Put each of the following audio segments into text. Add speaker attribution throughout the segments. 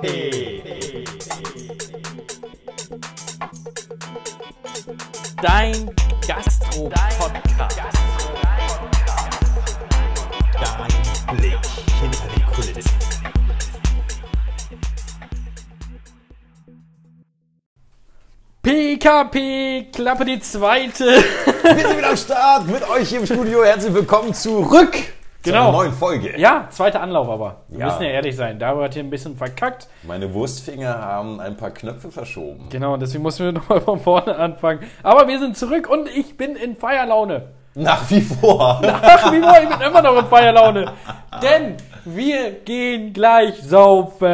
Speaker 1: PKP.
Speaker 2: Dein Gastro-Podcast.
Speaker 1: Dein Blick hinter die Kulissen.
Speaker 2: PKP, Klappe die zweite.
Speaker 1: Wir sind wieder am Start mit euch hier im Studio. Herzlich willkommen zurück zu einer
Speaker 2: Genau.
Speaker 1: neuen Folge.
Speaker 2: Ja, zweiter Anlauf aber. Wir
Speaker 1: Ja.
Speaker 2: müssen ja ehrlich sein. Da hat hier ein bisschen verkackt.
Speaker 1: Meine Wurstfinger haben ein paar Knöpfe verschoben.
Speaker 2: Genau, deswegen mussten wir nochmal von vorne anfangen. Aber wir sind zurück und ich bin in Feierlaune.
Speaker 1: Nach wie vor.
Speaker 2: Ach, wie war, ich bin immer noch in Feierlaune. Denn wir gehen gleich saufen.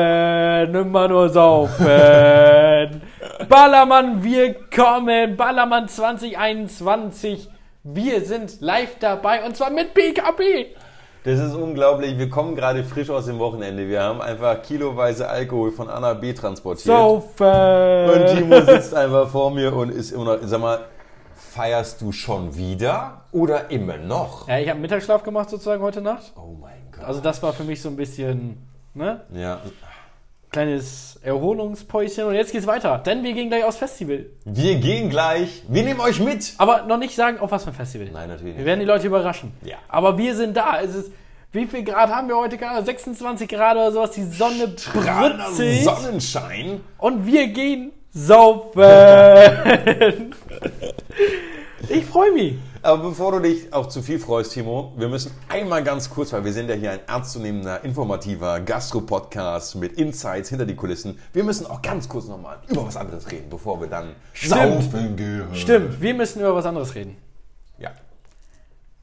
Speaker 2: Immer nur saufen. Ballermann, wir kommen. Ballermann 2021. Wir sind live dabei und zwar mit PKP.
Speaker 1: Das ist unglaublich. Wir kommen gerade frisch aus dem Wochenende. Wir haben einfach kiloweise Alkohol von A nach B transportiert. Und
Speaker 2: Saufen.
Speaker 1: Timo sitzt einfach vor mir und ist immer noch. Sag mal, feierst du schon wieder oder immer noch?
Speaker 2: Ja, ich habe Mittagsschlaf gemacht sozusagen heute Nacht.
Speaker 1: Oh mein Gott.
Speaker 2: Also das war für mich so ein bisschen, ne?
Speaker 1: ja.
Speaker 2: Kleines Erholungspäuschen. Und jetzt geht's weiter. Denn wir gehen gleich aufs Festival.
Speaker 1: Wir gehen gleich. Wir nehmen euch mit.
Speaker 2: Aber noch nicht sagen, auf was für ein Festival.
Speaker 1: Nein, natürlich
Speaker 2: Wir
Speaker 1: nicht.
Speaker 2: werden die Leute überraschen.
Speaker 1: Ja.
Speaker 2: Aber wir sind da. Es ist, wie viel Grad haben wir heute? Keine Ahnung, 26 Grad oder sowas. Die Sonne
Speaker 1: Strahlender
Speaker 2: britzelt.
Speaker 1: Sonnenschein.
Speaker 2: Und wir gehen saufen. ich freue mich.
Speaker 1: Aber bevor du dich auch zu viel freust, Timo, wir müssen einmal ganz kurz, weil wir sind ja hier ein ernstzunehmender, informativer Gastro-Podcast mit Insights hinter die Kulissen. Wir müssen auch ganz kurz nochmal über was anderes reden, bevor wir dann
Speaker 2: Stimmt.
Speaker 1: saufen gehen.
Speaker 2: Stimmt, wir müssen über was anderes reden.
Speaker 1: Ja.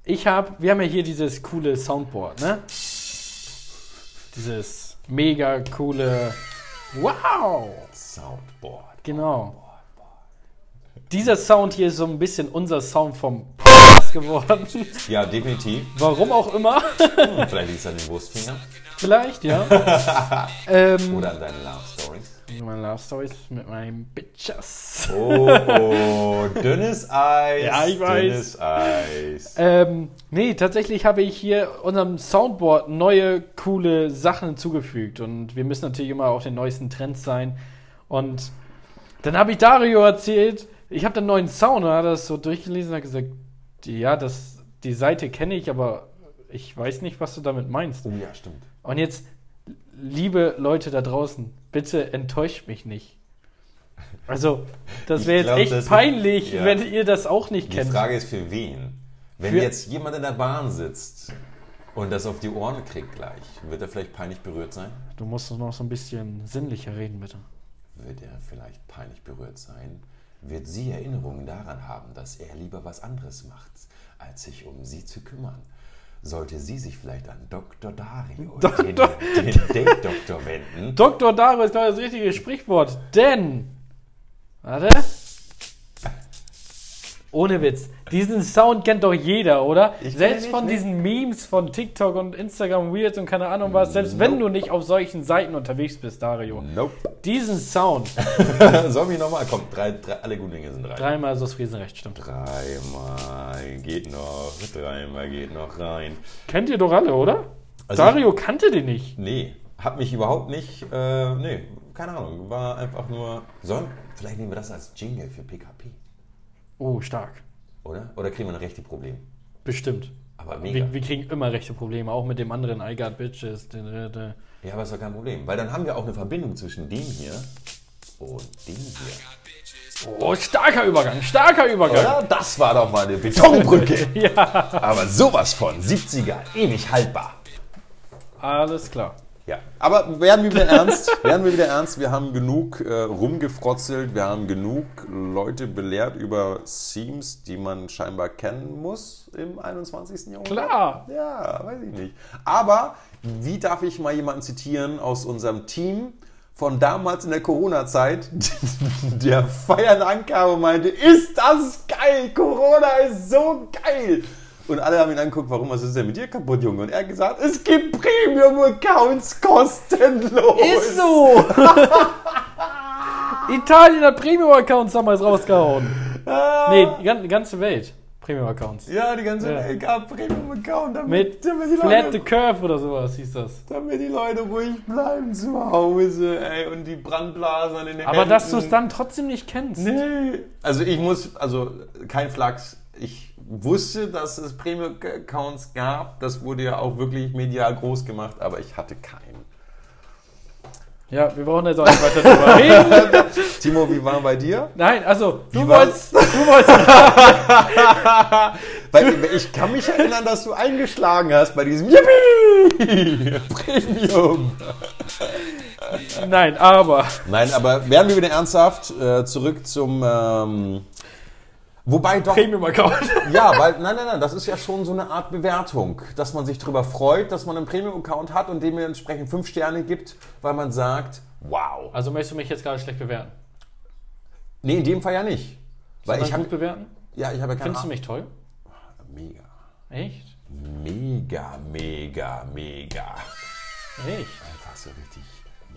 Speaker 2: Ich habe, wir haben ja hier dieses coole Soundboard, ne? Dieses mega coole. Wow!
Speaker 1: Soundboard.
Speaker 2: Genau. Dieser Sound hier ist so ein bisschen unser Sound vom Podcast geworden.
Speaker 1: Ja, definitiv.
Speaker 2: Warum auch immer.
Speaker 1: Hm, Vielleicht liegt es an den Wurstfinger
Speaker 2: Vielleicht, ja. ähm,
Speaker 1: oder an deinen Love Stories.
Speaker 2: meine Love Stories mit meinen Bitches.
Speaker 1: Oh, oh, dünnes Eis.
Speaker 2: Ja, ich weiß.
Speaker 1: Dünnes Eis.
Speaker 2: Ähm, nee, tatsächlich habe ich hier unserem Soundboard neue coole Sachen hinzugefügt. Und wir müssen natürlich immer auf den neuesten Trends sein. Und dann habe ich Dario erzählt, ich habe den neuen Sound, und er hat das so durchgelesen und hat gesagt, ja, das, die Seite kenne ich, aber ich weiß nicht, was du damit meinst.
Speaker 1: Oh ja, stimmt.
Speaker 2: Und jetzt, liebe Leute da draußen, bitte enttäuscht mich nicht. Also, das
Speaker 1: Ich
Speaker 2: wäre jetzt
Speaker 1: glaub,
Speaker 2: echt
Speaker 1: das-
Speaker 2: peinlich,
Speaker 1: ja.
Speaker 2: wenn ihr das auch nicht
Speaker 1: Die
Speaker 2: kennt.
Speaker 1: Frage ist für wen? Wenn
Speaker 2: Für-
Speaker 1: jetzt jemand in der Bahn sitzt und das auf die Ohren kriegt gleich, wird er vielleicht peinlich berührt sein?
Speaker 2: Du musst noch so ein bisschen sinnlicher reden, bitte.
Speaker 1: Wird er vielleicht peinlich berührt sein? Wird sie Erinnerungen daran haben, dass er lieber was anderes macht, als sich um sie zu kümmern? Sollte sie sich vielleicht an Dr. Dario, den, den Date-Doktor, wenden?
Speaker 2: Dr. Dario ist, glaube ich, das richtige Sprichwort, denn. Warte. Ohne Witz. Diesen Sound kennt doch jeder, oder?
Speaker 1: Ich kenn
Speaker 2: selbst
Speaker 1: ihn
Speaker 2: von
Speaker 1: nicht. ne?
Speaker 2: diesen Memes von TikTok und Instagram Reels und keine Ahnung was, selbst wenn du nicht auf solchen Seiten unterwegs bist, Dario.
Speaker 1: Nope.
Speaker 2: Diesen Sound.
Speaker 1: Sollen wir nochmal? Komm, drei, drei, alle guten Dinge sind drei.
Speaker 2: Dreimal so das Friesenrecht, stimmt.
Speaker 1: Dreimal geht noch, dreimal geht noch rein.
Speaker 2: Kennt ihr doch alle, oder?
Speaker 1: Also
Speaker 2: Dario kannte den nicht.
Speaker 1: Nee, hat mich überhaupt nicht. Äh, nee, keine Ahnung. War einfach nur. Sollen, vielleicht nehmen wir das als Jingle für PKP,
Speaker 2: Oh, stark.
Speaker 1: oder? Oder kriegen wir ein rechte Problem?
Speaker 2: Bestimmt.
Speaker 1: Aber mega.
Speaker 2: Wir, wir kriegen immer rechte Probleme, auch mit dem anderen I got bitches. Genau,
Speaker 1: Ja, aber ist doch kein Problem. Weil dann haben wir auch eine Verbindung zwischen dem hier und dem hier.
Speaker 2: Oh, starker Übergang, starker Übergang.
Speaker 1: Oder? Das war doch mal eine Betonbrücke. ja. Aber sowas von 70er, ewig haltbar.
Speaker 2: Alles klar.
Speaker 1: Ja, aber werden wir wieder ernst. Werden wir wieder ernst. Wir haben genug äh, rumgefrotzelt, wir haben genug Leute belehrt über Themes, die man scheinbar kennen muss im 21. Jahrhundert.
Speaker 2: Klar.
Speaker 1: Ja, weiß ich nicht. Aber wie darf ich mal jemanden zitieren aus unserem Team von damals in der Corona-Zeit, der feiernd ankam und meinte, ist das geil, Corona ist so geil. Und alle haben ihn angeguckt, warum, was ist denn mit dir kaputt, Junge? Und er hat gesagt, es gibt Premium-Accounts kostenlos.
Speaker 2: Ist so. Italien hat Premium-Accounts damals rausgehauen.
Speaker 1: Ah.
Speaker 2: Nee, die gan- die ganze Welt. Premium-Accounts.
Speaker 1: Ja, die ganze
Speaker 2: Ja.
Speaker 1: Welt gab Premium-Account, damit,
Speaker 2: Mit
Speaker 1: damit, die
Speaker 2: Flat the
Speaker 1: Leute,
Speaker 2: Curve oder sowas hieß das.
Speaker 1: damit die Leute ruhig bleiben zu Hause, ey, und die Brandblasen an den
Speaker 2: Aber
Speaker 1: Händen.
Speaker 2: dass du es dann trotzdem nicht kennst.
Speaker 1: Ähm, Nee. Also ich muss, also kein Flachs. Ich wusste, dass es Premium-Accounts gab. Das wurde ja auch wirklich medial groß gemacht, aber ich hatte keinen.
Speaker 2: Ja, wir brauchen jetzt auch nicht weiter drüber reden.
Speaker 1: Timo, wie war bei dir?
Speaker 2: Nein, also, du
Speaker 1: Wie
Speaker 2: wolltest, du wolltest.
Speaker 1: Weil ich kann mich erinnern, dass du eingeschlagen hast bei diesem Yippie! Premium.
Speaker 2: Nein, aber.
Speaker 1: Nein, aber werden wir wieder ernsthaft äh, zurück zum. Ähm, wobei doch.
Speaker 2: Premium-Account.
Speaker 1: Ja, weil, nein, nein, nein, das ist ja schon so eine Art Bewertung, dass man sich darüber freut, dass man einen Premium-Account hat und dementsprechend fünf Sterne gibt, weil man sagt, wow.
Speaker 2: Also möchtest du mich jetzt gerade schlecht bewerten?
Speaker 1: Nee, in dem Fall ja nicht. Weil ich
Speaker 2: Sondern
Speaker 1: habe
Speaker 2: gut bewerten?
Speaker 1: ja, ich habe ja keine
Speaker 2: Findest du mich toll?
Speaker 1: Ahnung. Mega.
Speaker 2: Echt?
Speaker 1: Mega, mega, mega.
Speaker 2: Echt?
Speaker 1: Einfach so richtig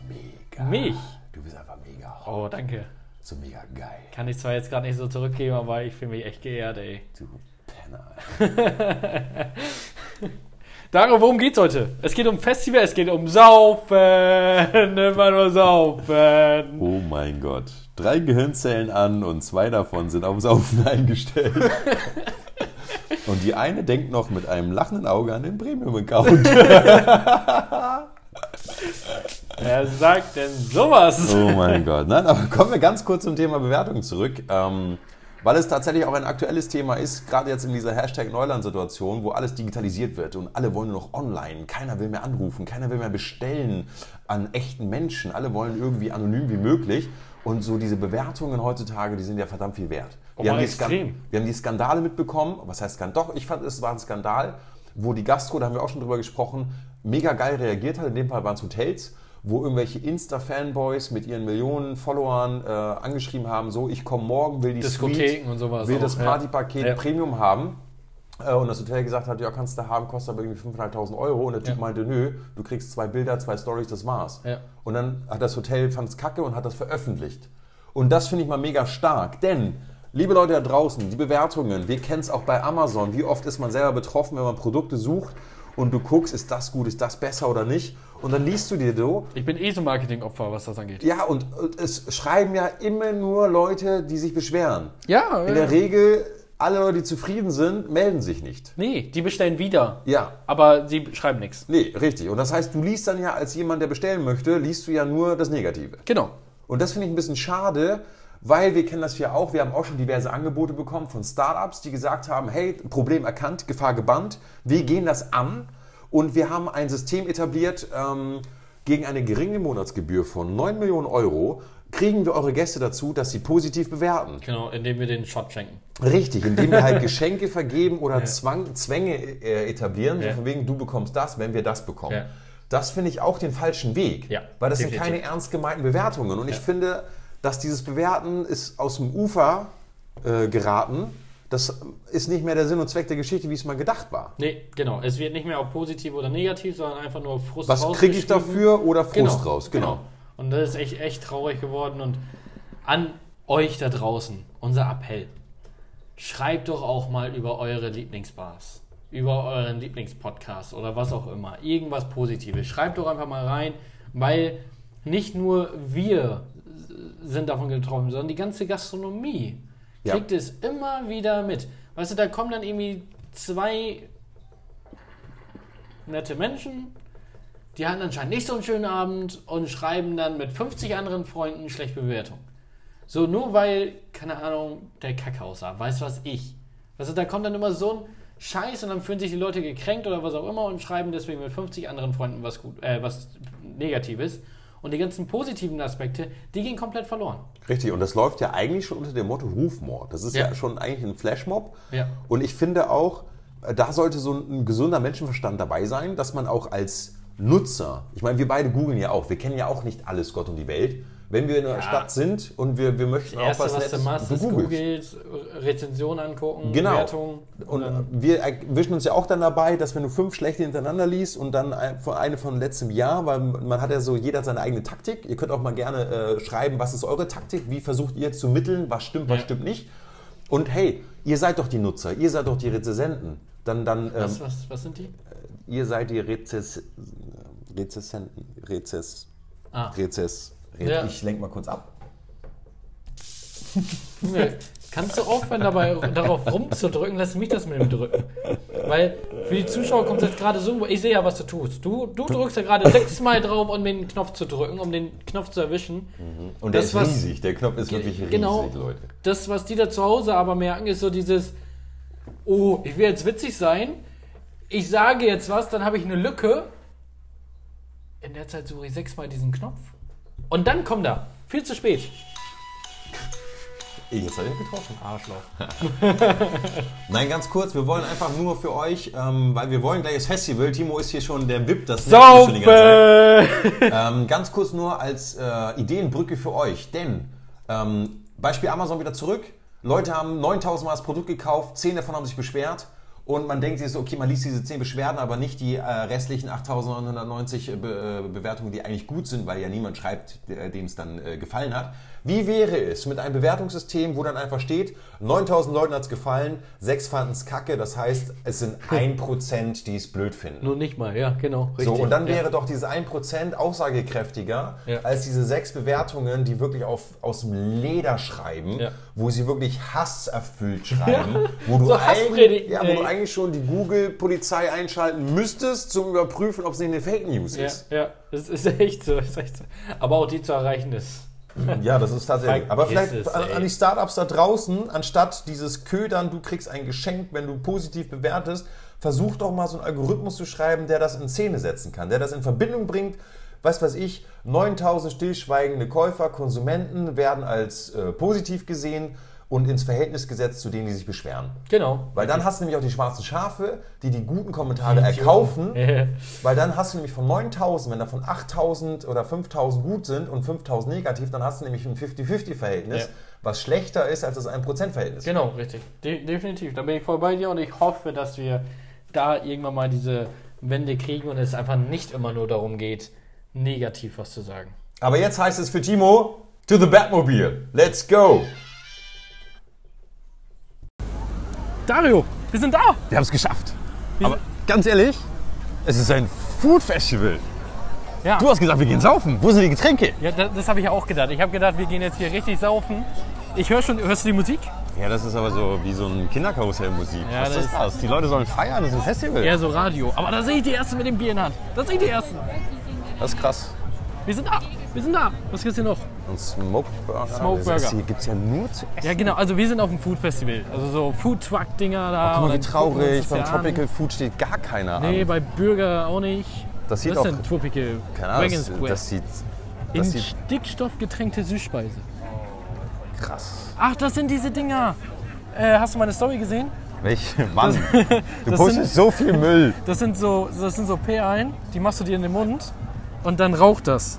Speaker 1: mega.
Speaker 2: Mich?
Speaker 1: Du bist einfach mega.
Speaker 2: Oh, danke.
Speaker 1: So mega geil.
Speaker 2: Kann ich zwar jetzt gerade nicht so zurückgeben, aber ich fühle mich echt geehrt, ey.
Speaker 1: Du Penner.
Speaker 2: Darum, worum geht's heute? Es geht um Festival, es geht um Saufen. Immer nur Saufen.
Speaker 1: Oh mein Gott. Drei Gehirnzellen an und zwei davon sind aufs Saufen eingestellt. und die eine denkt noch mit einem lachenden Auge an den Premium-Account.
Speaker 2: Wer sagt denn sowas?
Speaker 1: Oh mein Gott. Nein, aber kommen wir ganz kurz zum Thema Bewertung zurück. Ähm, weil es tatsächlich auch ein aktuelles Thema ist, gerade jetzt in dieser Hashtag Neuland-Situation, wo alles digitalisiert wird und alle wollen nur noch online. Keiner will mehr anrufen, keiner will mehr bestellen an echten Menschen. Alle wollen irgendwie anonym wie möglich. Und so diese Bewertungen heutzutage, die sind ja verdammt viel wert. Wir,
Speaker 2: mal
Speaker 1: haben die, Skan-
Speaker 2: extrem.
Speaker 1: wir haben die Skandale mitbekommen. Was heißt Skandal? Doch, ich fand, es war ein Skandal, wo die Gastro, da haben wir auch schon drüber gesprochen, mega geil reagiert hat. In dem Fall waren es Hotels, wo irgendwelche Insta-Fanboys mit ihren Millionen Followern äh, angeschrieben haben, so, ich komme morgen, will die
Speaker 2: Diskotheken und sowas
Speaker 1: will
Speaker 2: auch,
Speaker 1: das
Speaker 2: ja.
Speaker 1: Partypaket
Speaker 2: Ja.
Speaker 1: Premium haben. Äh, Und das Hotel gesagt hat, ja, kannst du haben, kostet aber irgendwie 5.500 Euro. Und der Typ
Speaker 2: Ja.
Speaker 1: meinte, nö, du kriegst zwei Bilder, zwei Stories, das war's.
Speaker 2: Ja.
Speaker 1: Und dann hat das Hotel, fand's kacke und hat das veröffentlicht. Und das finde ich mal mega stark, denn, liebe Leute da draußen, die Bewertungen, wir kennen es auch bei Amazon, wie oft ist man selber betroffen, wenn man Produkte sucht und du guckst, ist das gut, ist das besser oder nicht? Und dann liest du dir so,
Speaker 2: Ich bin eh so ein Marketing-Opfer, was das angeht.
Speaker 1: ja, und, und es schreiben ja immer nur Leute, die sich beschweren.
Speaker 2: Ja,
Speaker 1: In der Regel, alle Leute, die zufrieden sind, melden sich nicht.
Speaker 2: Nee, die bestellen wieder.
Speaker 1: Ja,
Speaker 2: Aber sie schreiben nichts.
Speaker 1: nee, richtig. Und das heißt, du liest dann ja als jemand, der bestellen möchte, liest du ja nur das Negative.
Speaker 2: Genau.
Speaker 1: Und das finde ich ein bisschen schade, weil wir kennen das ja auch. Wir haben auch schon diverse Angebote bekommen von Startups, die gesagt haben: Hey, Problem erkannt, Gefahr gebannt, wir gehen das an und wir haben ein System etabliert ähm, gegen eine geringe Monatsgebühr von 9 Millionen Euro. Kriegen wir eure Gäste dazu, dass sie positiv bewerten?
Speaker 2: Genau, indem wir den Shot schenken.
Speaker 1: Richtig, indem wir halt Geschenke vergeben oder Zwang, Zwänge äh, etablieren, so
Speaker 2: Ja.
Speaker 1: von wegen, du bekommst das, wenn wir das bekommen.
Speaker 2: Ja.
Speaker 1: Das finde ich auch den falschen Weg,
Speaker 2: Ja,
Speaker 1: weil das sind
Speaker 2: definitiv.
Speaker 1: keine ernst gemeinten Bewertungen. Und ich finde, dass dieses Bewerten ist aus dem Ufer äh, geraten. Das ist nicht mehr der Sinn und Zweck der Geschichte, wie es mal gedacht war.
Speaker 2: Nee, genau. Es wird nicht mehr auf positiv oder negativ, sondern einfach nur auf Frust
Speaker 1: Was kriege ich
Speaker 2: rausgeschrieben.
Speaker 1: dafür oder Frust
Speaker 2: Genau,
Speaker 1: raus? Genau.
Speaker 2: Und das ist echt, echt traurig geworden. Und an euch da draußen, unser Appell. Schreibt doch auch mal über eure Lieblingsbars, über euren Lieblingspodcast oder was auch immer. Irgendwas Positives. Schreibt doch einfach mal rein, weil nicht nur wir sind davon getroffen, sondern die ganze Gastronomie
Speaker 1: Ja.
Speaker 2: kriegt es immer wieder mit. Weißt du, da kommen dann irgendwie zwei nette Menschen, die hatten anscheinend nicht so einen schönen Abend und schreiben dann mit 50 anderen Freunden schlechte Bewertung. So, nur weil, keine Ahnung, der Kacke aussah, weiß was ich. Also da kommt dann immer so ein Scheiß und dann fühlen sich die Leute gekränkt oder was auch immer und schreiben deswegen mit 50 anderen Freunden was gut, äh, was Negatives. Und die ganzen positiven Aspekte, die gehen komplett verloren.
Speaker 1: Richtig, und das läuft ja eigentlich schon unter dem Motto Rufmord. Das ist ja,
Speaker 2: Ja.
Speaker 1: schon eigentlich ein Flashmob.
Speaker 2: Ja.
Speaker 1: Und ich finde auch, äh, da sollte so ein ein gesunder Menschenverstand dabei sein, dass man auch als Nutzer, ich meine, wir beide googeln ja auch, wir kennen ja auch nicht alles Gott und die Welt. Wenn wir in einer Stadt sind und wir, wir möchten auch
Speaker 2: Erste,
Speaker 1: was,
Speaker 2: was du
Speaker 1: Nettes,
Speaker 2: machst, ist
Speaker 1: googelst.
Speaker 2: Google, Rezension angucken,
Speaker 1: Genau.
Speaker 2: Bewertungen.
Speaker 1: Und äh, wir erwischen uns ja auch dann dabei, dass wenn du fünf schlechte hintereinander liest und dann ein- von- eine von letztem Jahr, weil man hat ja so jeder hat seine eigene Taktik. Ihr könnt auch mal gerne äh, schreiben, was ist eure Taktik, wie versucht ihr zu mitteln, was stimmt, was
Speaker 2: Ja.
Speaker 1: stimmt nicht. Und hey, ihr seid doch die Nutzer, ihr seid doch die Rezessenten. Dann, dann, ähm,
Speaker 2: Was, was, was sind die?
Speaker 1: ihr seid die Rezess... Rezessenten. Rezess...
Speaker 2: Ah.
Speaker 1: Rezess... Re
Speaker 2: Ja.
Speaker 1: Ich lenk mal kurz ab.
Speaker 2: Junge, kannst du aufhören, dabei, darauf rumzudrücken? Lass mich das mit dem drücken. Weil für die Zuschauer kommt es jetzt gerade so, ich sehe ja, was du tust. Du, du drückst ja gerade sechsmal drauf, um den Knopf zu drücken, um den Knopf zu erwischen.
Speaker 1: Und
Speaker 2: Das,
Speaker 1: der
Speaker 2: was-
Speaker 1: ist riesig, der Knopf ist wirklich riesig,
Speaker 2: genau.
Speaker 1: Leute.
Speaker 2: Das, was die da zu Hause aber merken, ist so dieses, oh, ich will jetzt witzig sein, ich sage jetzt was, dann habe ich eine Lücke. In der Zeit suche ich sechsmal diesen Knopf. Und dann kommt er. Viel zu spät.
Speaker 1: Jetzt habe ich getroffen.
Speaker 2: Arschloch.
Speaker 1: Nein, ganz kurz, wir wollen einfach nur für euch, ähm, weil wir wollen gleich das Festival. Timo ist hier schon, der wippt das nervt mich schon die ganze Zeit.
Speaker 2: Sauber!
Speaker 1: Ähm, ganz kurz nur als äh, Ideenbrücke für euch, denn ähm, Beispiel Amazon wieder zurück. Leute haben 9000 Mal das Produkt gekauft, 10 davon haben sich beschwert und man denkt sich so, okay, man liest diese 10 Beschwerden, aber nicht die äh, restlichen 8990 Be äh, Bewertungen, die eigentlich gut sind, weil ja niemand schreibt, äh, dem es dann äh, gefallen hat. Wie wäre es mit einem Bewertungssystem, wo dann einfach steht, 9000 Leuten hat es gefallen, 6 fanden es kacke, das heißt, es sind 1%, die es blöd finden.
Speaker 2: Nur nicht mal, ja, genau. Richtig.
Speaker 1: So, und dann
Speaker 2: ja.
Speaker 1: wäre doch dieses 1% aussagekräftiger
Speaker 2: Ja.
Speaker 1: als diese sechs Bewertungen, die wirklich auf, aus dem Leder schreiben,
Speaker 2: Ja.
Speaker 1: wo sie wirklich hasserfüllt schreiben, wo, du
Speaker 2: So
Speaker 1: eigentlich,
Speaker 2: Hasspredigten,
Speaker 1: ja, wo du
Speaker 2: ey.
Speaker 1: eigentlich schon die Google-Polizei einschalten müsstest, zum Überprüfen, ob es nicht eine Fake News
Speaker 2: Ja,
Speaker 1: ist.
Speaker 2: ja, das ist echt so. Das ist echt so. Aber auch die zu erreichen ist.
Speaker 1: Ja, das ist tatsächlich.
Speaker 2: Fuck
Speaker 1: Aber
Speaker 2: ist
Speaker 1: vielleicht
Speaker 2: es,
Speaker 1: an,
Speaker 2: ey.
Speaker 1: an die Startups da draußen, anstatt dieses Ködern, du kriegst ein Geschenk, wenn du positiv bewertest, versuch doch mal so einen Algorithmus zu schreiben, der das in Szene setzen kann, der das in Verbindung bringt. Was weiß ich, 9000 stillschweigende Käufer, Konsumenten werden als äh, positiv gesehen und ins Verhältnis gesetzt zu denen, die sich beschweren.
Speaker 2: Genau.
Speaker 1: Weil dann hast du nämlich auch die schwarzen Schafe, die die guten Kommentare erkaufen.
Speaker 2: Ja.
Speaker 1: Weil dann hast du nämlich von 9000, wenn davon 8000 oder 5000 gut sind und 5000 negativ, dann hast du nämlich ein 50-50-Verhältnis,
Speaker 2: Ja.
Speaker 1: was schlechter ist als das 1%-Verhältnis.
Speaker 2: Genau, richtig. De definitiv. Da bin ich voll bei dir und ich hoffe, dass wir da irgendwann mal diese Wende kriegen und es einfach nicht immer nur darum geht, negativ was zu sagen.
Speaker 1: Aber jetzt heißt es für Timo, to the Batmobile. Let's go.
Speaker 2: Dario, wir sind da!
Speaker 1: Wir haben es geschafft. Aber ganz ehrlich, es ist ein Food-Festival.
Speaker 2: Ja.
Speaker 1: hast gesagt, wir gehen saufen. Wo sind die Getränke?
Speaker 2: Ja, das, das habe ich ja auch gedacht. Ich habe gedacht, wir gehen jetzt hier richtig saufen. Ich höre schon, hörst du die Musik?
Speaker 1: Ja, das ist aber so wie so ein Kinderkarussell-Musik.
Speaker 2: Ja,
Speaker 1: Was
Speaker 2: das
Speaker 1: ist das? Die Leute sollen feiern, das ist ein Festival.
Speaker 2: Ja, so Radio. Aber da sehe ich die Ersten mit dem Bier in der Hand. Da sehe ich die Ersten.
Speaker 1: Das ist krass.
Speaker 2: Wir sind da. Wir sind da. Was gibt's hier noch?
Speaker 1: Und Smokeburger.
Speaker 2: Smokeburger.
Speaker 1: Das ist- Hier gibt es ja nur zu essen.
Speaker 2: Ja, genau. Also wir sind auf dem Food Festival. Also so Food Truck Dinger da.
Speaker 1: Guck
Speaker 2: und
Speaker 1: mal, wie
Speaker 2: dann gucken wir
Speaker 1: traurig.
Speaker 2: uns das
Speaker 1: Beim
Speaker 2: hier an.
Speaker 1: Tropical Food steht gar keiner
Speaker 2: Nee,
Speaker 1: an.
Speaker 2: bei Bürger auch nicht.
Speaker 1: Das sieht
Speaker 2: Was
Speaker 1: auch-
Speaker 2: ist denn Tropical?
Speaker 1: Keine Ahnung,
Speaker 2: Dragon's
Speaker 1: das,
Speaker 2: Breath.
Speaker 1: das sieht
Speaker 2: In
Speaker 1: das sieht
Speaker 2: Stickstoff getränkte Süßspeise.
Speaker 1: krass.
Speaker 2: Ach, das sind diese Dinger. Äh, hast du meine Story gesehen?
Speaker 1: Welche Mann, du
Speaker 2: das
Speaker 1: postest so viel Müll.
Speaker 2: Das sind so, das sind so P1, die machst du dir in den Mund und dann raucht das.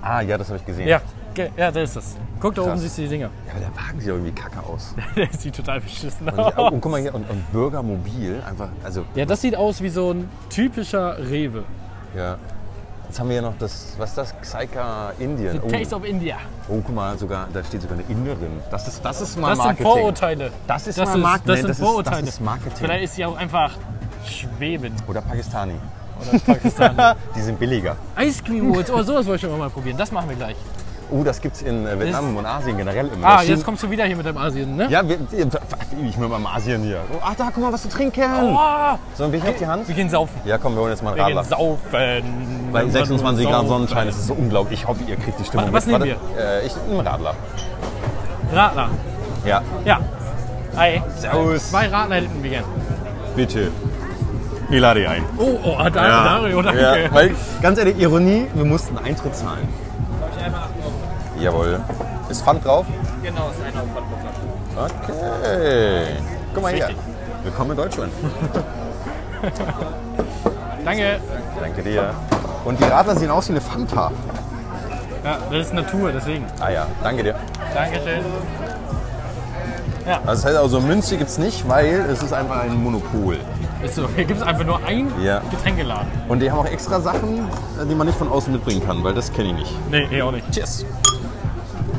Speaker 1: Ah, ja, das habe ich gesehen.
Speaker 2: Ja, ge- ja, da ist das. Guck, da oben
Speaker 1: Krass.
Speaker 2: siehst du die Dinger.
Speaker 1: Ja, aber der Wagen sieht irgendwie kacke aus.
Speaker 2: Der sieht total beschissen
Speaker 1: Und, oh,
Speaker 2: aus.
Speaker 1: und guck mal hier, und, und Bürgermobil, einfach, also,
Speaker 2: Ja, das sieht aus wie so ein typischer Rewe.
Speaker 1: ja. Jetzt haben wir ja noch das, was ist das? Xaika Indien. Oh,
Speaker 2: Taste of India.
Speaker 1: oh, guck mal, sogar, da steht sogar eine Inderin. Das ist, das ist mal
Speaker 2: Das sind
Speaker 1: Marketing.
Speaker 2: Vorurteile.
Speaker 1: Das ist
Speaker 2: das
Speaker 1: mal
Speaker 2: ist-
Speaker 1: Marketing.
Speaker 2: das
Speaker 1: Nee,
Speaker 2: sind
Speaker 1: das ist-
Speaker 2: Vorurteile.
Speaker 1: Das ist Marketing.
Speaker 2: Vielleicht ist sie auch einfach Schweben
Speaker 1: Oder Pakistani.
Speaker 2: oder Pakistan.
Speaker 1: Die sind billiger.
Speaker 2: Ice Cream Woods, oh, sowas wollte ich schon mal probieren. Das machen wir gleich.
Speaker 1: Oh, das gibt's in äh, Vietnam und Asien generell immer.
Speaker 2: Ah,
Speaker 1: Das
Speaker 2: jetzt
Speaker 1: stimmt.
Speaker 2: kommst du wieder hier mit deinem Asien, ne?
Speaker 1: Ja, wir, ich will mal im Asien hier. Oh, ach, da, guck mal, was zu trinken.
Speaker 2: Ah,
Speaker 1: So, ein Bier auf die Hand?
Speaker 2: wir gehen saufen.
Speaker 1: Ja, komm, wir holen jetzt mal
Speaker 2: Wir
Speaker 1: einen
Speaker 2: gehen
Speaker 1: Radler.
Speaker 2: saufen.
Speaker 1: Bei 26 Grad
Speaker 2: Saufen.
Speaker 1: Sonnenschein ist es so unglaublich. Ich hoffe, ihr kriegt die Stimmung.
Speaker 2: Was
Speaker 1: mit.
Speaker 2: nehmen
Speaker 1: Warte, Äh, ich einen Radler.
Speaker 2: Radler.
Speaker 1: Ja.
Speaker 2: Ja. Hi.
Speaker 1: Servus.
Speaker 2: Zwei Radler hätten wir gern.
Speaker 1: Bitte. Ich lade ein.
Speaker 2: Oh, oh, ah, da, Dario, danke.
Speaker 1: Ja, weil, ganz ehrlich, Ironie, wir mussten Eintritt zahlen. Jawohl. Ist Pfand drauf?
Speaker 2: Genau, ist einer von
Speaker 1: Okay. Guck mal hier.
Speaker 2: Richtig.
Speaker 1: Willkommen in Deutschland.
Speaker 2: Danke.
Speaker 1: Danke dir. Und die Radler sehen aus wie eine Fanta.
Speaker 2: Ja, das ist Natur, deswegen.
Speaker 1: Ah ja, danke dir.
Speaker 2: Dankeschön.
Speaker 1: Das heißt also, Münze gibt es nicht, weil es ist einfach ein Monopol.
Speaker 2: Ist so, hier gibt es einfach nur einen
Speaker 1: Ja.
Speaker 2: Getränkeladen.
Speaker 1: Und die haben auch extra Sachen, äh, die man nicht von außen mitbringen kann, weil das kenne ich nicht.
Speaker 2: Nee, nee, auch nicht.
Speaker 1: Cheers.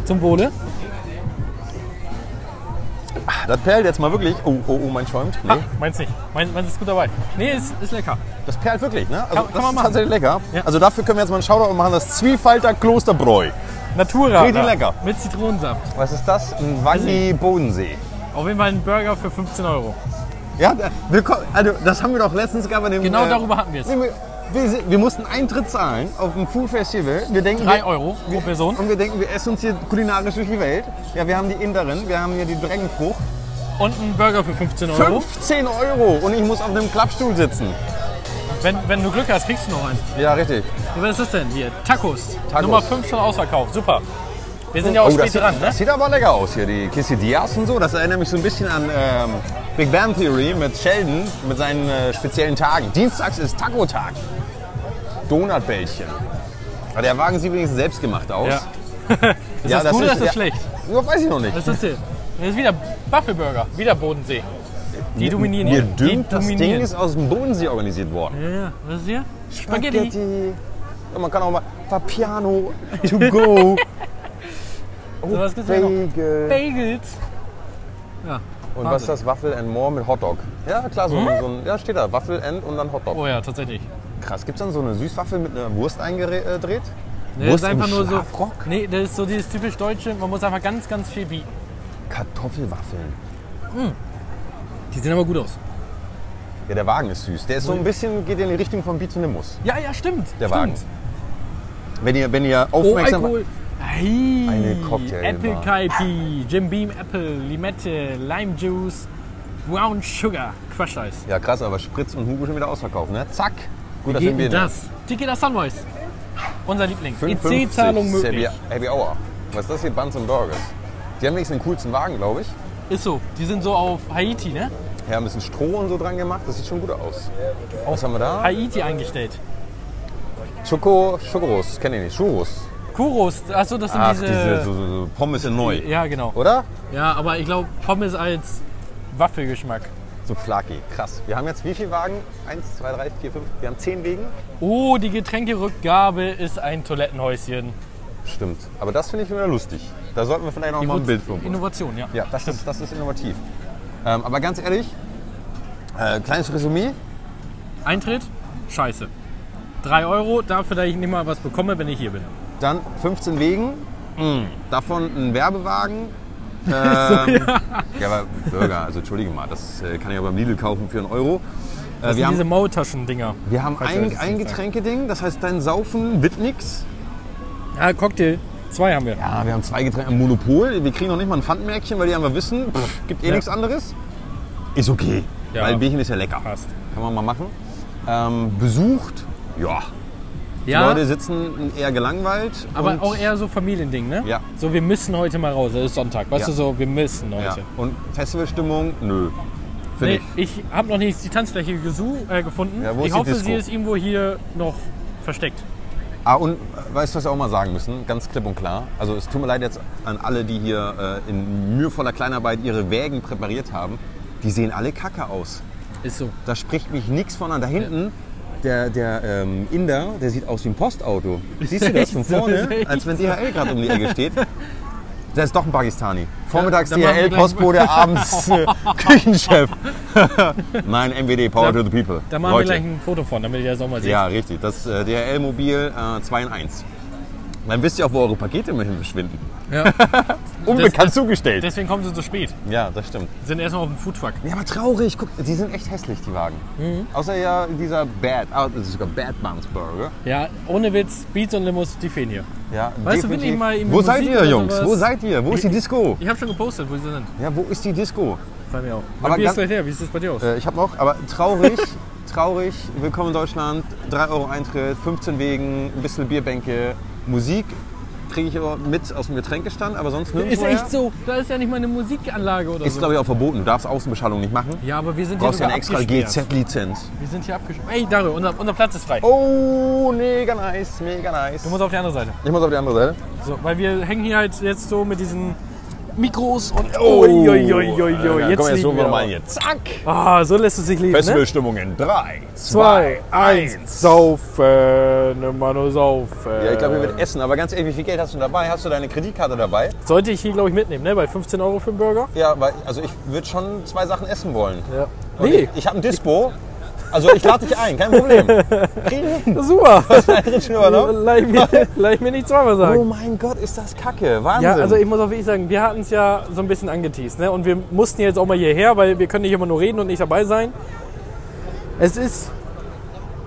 Speaker 2: Zum Wohle.
Speaker 1: Das perlt jetzt mal wirklich. Oh, oh, oh, mein schäumt. Nee,
Speaker 2: Meins nicht. Meins, meins ist gut dabei. Nee, ist, ist lecker.
Speaker 1: das perlt wirklich, ne? Also
Speaker 2: Kann- kann
Speaker 1: das
Speaker 2: man
Speaker 1: ist
Speaker 2: machen.
Speaker 1: tatsächlich lecker.
Speaker 2: Ja.
Speaker 1: Also dafür können wir jetzt mal einen Shoutout machen, das Zwiefalter Klosterbräu.
Speaker 2: Natura.
Speaker 1: Richtig lecker.
Speaker 2: Mit Zitronensaft.
Speaker 1: Was ist das? Ein Wangi Bodensee.
Speaker 2: Auf jeden Fall ein Burger für 15 Euro.
Speaker 1: Ja, da- wir ko- also das haben wir doch letztens gehabt bei dem.
Speaker 2: Genau darüber hatten wir es.
Speaker 1: Äh, Nee, wir, wir, si- wir mussten Eintritt zahlen auf dem Food Festival. Wir denken,
Speaker 2: 3
Speaker 1: wir,
Speaker 2: Euro pro Person.
Speaker 1: Und wir denken, wir essen uns hier kulinarisch durch die Welt. Ja, wir haben die Inderin, wir haben hier die Drängenfrucht.
Speaker 2: Und ein Burger für 15 Euro.
Speaker 1: 15 Euro und ich muss auf einem Klappstuhl sitzen.
Speaker 2: Wenn, wenn du Glück hast, kriegst du noch einen.
Speaker 1: Ja, richtig.
Speaker 2: Was ist das denn hier? Tacos.
Speaker 1: Tacos.
Speaker 2: Nummer 5 schon ausverkauft. Super. Wir sind ja auch
Speaker 1: Oh, das,
Speaker 2: spät
Speaker 1: sieht,
Speaker 2: dran, ne?
Speaker 1: das sieht aber lecker aus hier, die Quesadillas und so. Das erinnert mich so ein bisschen an ähm, Big Bang Theory mit Sheldon, mit seinen äh, speziellen Tagen. Dienstags ist Taco-Tag. Donutbällchen. Aber der Wagen sieht wenigstens selbstgemacht aus.
Speaker 2: Ja. Also,
Speaker 1: Ja,
Speaker 2: ist das,
Speaker 1: das
Speaker 2: gut oder
Speaker 1: ist-
Speaker 2: ist das
Speaker 1: ja.
Speaker 2: schlecht?
Speaker 1: Ja, weiß ich noch nicht.
Speaker 2: Was ist das hier? Das ist wieder Waffelburger, wieder Bodensee. Die dominieren
Speaker 1: Mir
Speaker 2: hier.
Speaker 1: dünkt,
Speaker 2: die
Speaker 1: das
Speaker 2: dominieren.
Speaker 1: Ding ist aus dem Bodensee organisiert worden.
Speaker 2: ja, ja. Was ist hier? Spaghetti.
Speaker 1: Ja, man kann auch mal Papiano to go.
Speaker 2: So was gibt's hier noch.
Speaker 1: Bagel.
Speaker 2: Bagels. Ja.
Speaker 1: Und
Speaker 2: Wahnsinn.
Speaker 1: was ist das? Waffel and More mit Hotdog. Ja, klar, so, so ein, ja, steht da. Waffel and und dann Hotdog.
Speaker 2: Hm? Oh ja, tatsächlich.
Speaker 1: Krass, gibt es dann so eine Süßwaffel mit einer Wurst eingedreht?
Speaker 2: Nee,
Speaker 1: Wurst im
Speaker 2: so.
Speaker 1: Schlafrock?
Speaker 2: Nee, das ist so dieses typisch Deutsche. Man muss einfach ganz, ganz viel bieten.
Speaker 1: Kartoffelwaffeln.
Speaker 2: Die sehen aber gut aus.
Speaker 1: Ja, der Wagen ist süß. Der ist so ein bisschen, geht in die Richtung von Bizonimus.
Speaker 2: Ja, ja, stimmt.
Speaker 1: Der
Speaker 2: stimmt.
Speaker 1: Wagen. Wenn ihr, wenn ihr
Speaker 2: Oh,
Speaker 1: aufmerksam
Speaker 2: Alkohol. Ei,
Speaker 1: Eine Cocktailbar.
Speaker 2: Apple Kaipi, Jim Beam Apple, Limette, Lime Juice, Brown Sugar, Crush Eis.
Speaker 1: Ja, krass, aber Spritz und Hugo schon wieder ausverkauft, ne? Zack. Gut, dass
Speaker 2: Geht
Speaker 1: wir
Speaker 2: denn
Speaker 1: in der
Speaker 2: das? Tikeda Sunrise. Unser Liebling.
Speaker 1: 55
Speaker 2: EC-Zahlung möglich.
Speaker 1: Happy- Happy Hour. Was ist das hier? Buns and Burgers. Die haben wenigstens den coolsten Wagen, glaube ich.
Speaker 2: Ist so. Die sind so auf Haiti, ne?
Speaker 1: Ja, ein bisschen Stroh und so dran gemacht. Das sieht schon gut aus. Was haben wir da?
Speaker 2: Haiti eingestellt.
Speaker 1: Schoko, Schokoros, kenne ich nicht. Churros.
Speaker 2: Kuros, achso, das sind
Speaker 1: Ach,
Speaker 2: diese.
Speaker 1: diese, so, so, so Pommes in neu.
Speaker 2: Ja, genau.
Speaker 1: Oder?
Speaker 2: Ja, aber ich glaube, Pommes als Waffelgeschmack.
Speaker 1: So Flaki. Krass. Wir haben jetzt wie viele Wagen? Eins, zwei, drei, vier, fünf. Wir haben zehn Wegen.
Speaker 2: Oh, die Getränkerückgabe ist ein Toilettenhäuschen.
Speaker 1: Stimmt. Aber das finde ich wieder lustig. Da sollten wir vielleicht auch mal ein Bild von machen.
Speaker 2: Innovation, ja.
Speaker 1: Ja, das ist, das ist innovativ. Ähm, aber ganz ehrlich, äh, kleines Resümee.
Speaker 2: Eintritt, scheiße. 3 Euro dafür, dass ich nicht mal was bekomme, wenn ich hier bin.
Speaker 1: Dann 15 Wegen,
Speaker 2: Hm.
Speaker 1: davon ein Werbewagen. Ähm, ja, aber Burger, also entschuldige mal, das äh, kann ich auch beim Lidl kaufen für einen Euro. Äh,
Speaker 2: Das
Speaker 1: wir,
Speaker 2: sind diese
Speaker 1: haben,
Speaker 2: Maultaschendinger.
Speaker 1: wir haben
Speaker 2: Falls ihr
Speaker 1: ein,
Speaker 2: das
Speaker 1: ein
Speaker 2: nicht
Speaker 1: Getränkeding, das heißt dein Saufen wird nix.
Speaker 2: Ah, Cocktail. Zwei haben wir.
Speaker 1: Ja, wir haben zwei Getränke, ein Monopol, wir kriegen noch nicht mal ein Pfandmärkchen, weil die haben wir wissen, pff, gibt eh
Speaker 2: Ja.
Speaker 1: nichts anderes. Ist okay,
Speaker 2: Ja.
Speaker 1: weil Bierchen ist ja lecker.
Speaker 2: Passt.
Speaker 1: Kann man mal machen. Ähm, besucht, ja,
Speaker 2: Ja,
Speaker 1: Leute sitzen eher gelangweilt.
Speaker 2: aber
Speaker 1: und-
Speaker 2: auch eher so Familiending, ne?
Speaker 1: Ja.
Speaker 2: So, wir müssen heute mal raus. Es ist Sonntag. Weißt
Speaker 1: Ja.
Speaker 2: du so, wir müssen
Speaker 1: ja.
Speaker 2: heute.
Speaker 1: Und Festivalstimmung, nö. Finde
Speaker 2: Nee,
Speaker 1: ich.
Speaker 2: ich habe noch nicht die Tanzfläche gesu äh, gefunden.
Speaker 1: Ja, wo
Speaker 2: ich
Speaker 1: ist die
Speaker 2: hoffe,
Speaker 1: Disco?
Speaker 2: sie ist irgendwo hier noch versteckt.
Speaker 1: Ah, und äh, weißt du, was wir auch mal sagen müssen? Ganz klipp und klar. Also es tut mir leid jetzt an alle, die hier äh, in mühevoller Kleinarbeit ihre Wägen präpariert haben. Die sehen alle kacke aus.
Speaker 2: Ist so.
Speaker 1: Da spricht mich nichts von an. Da hinten, der, der ähm, Inder, der sieht aus wie ein Postauto. Siehst du das
Speaker 2: Echt
Speaker 1: von
Speaker 2: so,
Speaker 1: vorne?
Speaker 2: ist echt
Speaker 1: als wenn DHL gerade um die Ecke steht. Der ist doch ein Pakistani. Vormittags
Speaker 2: dann machen wir
Speaker 1: DHL,
Speaker 2: gleich-
Speaker 1: Postbote, abends äh, Küchenchef. Nein, MWD, Power to the People.
Speaker 2: Da machen
Speaker 1: Leute.
Speaker 2: wir gleich ein Foto von, damit ihr das auch mal seht.
Speaker 1: Ja, richtig. Das äh, DHL-Mobil 2 äh, in 1. Dann wisst ihr auch, wo eure Pakete immerhin verschwinden.
Speaker 2: Ja.
Speaker 1: Unbekannt zugestellt.
Speaker 2: Deswegen kommen sie so spät.
Speaker 1: ja, das stimmt.
Speaker 2: Sind erstmal auf dem Foodtruck.
Speaker 1: Ja, aber traurig. Guck, die sind echt hässlich, die Wagen.
Speaker 2: Mhm.
Speaker 1: Außer ja dieser Bad, ah, das ist sogar Bad Buns Burger.
Speaker 2: Ja, ohne Witz, Beats und Limos, die fehlen hier.
Speaker 1: Ja,
Speaker 2: Weißt du, wenn ich mal irgendwie
Speaker 1: Wo seid
Speaker 2: Musik
Speaker 1: ihr,
Speaker 2: oder
Speaker 1: Jungs?
Speaker 2: sowas-
Speaker 1: Wo seid ihr? Wo ist die Disco?
Speaker 2: Ich habe schon gepostet, wo sie sind.
Speaker 1: Ja, wo ist die Disco?
Speaker 2: Bei mir auch.
Speaker 1: Aber
Speaker 2: Mein Bier
Speaker 1: ganz-
Speaker 2: ist gleich her. Wie sieht es bei dir aus?
Speaker 1: Äh, ich habe noch, aber traurig, traurig. Willkommen in Deutschland. 3 Euro Eintritt, 15 Wegen, ein bisschen Bierbänke, Musik kriege ich aber mit aus dem Getränkestand, aber sonst nirgendwo
Speaker 2: ist
Speaker 1: her.
Speaker 2: echt so. Da ist Äh, ja nicht mal eine Musikanlage oder
Speaker 1: Ist,
Speaker 2: so.
Speaker 1: glaube ich, auch verboten. Du darfst Außenbeschallung nicht machen.
Speaker 2: Ja, aber wir sind
Speaker 1: Du brauchst ja
Speaker 2: hier
Speaker 1: eine
Speaker 2: sogar
Speaker 1: extra
Speaker 2: abgesperrt.
Speaker 1: GZ-Lizenz.
Speaker 2: Wir sind hier abgesperrt. Ey, Dario, unser, unser Platz ist frei.
Speaker 1: Oh, mega nice, mega nice.
Speaker 2: Du musst auf die andere Seite.
Speaker 1: ich muss auf die andere Seite.
Speaker 2: So, weil wir hängen hier halt jetzt so mit diesen Mikros und.
Speaker 1: Ja,
Speaker 2: Uiuiuiuiui, Oh. jetzt
Speaker 1: komm,
Speaker 2: nicht
Speaker 1: jetzt holen Oh, äh, wir
Speaker 2: mehr.
Speaker 1: nochmal hier. Zack. ne?
Speaker 2: Ah, so lässt es sich leben. Ne?
Speaker 1: Festivalstimmung in 3,
Speaker 2: Zwei, eins, saufen, immer nur saufen.
Speaker 1: Ja, ich glaube, hier wird Essen. Aber ganz ehrlich, wie viel Geld hast du dabei? Hast du deine Kreditkarte dabei?
Speaker 2: Sollte ich hier, glaube ich, mitnehmen, ne? Bei 15 Euro für einen Burger?
Speaker 1: Ja, weil, also ich würde schon zwei Sachen essen wollen.
Speaker 2: Ja.
Speaker 1: Und
Speaker 2: Nee,
Speaker 1: Ich, ich habe ein Dispo. Also ich lade dich ein, kein Problem. Kriegen wir hin.
Speaker 2: super.
Speaker 1: Einen dritten Schnurrer noch?
Speaker 2: Leih mir, leih mir nicht zweimal
Speaker 1: Oh
Speaker 2: sagen.
Speaker 1: mein Gott, ist das kacke. Wahnsinn.
Speaker 2: Ja, also ich muss auch wirklich sagen, wir hatten es ja so ein bisschen angeteased. Ne? Und wir mussten jetzt auch mal hierher, weil wir können nicht immer nur reden und nicht dabei sein. Es ist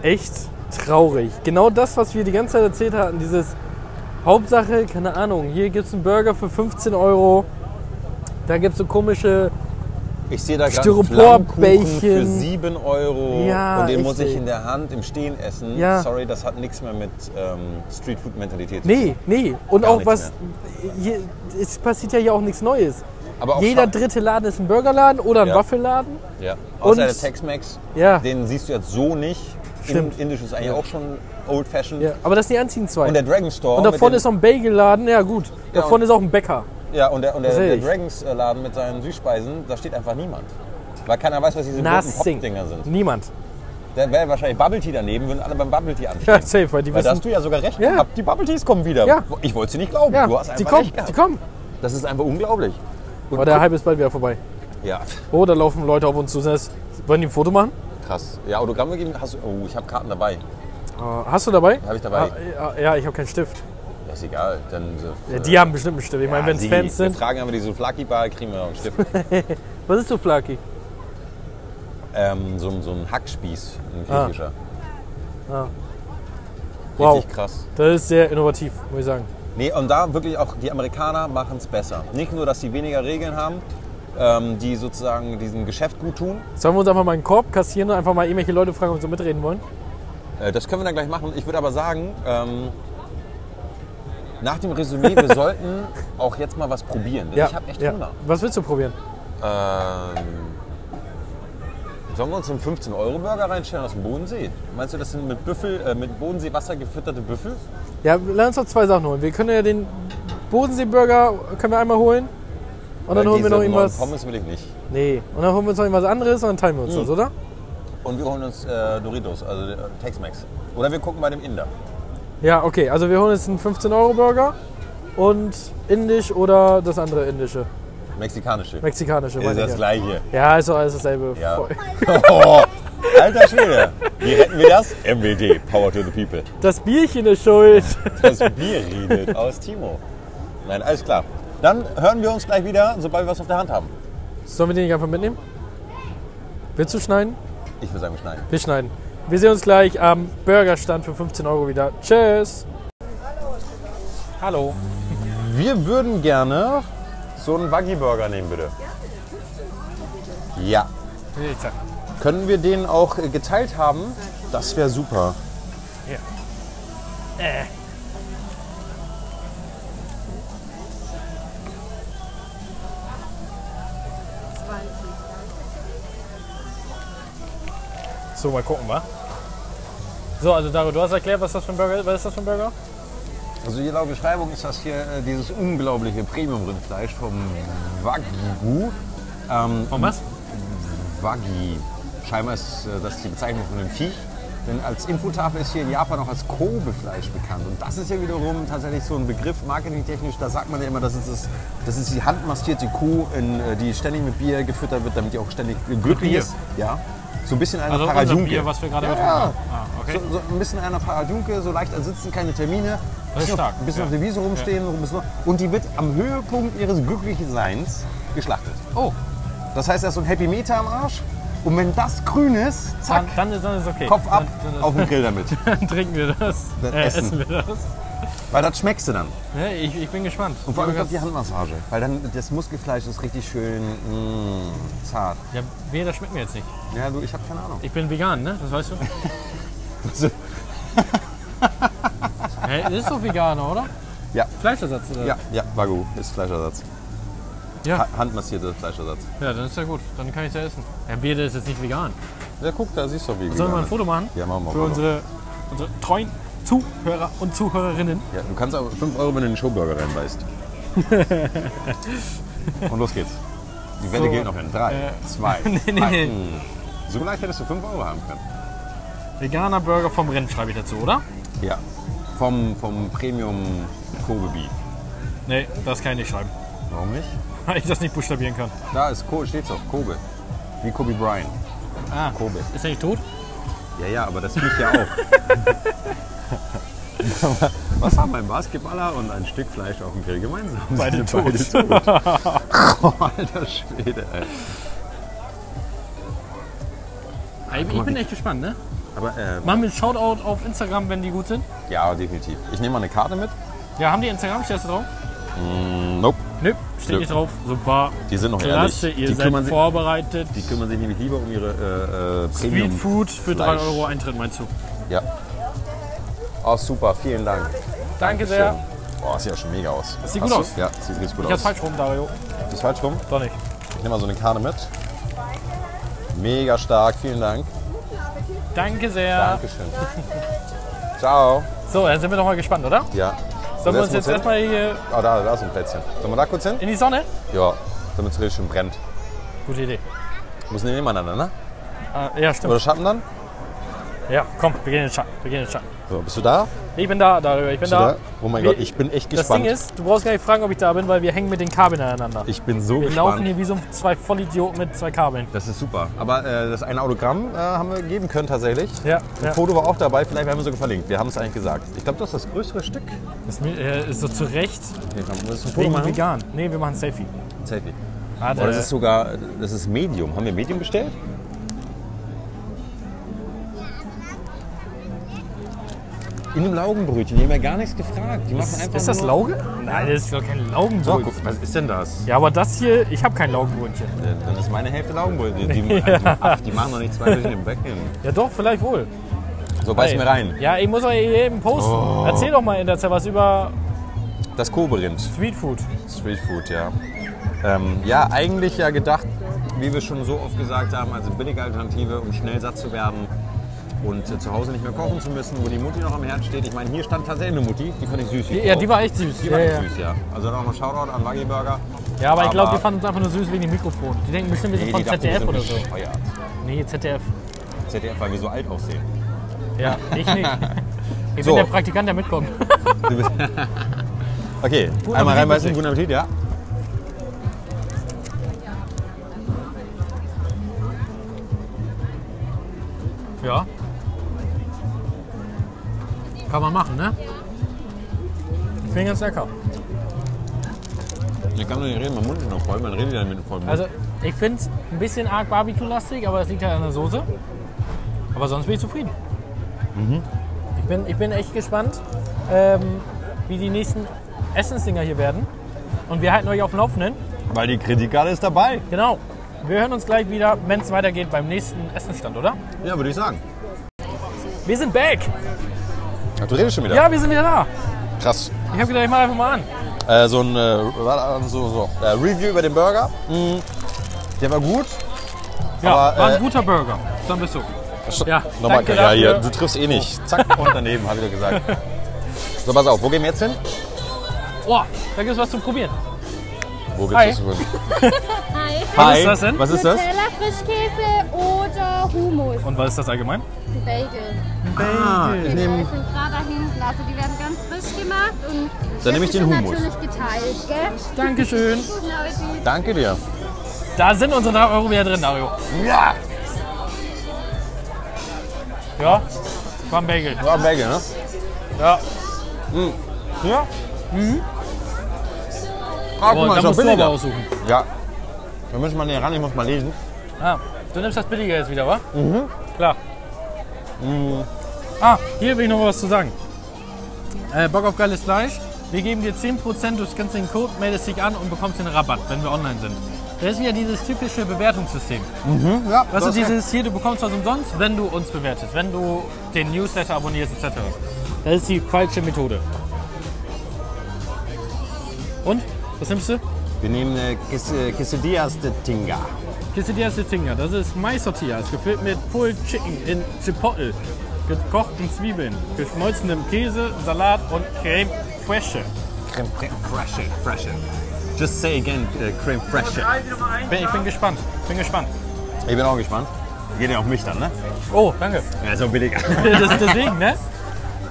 Speaker 2: echt traurig. Genau das, was wir die ganze Zeit erzählt hatten, dieses Hauptsache, keine Ahnung, hier gibt es einen Burger für 15 Euro. Da gibt es so komische,
Speaker 1: Ich sehe da gerade einen Flammkuchen
Speaker 2: Styroporbällchen.
Speaker 1: für 7 Euro
Speaker 2: Ja,
Speaker 1: und den muss
Speaker 2: richtig.
Speaker 1: ich in der Hand im Stehen essen.
Speaker 2: Ja.
Speaker 1: Sorry, das hat nichts mehr mit ähm, Streetfood-Mentalität zu tun.
Speaker 2: nee, nee. Und
Speaker 1: Gar
Speaker 2: auch
Speaker 1: nichts
Speaker 2: was, hier, es passiert ja hier auch nichts Neues.
Speaker 1: Aber auch
Speaker 2: Jeder
Speaker 1: schade.
Speaker 2: dritte Laden ist ein Burgerladen oder ein
Speaker 1: Ja.
Speaker 2: Waffelladen.
Speaker 1: Ja. Außer
Speaker 2: Und-
Speaker 1: der Tex-Mex,
Speaker 2: Ja.
Speaker 1: den siehst du jetzt so nicht.
Speaker 2: Stimmt.
Speaker 1: Indisch ist eigentlich auch schon old-fashioned.
Speaker 2: Ja. Aber das sind die einzigen zwei.
Speaker 1: Und der Dragon Store.
Speaker 2: Und da
Speaker 1: mit
Speaker 2: vorne
Speaker 1: den-
Speaker 2: ist noch ein Bagelladen, ja gut. Da
Speaker 1: Ja,
Speaker 2: vorne
Speaker 1: und-
Speaker 2: ist auch ein Bäcker.
Speaker 1: Ja, und der, und der,
Speaker 2: Das
Speaker 1: der
Speaker 2: sehe ich.
Speaker 1: Dragons-Laden mit seinen Süßspeisen, da steht einfach niemand. Weil keiner weiß, was diese roten
Speaker 2: Nothing.
Speaker 1: Pop-Dinger sind.
Speaker 2: Niemand.
Speaker 1: Da wäre wahrscheinlich Bubble Tea daneben, würden alle beim Bubble Tea anstehen.
Speaker 2: Ja, safe, weil die
Speaker 1: Weil da
Speaker 2: wissen.
Speaker 1: hast du ja sogar recht
Speaker 2: Ja.
Speaker 1: gehabt, die Bubble Teas kommen wieder.
Speaker 2: Ja.
Speaker 1: Ich wollte sie nicht glauben,
Speaker 2: ja,
Speaker 1: du hast einfach
Speaker 2: die kommen,
Speaker 1: recht gehabt.
Speaker 2: die kommen.
Speaker 1: Das ist einfach unglaublich. Und
Speaker 2: Aber der
Speaker 1: guck-
Speaker 2: Hype ist bald wieder vorbei.
Speaker 1: ja,
Speaker 2: Oh, da laufen Leute auf uns zu. Das heißt, wollen die ein Foto machen?
Speaker 1: krass. Ja, Autogramme geben hast du. Oh, ich habe Karten dabei.
Speaker 2: Äh, hast du dabei?
Speaker 1: Hab ich dabei.
Speaker 2: Ah, ja, ich habe keinen Stift.
Speaker 1: Ja, ist egal. Dann, äh,
Speaker 2: Ja, die haben bestimmt einen Stift. Ich meine,
Speaker 1: ja,
Speaker 2: wenn es
Speaker 1: sie-
Speaker 2: Fans
Speaker 1: Wir
Speaker 2: sind.
Speaker 1: tragen aber diese Flaki-Bar, kriegen wir noch einen Stift.
Speaker 2: Was ist so Flaki?
Speaker 1: ähm, so, ein- so ein Hackspieß, ein griechischer.
Speaker 2: Ah. Wow.
Speaker 1: Richtig krass.
Speaker 2: Das ist sehr innovativ, muss ich sagen.
Speaker 1: Nee, und da wirklich auch die Amerikaner machen es besser. Nicht nur, dass sie weniger Regeln haben, ähm, die sozusagen diesem Geschäft gut tun.
Speaker 2: Sollen wir uns einfach mal einen Korb kassieren und einfach mal irgendwelche Leute fragen, ob sie mitreden wollen?
Speaker 1: Äh, das können wir dann gleich machen. Ich würde aber sagen, ähm, nach dem Resümee, wir sollten auch jetzt mal was probieren. Denn ich habe echt Hunger.
Speaker 2: Was willst du probieren?
Speaker 1: Ähm, sollen wir uns einen 15-Euro-Burger reinstellen aus dem Bodensee? Meinst du, das sind mit Büffel, äh, mit Bodenseewasser gefütterte Büffel?
Speaker 2: Ja, lass uns doch zwei Sachen holen. Wir können ja den Bodensee-Burger können wir einmal holen. Und dann
Speaker 1: Weil
Speaker 2: holen wir
Speaker 1: Äh, diese
Speaker 2: noch irgendwas.
Speaker 1: neuen Pommes will ich nicht.
Speaker 2: Nee, und dann holen wir uns noch irgendwas anderes und dann teilen
Speaker 1: Mhm.
Speaker 2: wir uns das, oder?
Speaker 1: Und wir holen uns äh, Doritos, also äh, Tex-Mex. Oder wir gucken bei dem Inder.
Speaker 2: Ja, okay. Also wir holen jetzt einen 15-Euro-Burger und indisch oder das andere indische.
Speaker 1: Mexikanische.
Speaker 2: Mexikanische,
Speaker 1: ist
Speaker 2: meine
Speaker 1: das
Speaker 2: ich. ja.
Speaker 1: gleiche.
Speaker 2: Ja, ist doch alles dasselbe.
Speaker 1: Ja.
Speaker 2: Voll.
Speaker 1: Oh, alter Schwede. Wie retten wir das? MWD, Power to the People.
Speaker 2: Das Bierchen ist schuld.
Speaker 1: Das Bier redet aus Timo. Nein, alles klar. Dann hören wir uns gleich wieder, sobald wir was auf der Hand haben.
Speaker 2: Sollen wir den nicht einfach mitnehmen? Willst du schneiden?
Speaker 1: Ich würde sagen, wir schneiden.
Speaker 2: Wir schneiden. Wir sehen uns gleich am Burgerstand für 15 Euro wieder. Tschüss. Hallo.
Speaker 1: Wir würden gerne so einen Waggy Burger nehmen, bitte. Ja.
Speaker 2: Ich sag-
Speaker 1: Können wir den auch äh, geteilt haben? Das wäre super.
Speaker 2: So, mal gucken, wa? So, also Dario, du hast erklärt, was das für ein Burger ist. Was ist das für ein Burger?
Speaker 1: Also hier laut Beschreibung ist das hier äh, dieses unglaubliche Premium-Rindfleisch vom Wagyu. Ähm,
Speaker 2: Von was?
Speaker 1: Wagyu. Scheinbar ist äh, das die Bezeichnung von dem Viech. Denn als Infotafel ist hier in Japan auch als Kobe-Fleisch bekannt. Und das ist ja wiederum tatsächlich so ein Begriff, marketingtechnisch, da sagt man ja immer, das ist, das, das ist die handmaskierte Kuh, in, äh, die ständig mit Bier gefüttert wird, damit die auch ständig glücklich
Speaker 2: Bier.
Speaker 1: ist. Ja. So ein bisschen eine
Speaker 2: Also
Speaker 1: Harald
Speaker 2: unser
Speaker 1: Junke.
Speaker 2: Bier, was wir gerade
Speaker 1: ja.
Speaker 2: getrunken haben. Ah, okay.
Speaker 1: So, so ein bisschen einer Harald Junke, so leicht ersitzen, keine Termine.
Speaker 2: Das ist
Speaker 1: Bisschen auf-
Speaker 2: stark,
Speaker 1: Bisschen
Speaker 2: ja.
Speaker 1: auf der Wiese rumstehen. rum- bisschen- Und die wird am Höhepunkt ihres glücklichen Seins geschlachtet.
Speaker 2: Oh,
Speaker 1: Das heißt, er ist so ein Happy Meter am Arsch. Und wenn das grün ist, zack,
Speaker 2: dann, dann, ist, dann ist okay.
Speaker 1: Kopf ab,
Speaker 2: Dann, dann,
Speaker 1: auf den Grill damit.
Speaker 2: dann trinken wir das.
Speaker 1: Dann
Speaker 2: äh,
Speaker 1: essen.
Speaker 2: essen. wir das.
Speaker 1: Weil das schmeckst du dann.
Speaker 2: Ja, ich, ich bin gespannt.
Speaker 1: Und vor allem auf die
Speaker 2: ja,
Speaker 1: Handmassage. Weil dann das Muskelfleisch ist richtig schön mm, zart.
Speaker 2: wehe, das schmeckt mir jetzt nicht.
Speaker 1: Ja, du, ich habe keine Ahnung.
Speaker 2: Ich bin vegan, ne? Das weißt du. Also, Hä, das ist doch veganer, oder?
Speaker 1: Ja.
Speaker 2: Fleischersatz, oder?
Speaker 1: Ja, ja, Wagyu ist Fleischersatz.
Speaker 2: Ja.
Speaker 1: Ha- Handmassierter Fleischersatz.
Speaker 2: Ja, dann ist ja gut. Dann kann ich es ja essen. Ja, Bede ist jetzt nicht vegan.
Speaker 1: Ja, guck, da siehst du, wie
Speaker 2: Sollen wir
Speaker 1: vegan
Speaker 2: mal ein
Speaker 1: ist.
Speaker 2: Foto machen?
Speaker 1: Ja, machen wir
Speaker 2: Für
Speaker 1: mal.
Speaker 2: unsere, unsere treuen Zuhörer und Zuhörerinnen.
Speaker 1: Ja, du kannst aber 5 Euro, wenn du in den Showburger reinbeißt. Und los geht's. Die Wette
Speaker 2: So. Äh.
Speaker 1: gilt noch in 3, 2,
Speaker 2: Nee, nee, nee.
Speaker 1: Hm. So leicht hättest du 5 Euro haben können.
Speaker 2: Veganer Burger vom Rind schreibe ich dazu, oder?
Speaker 1: Ja. Vom, vom Premium Kobe Beef.
Speaker 2: Nee, das kann ich nicht schreiben,
Speaker 1: Warum nicht?
Speaker 2: weil ich das nicht buchstabieren kann.
Speaker 1: Da ist Kobe, steht's auch. Kobe. Wie Kobe Bryant.
Speaker 2: Ah,
Speaker 1: Kobe.
Speaker 2: ist er nicht tot?
Speaker 1: Ja, ja, aber das riecht ja auch. Was haben ein Basketballer und ein Stück Fleisch auf dem Grill gemeinsam?
Speaker 2: Beide
Speaker 1: Sie sind tot. Alter Schwede, ey.
Speaker 2: Ich, ich bin echt gespannt, ne?
Speaker 1: Aber, äh,
Speaker 2: Machen wir einen Shoutout auf Instagram, wenn die gut sind.
Speaker 1: ja, definitiv. Ich nehme mal eine Karte mit.
Speaker 2: Ja, haben die Instagram? Stehst du drauf?
Speaker 1: Nope.
Speaker 2: Nö, steht
Speaker 1: Nö.
Speaker 2: nicht drauf. Super.
Speaker 1: Die sind noch
Speaker 2: Klasse,
Speaker 1: ehrlich.
Speaker 2: ihr
Speaker 1: die, kümmern
Speaker 2: seid
Speaker 1: sich,
Speaker 2: vorbereitet.
Speaker 1: die kümmern sich nämlich lieber um ihre äh, äh,
Speaker 2: Street
Speaker 1: Premium.
Speaker 2: Food für 3
Speaker 1: Fleisch.
Speaker 2: Euro Eintritt, meinst du?
Speaker 1: Ja. Oh, super. Vielen Dank.
Speaker 2: Danke sehr.
Speaker 1: Boah, sieht ja schon mega aus. Das
Speaker 2: sieht gut aus.
Speaker 1: Ja, sieht richtig gut
Speaker 2: Ich hab's
Speaker 1: aus.
Speaker 2: falsch rum, Dario.
Speaker 1: Ist falsch rum.
Speaker 2: Doch nicht.
Speaker 1: Ich nehme mal so eine Karte mit. Mega stark. Vielen Dank.
Speaker 2: Danke sehr.
Speaker 1: Dankeschön. Ciao.
Speaker 2: So, dann sind wir doch mal gespannt, oder?
Speaker 1: Ja.
Speaker 2: Sollen wir uns
Speaker 1: Setzen
Speaker 2: jetzt
Speaker 1: hin?
Speaker 2: erstmal hier
Speaker 1: Ah, da, da ist ein Plätzchen. Sollen wir da kurz hin?
Speaker 2: in die Sonne?
Speaker 1: Ja, damit es richtig schön brennt.
Speaker 2: Gute Idee.
Speaker 1: Müssen wir nebeneinander, ne?
Speaker 2: Ah, ja, stimmt.
Speaker 1: Oder Schatten dann?
Speaker 2: Ja, komm, wir gehen in den Schatten. Wir gehen in den Schatten.
Speaker 1: So, bist du da?
Speaker 2: Ich bin da, Dario. Ich bin
Speaker 1: Bist du
Speaker 2: da.
Speaker 1: da? Oh mein
Speaker 2: Wir-
Speaker 1: Gott, ich bin echt
Speaker 2: Das
Speaker 1: gespannt.
Speaker 2: Ding ist, du brauchst gar nicht fragen, ob ich da bin, weil wir hängen mit den Kabeln aneinander.
Speaker 1: ich bin so
Speaker 2: wir laufen
Speaker 1: gespannt.
Speaker 2: hier wie so zwei Vollidioten mit zwei Kabeln.
Speaker 1: Das ist super. Aber äh, das eine Autogramm äh, haben wir geben können tatsächlich.
Speaker 2: Ja,
Speaker 1: Ein
Speaker 2: ja.
Speaker 1: Foto war auch dabei, vielleicht haben wir sogar verlinkt. Wir haben es eigentlich gesagt. Ich glaube, das ist das größere Stück. Hier,
Speaker 2: Das mi- äh, ist so zurecht
Speaker 1: komm, willst du ein Foto
Speaker 2: wegen
Speaker 1: machen?
Speaker 2: vegan. Nee, wir machen ein Selfie.
Speaker 1: Selfie.
Speaker 2: Ah,
Speaker 1: Oh,
Speaker 2: der-
Speaker 1: das ist sogar, das ist Medium. Haben wir Medium bestellt? In einem Laugenbrötchen, die haben ja gar nichts gefragt. Die machen einfach
Speaker 2: ist das
Speaker 1: nur-
Speaker 2: Lauge? Nein, das ist doch kein
Speaker 1: So,
Speaker 2: Laugenbrötchen.
Speaker 1: guck, was ist denn das? Äh,
Speaker 2: Ja, aber das hier, ich habe kein Laugenbrötchen.
Speaker 1: Dann ist meine Hälfte Laugenbrötchen. Die, die, ach, die machen noch nicht zwei Brötchen im Becken.
Speaker 2: Ja doch, vielleicht wohl.
Speaker 1: So, beiß
Speaker 2: Hey.
Speaker 1: mir rein.
Speaker 2: Ja, ich muss euch eben posten. Erzähl doch mal in der Zeit was über
Speaker 1: Das Koberind.
Speaker 2: Streetfood.
Speaker 1: Streetfood, ja. Ähm, ja, eigentlich ja gedacht, wie wir schon so oft gesagt haben, also billige Alternative, um schnell satt zu werden und äh, zu Hause nicht mehr kochen zu müssen, wo die Mutti noch am Herd steht. Ich meine, hier stand tatsächlich eine Mutti, die fand ich süß.
Speaker 2: Ja, die war echt süß.
Speaker 1: die war
Speaker 2: ja,
Speaker 1: echt
Speaker 2: ja.
Speaker 1: süß, ja. Also nochmal Shoutout an Waggy Burger.
Speaker 2: ja, aber ich glaube,
Speaker 1: Aber-
Speaker 2: die fanden uns einfach nur süß wegen dem Mikrofon. Die denken bestimmt, wir sind
Speaker 1: Nee,
Speaker 2: von
Speaker 1: dachten, wir
Speaker 2: ZDF
Speaker 1: sind
Speaker 2: oder so.
Speaker 1: bescheuert.
Speaker 2: Nee, ZDF.
Speaker 1: ZDF, weil wir so alt aussehen.
Speaker 2: Ja, ich nicht. Ich
Speaker 1: So.
Speaker 2: bin der Praktikant, der mitkommt.
Speaker 1: Du bist- okay,
Speaker 2: Guten
Speaker 1: einmal
Speaker 2: Appetit,
Speaker 1: reinbeißen,
Speaker 2: Patrick.
Speaker 1: guten Appetit, ja.
Speaker 2: Ja. Kann man machen, ne? Ich finde ganz lecker.
Speaker 1: Ich kann doch nicht reden, mein Mund ist noch voll, man redet ja mit dem vollen Mund.
Speaker 2: Also, ich finde es ein bisschen arg Barbecue-lastig, aber das liegt halt an der Soße. Aber sonst bin ich zufrieden. Ich, bin, ich bin echt gespannt, ähm, wie die nächsten Essensdinger hier werden. Und wir halten euch auf dem Laufenden.
Speaker 1: weil die Kritik alles dabei.
Speaker 2: Genau. Wir hören uns gleich wieder, wenn es weitergeht beim nächsten Essensstand, oder?
Speaker 1: Ja, würde ich sagen.
Speaker 2: Wir sind back!
Speaker 1: Ach, du redest schon wieder?
Speaker 2: Ja, wir sind wieder da.
Speaker 1: Krass.
Speaker 2: Ich habe gedacht, ich mache einfach mal an.
Speaker 1: äh, so ein äh, war da so, so, äh, Review über den Burger. Mm, der war gut.
Speaker 2: Ja,
Speaker 1: Aber,
Speaker 2: war
Speaker 1: äh,
Speaker 2: ein guter Burger. Dann bist du. Ja,
Speaker 1: Nochmal,
Speaker 2: danke
Speaker 1: ja, hier, du
Speaker 2: dafür.
Speaker 1: triffst eh nicht. Zack, und daneben, habe ich dir gesagt. So, pass auf, wo gehen wir jetzt hin?
Speaker 2: Oh, da gibt es was zu probieren.
Speaker 1: Wo
Speaker 2: Hi.
Speaker 1: gibt's was zu tun?
Speaker 3: Hi.
Speaker 1: Hi.
Speaker 2: ist das denn?
Speaker 1: Was ist das?
Speaker 3: Nutella, Frischkäse also oder Hummus.
Speaker 2: Und was ist das allgemein?
Speaker 3: Bagel.
Speaker 1: Ah, ich
Speaker 3: Die
Speaker 1: nehme
Speaker 3: sind gerade hinten. Also die werden ganz frisch gemacht und das
Speaker 1: nehme ich
Speaker 3: ist
Speaker 1: den Hummus.
Speaker 3: natürlich geteilt, gell? Genau,
Speaker 2: Dankeschön.
Speaker 3: Guten Appetit.
Speaker 1: Danke dir.
Speaker 2: Da sind unsere 3 Euro wieder drin, Dario.
Speaker 1: Ja,
Speaker 2: Ja, war ein Bagel. Hm.
Speaker 1: war ein Bagel, ne?
Speaker 2: Ja.
Speaker 1: Ja. Mhm. Ah, guck mal,
Speaker 2: Oh, da
Speaker 1: ist doch
Speaker 2: musst du aber
Speaker 1: billiger.
Speaker 2: aussuchen.
Speaker 1: Ja. Da müssen wir näher ran, ich muss mal lesen.
Speaker 2: Ah, du nimmst das billiger jetzt wieder, wa? Mhm. Klar. Ah, hier will ich noch was zu sagen. Äh, Bock auf geiles Fleisch. Wir geben dir 10%, du scannst den Code, meldest dich an und bekommst den Rabatt, wenn wir online sind. Das ist wieder dieses typische Bewertungssystem.
Speaker 1: Hm, ja,
Speaker 2: Weißt du,
Speaker 1: das-
Speaker 2: dieses hier, du bekommst was umsonst, wenn du uns bewertest, wenn du den Newsletter abonnierst, etc. Das ist die falsche Methode. Und? Was nimmst du?
Speaker 1: Wir nehmen äh, Quis- äh, Quesadillas de Tinga.
Speaker 2: Quesadillas de Tinga, das ist Mais-Tortillas, gefüllt mit Pulled Chicken in Chipotle, gekochten Zwiebeln, geschmolzenem Käse, Salat und Creme Fraiche.
Speaker 1: Creme, creme, fresche, fresche. Just say again, uh, creme fraiche.
Speaker 2: Bin, ich bin gespannt. Bin gespannt.
Speaker 1: Ich bin auch gespannt. Geht ja auf mich dann, ne?
Speaker 2: Oh, danke.
Speaker 1: Ja, ist auch billiger.
Speaker 2: Das ist deswegen, ne?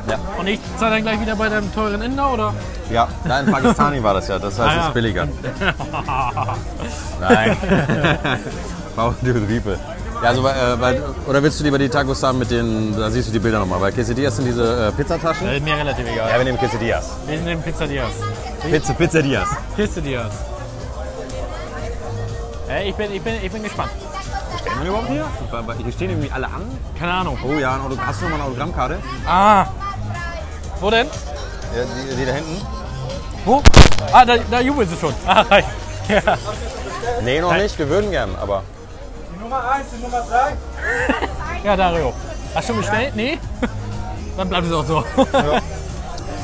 Speaker 1: Ja.
Speaker 2: Und ich zahle dann gleich wieder bei deinem teuren Inder, oder?
Speaker 1: ja, nein, Pakistani war das Ah, ja, das heißt, es
Speaker 2: ja.
Speaker 1: ist billiger. Nein. Bau du Riepe. Ja, also, äh, weil, oder willst du lieber die Tacos haben mit den, da siehst du die Bilder nochmal. Bei Quesadillas sind diese äh, Pizzataschen.
Speaker 2: ist mir relativ egal.
Speaker 1: wir nehmen Quesadillas.
Speaker 2: Wir nehmen Pizzadias.
Speaker 1: Pizza, Pizzadillas.
Speaker 2: Pizzadias. Ey, Äh, ich bin, ich bin, ich bin gespannt.
Speaker 1: Stehen wir überhaupt hier? Hier stehen irgendwie alle an.
Speaker 2: Keine Ahnung.
Speaker 1: Oh ja, ein Auto- hast du nochmal eine Autogrammkarte?
Speaker 2: Ah. Wo denn?
Speaker 1: Ja, die, die da hinten?
Speaker 2: Wo? Ah, da, da jubeln sie schon. Ah, hi. ja.
Speaker 1: Nee, noch nicht. Wir würden gern, aber.
Speaker 2: ja, Dario. Hast du bestellt? Nee? Dann bleibt es auch so.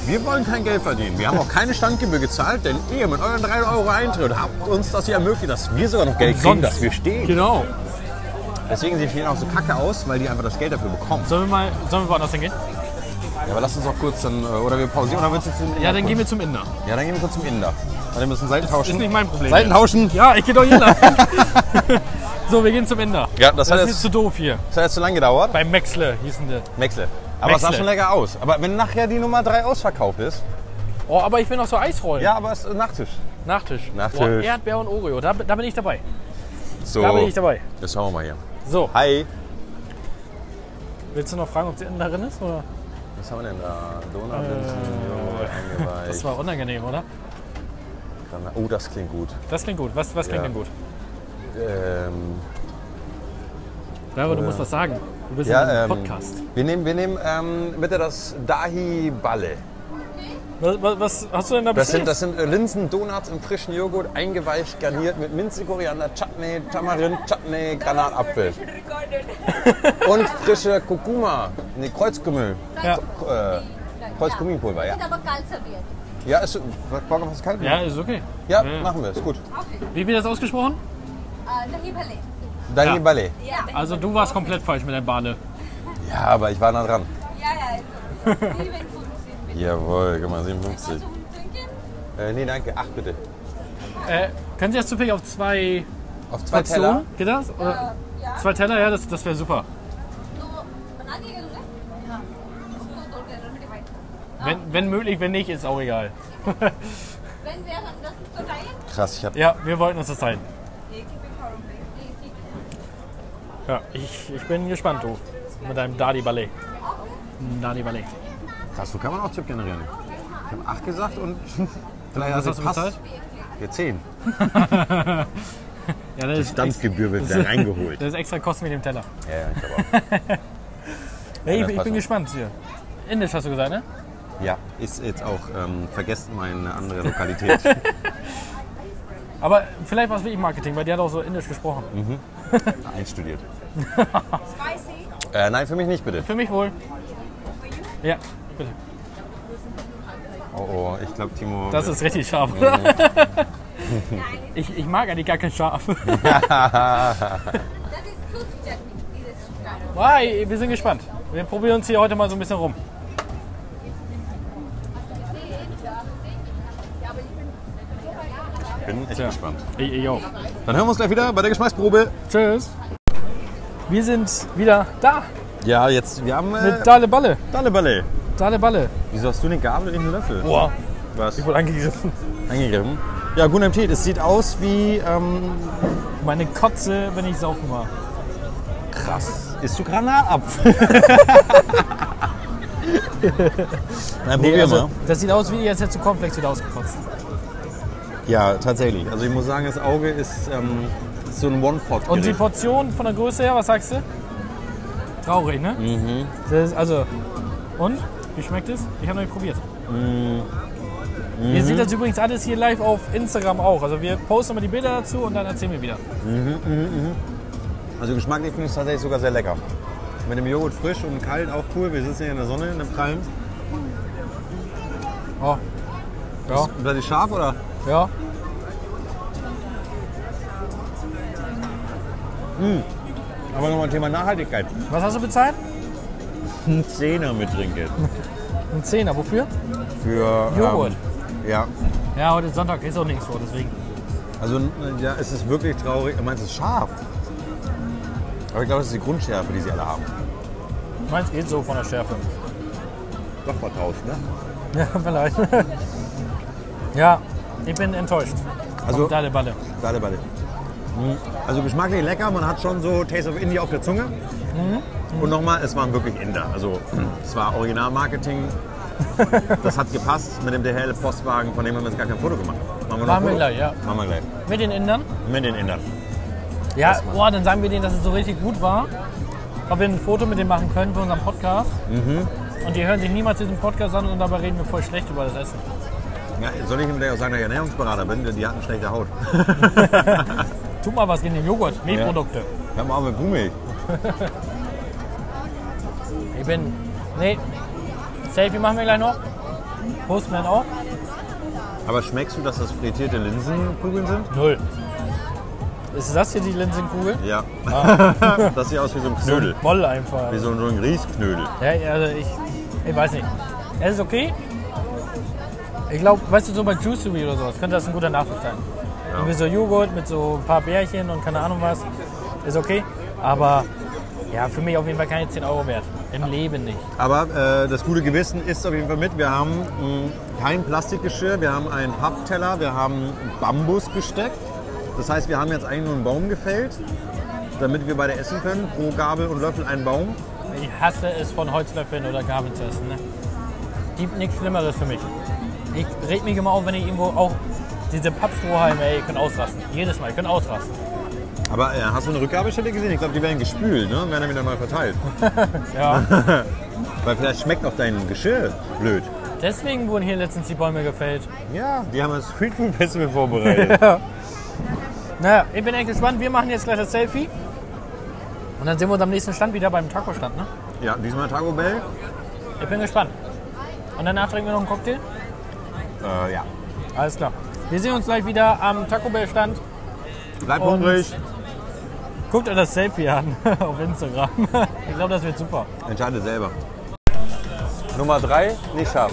Speaker 1: Wir wollen kein Geld verdienen. Wir haben auch keine Standgebühr gezahlt, denn ihr mit euren 3 Euro Eintritt habt uns das hier ermöglicht, dass wir sogar noch Geld kriegen,
Speaker 2: Sonst.
Speaker 1: dass wir stehen.
Speaker 2: Genau.
Speaker 1: Deswegen sehen die auch so kacke aus, weil die einfach das Geld dafür bekommen.
Speaker 2: Sollen wir mal, sollen wir woanders hingehen?
Speaker 1: Ja, aber lass uns auch kurz dann, äh, oder wir pausieren, oder willst du zum Inder?
Speaker 2: Ja, dann gehen
Speaker 1: kurz?
Speaker 2: wir zum Inder.
Speaker 1: Ja, dann gehen wir kurz zum Inder. Dann müssen wir Seiten
Speaker 2: Ist
Speaker 1: tauschen.
Speaker 2: nicht mein Problem.
Speaker 1: Seiten tauschen!
Speaker 2: Ja, ich gehe doch hier lang. so, wir gehen zum Inder.
Speaker 1: Ja, das,
Speaker 2: Das
Speaker 1: hat
Speaker 2: ist mir
Speaker 1: jetzt,
Speaker 2: zu doof hier.
Speaker 1: das hat jetzt zu lange gedauert.
Speaker 2: Bei Maxle hießen die.
Speaker 1: Wechsel. Aber es sah
Speaker 2: Wechsel.
Speaker 1: schon lecker aus. Aber wenn nachher die Nummer 3 ausverkauft ist.
Speaker 2: Oh, aber ich will noch so Eisrollen.
Speaker 1: Ja, aber es ist Nachtisch.
Speaker 2: Nachtisch.
Speaker 1: Nachtisch.
Speaker 2: Oh, Erdbeer und Oreo. Da, da bin ich dabei.
Speaker 1: So.
Speaker 2: Da bin ich dabei.
Speaker 1: Das schauen wir mal hier.
Speaker 2: So,
Speaker 1: Hi.
Speaker 2: willst du noch fragen, ob sie Inderin ist? Oder?
Speaker 1: Was haben wir denn da? Donauwinzen, äh,
Speaker 2: Das war unangenehm, oder?
Speaker 1: Oh, das klingt gut.
Speaker 2: Das klingt gut. Was, was klingt
Speaker 1: Ja.
Speaker 2: denn gut?
Speaker 1: Ähm,
Speaker 2: Dario, du musst was sagen. Du bist in
Speaker 1: ja,
Speaker 2: einem
Speaker 1: ähm,
Speaker 2: Podcast.
Speaker 1: Wir nehmen, wir nehmen ähm, bitte das Dahi Balle.
Speaker 2: Was, was, was hast du denn da
Speaker 1: Das
Speaker 2: bestellt?
Speaker 1: sind, das sind äh, Linsen, Donuts im frischen Joghurt, eingeweicht, garniert mit Minze, Koriander, Chutney, Tamarind, Chutney, Granatapfel. Und frische Kurkuma, nee, Kreuzkümmel.
Speaker 2: Ja.
Speaker 1: Äh, Kreuzkuminpulver, ja.
Speaker 3: Wird aber kalt serviert.
Speaker 1: Ja, ist, was, brauchen wir was kalt?
Speaker 2: ja, ist okay.
Speaker 1: ja,
Speaker 2: ja.
Speaker 1: machen wir, ist gut.
Speaker 2: Wie wird das ausgesprochen?
Speaker 3: Äh, Dahi Bhalle.
Speaker 1: Dahi
Speaker 2: Ja.
Speaker 1: Balle.
Speaker 3: Ja, Dahi
Speaker 2: Also du warst komplett falsch mit deinem Bade.
Speaker 1: Ja, aber ich war nah dran.
Speaker 3: Bhalle. Ja, ja, ist so. Sieben, fünf, sieben.
Speaker 1: Jawohl, guck mal, 57.
Speaker 3: Kannst du umtrinken?
Speaker 1: Äh, nee, danke, acht bitte.
Speaker 2: Äh, können Sie das zufällig auf zwei
Speaker 1: Auf zwei Teller.
Speaker 2: Portionen? Geht das? Oder?
Speaker 3: Äh, ja.
Speaker 2: Zwei Teller, ja, das, das wäre super.
Speaker 3: Du, bana ke gelungen? Ja. So, so, okay, dann bitte weiter. Ah.
Speaker 2: Wenn, wenn möglich, wenn nicht, ist auch egal.
Speaker 3: Wenn wir das so teilen,
Speaker 1: Krass, ich hab.
Speaker 2: Ja, wir wollten uns das teilen. Ja, ich, ich bin gespannt, du. Mit deinem Dadi Ballet. Dadi Ballet.
Speaker 1: Krass, so kann man auch Tipp generieren. Ich habe acht gesagt und. Vielleicht
Speaker 2: Was hast du bezahlt?
Speaker 1: Ja, zehn.
Speaker 2: Ja, das ist, ex-
Speaker 1: Stammgebühr wird da reingeholt.
Speaker 2: das ist extra Kosten mit dem Teller.
Speaker 1: ja, ja, ich glaube
Speaker 2: Ja, ich,
Speaker 1: das passt
Speaker 2: ich bin
Speaker 1: schon.
Speaker 2: gespannt hier. Indisch hast du gesagt, ne?
Speaker 1: auch. Ja, ist jetzt auch ähm, vergessen meine andere Lokalität.
Speaker 2: Aber vielleicht war es wirklich Marketing, weil die hat auch so Indisch gesprochen.
Speaker 1: Einstudiert. äh, nein, für mich nicht, bitte.
Speaker 2: Für mich wohl. Ja, bitte.
Speaker 1: Oh, oh, ich glaube, Timo.
Speaker 2: Das ist richtig scharf. ich, ich mag eigentlich gar kein Schaf.
Speaker 3: das ist zu viel Chutney, dieses Stück.
Speaker 2: Ah, wir sind gespannt. Wir probieren uns hier heute mal so ein bisschen rum.
Speaker 1: Ich bin echt
Speaker 2: Tja.
Speaker 1: gespannt.
Speaker 2: Ich, ich auch.
Speaker 1: Dann hören wir uns gleich wieder bei der Geschmacksprobe.
Speaker 2: Tschüss. Wir sind wieder da
Speaker 1: Ja, jetzt, wir haben. Äh,
Speaker 2: mit Dale Balle.
Speaker 1: Dalle Ballet.
Speaker 2: Dale Balle.
Speaker 1: Wieso hast du eine Gabel und nicht einen Löffel?
Speaker 2: Boah,
Speaker 1: Was?
Speaker 2: ich wurde angegriffen.
Speaker 1: Angegriffen? Ja, gutem Tee. Es sieht aus wie. Ähm,
Speaker 2: Meine Kotze, wenn ich saufen war.
Speaker 1: Krass. Isst du Granatapfel? Nein, probier mal.
Speaker 2: Also, das sieht aus, wie als hättest du Komplex wieder ausgekotzt.
Speaker 1: Ja, tatsächlich. Also ich muss sagen, das Auge ist ähm, so ein One-Pot.
Speaker 2: Und die Portion von der Größe her, was sagst du? Traurig, ne? Mhm. Das ist, also, und? Wie schmeckt es? Ich habe noch nicht probiert. Mhm. Ihr seht das übrigens alles hier live auf Instagram auch. Also wir posten immer die Bilder dazu und dann erzählen wir wieder.
Speaker 1: Also geschmacklich finde ich es tatsächlich sogar sehr lecker. Mit dem Joghurt frisch und kalt auch cool. Wir sitzen hier in der Sonne, in der Prallen.
Speaker 2: Oh. Ja,
Speaker 1: Ist das scharf oder?
Speaker 2: ja.
Speaker 1: Aber nochmal Thema Nachhaltigkeit.
Speaker 2: Was hast du bezahlt?
Speaker 1: Ein Zehner mit Trinkgeld.
Speaker 2: Ein Zehner. Wofür?
Speaker 1: Für ähm,
Speaker 2: Joghurt.
Speaker 1: ja.
Speaker 2: Ja, heute ist Sonntag ist auch nichts vor, deswegen.
Speaker 4: Also
Speaker 1: äh,
Speaker 4: ja, es ist wirklich traurig. Ich meine, es ist scharf. Aber ich glaube, es ist die Grundschärfe, die sie alle haben.
Speaker 2: Meins geht so von der Schärfe.
Speaker 4: Doch vertauscht, ne?
Speaker 2: Ja, vielleicht. ja, ich bin enttäuscht.
Speaker 4: Also,
Speaker 2: Da der Balle.
Speaker 4: Balle, Balle. Also geschmacklich lecker, man hat schon so Taste of India auf der Zunge. Und nochmal, es waren wirklich Inder. Also es war Originalmarketing. Das hat gepasst mit dem DHL Postwagen, von dem haben wir jetzt gar kein Foto gemacht. Machen wir noch
Speaker 2: Machen
Speaker 4: ein
Speaker 2: wir
Speaker 4: Foto?
Speaker 2: gleich, ja.
Speaker 4: Machen wir gleich.
Speaker 2: Mit den Indern?
Speaker 4: Mit den Indern.
Speaker 2: Ja, boah, dann sagen wir denen, dass es so richtig gut war. Ob wir ein Foto mit denen machen können für unseren Podcast. Und die hören sich niemals diesen Podcast an und dabei reden wir voll schlecht über das Essen.
Speaker 4: Ja, soll ich ihm gleich auch sagen, dass ich Ernährungsberater bin? Die hatten schlechte Haut.
Speaker 2: Tut mal was gegen den Joghurt, Milchprodukte.
Speaker 4: Hör mal auf mit Kuhmilch.
Speaker 2: Ich bin. Nee. Selfie machen wir gleich noch. Postman auch.
Speaker 4: Aber schmeckst du, dass das frittierte Linsenkugeln sind?
Speaker 2: Null. Ist das hier die Linsenkugel?
Speaker 4: Ja. das sieht aus wie so ein Knödel.
Speaker 2: Moll einfach.
Speaker 4: Wie so ein Riesknödel.
Speaker 2: Ja, also ich, ich weiß nicht. Es ist okay. Ich glaube, weißt du, so bei Juicery oder sowas könnte das ein guter Nachricht sein. Irgendwie so Joghurt mit so ein paar Bärchen und keine Ahnung was. Ist okay. Aber ja, für mich auf jeden Fall keine 10 Euro wert. Im Leben nicht.
Speaker 4: Aber äh, das gute Gewissen ist auf jeden Fall mit. Wir haben mh, kein Plastikgeschirr, wir haben einen Pappteller, wir haben Bambusbesteck. Das heißt, wir haben jetzt eigentlich nur einen Baum gefällt, damit wir beide essen können. Pro Gabel und Löffel einen Baum.
Speaker 2: Ich hasse es, von Holzlöffeln oder Gabeln zu essen. Ne? Gibt nichts Schlimmeres für mich. Ich reg mich immer auf, wenn ich irgendwo auch diese Pappstrohhalme, ey, ihr könnt ausrasten. Jedes Mal, ihr könnt ausrasten.
Speaker 4: Aber äh, hast du eine Rückgabestelle gesehen? Ich glaube, die werden gespült ne? und werden dann wieder neu verteilt.
Speaker 2: Ja.
Speaker 4: Weil vielleicht schmeckt auch dein Geschirr blöd.
Speaker 2: Deswegen wurden hier letztens die Bäume gefällt.
Speaker 4: Ja, die haben das Street Food Festival vorbereitet.
Speaker 2: Naja, ich bin echt gespannt. Wir machen jetzt gleich das Selfie. Und dann sehen wir uns am nächsten Stand wieder beim Taco-Stand. Ne?
Speaker 4: ja, diesmal Taco Bell.
Speaker 2: Ich bin gespannt. Und danach trinken wir noch einen Cocktail.
Speaker 4: Äh, ja.
Speaker 2: Alles klar. Wir sehen uns gleich wieder am Taco Bell-Stand.
Speaker 4: Bleib
Speaker 2: Und-
Speaker 4: hungrig.
Speaker 2: Guckt euch das Selfie an auf Instagram. Ich glaube, das wird super.
Speaker 4: Entscheide selber. Nummer drei, nicht scharf.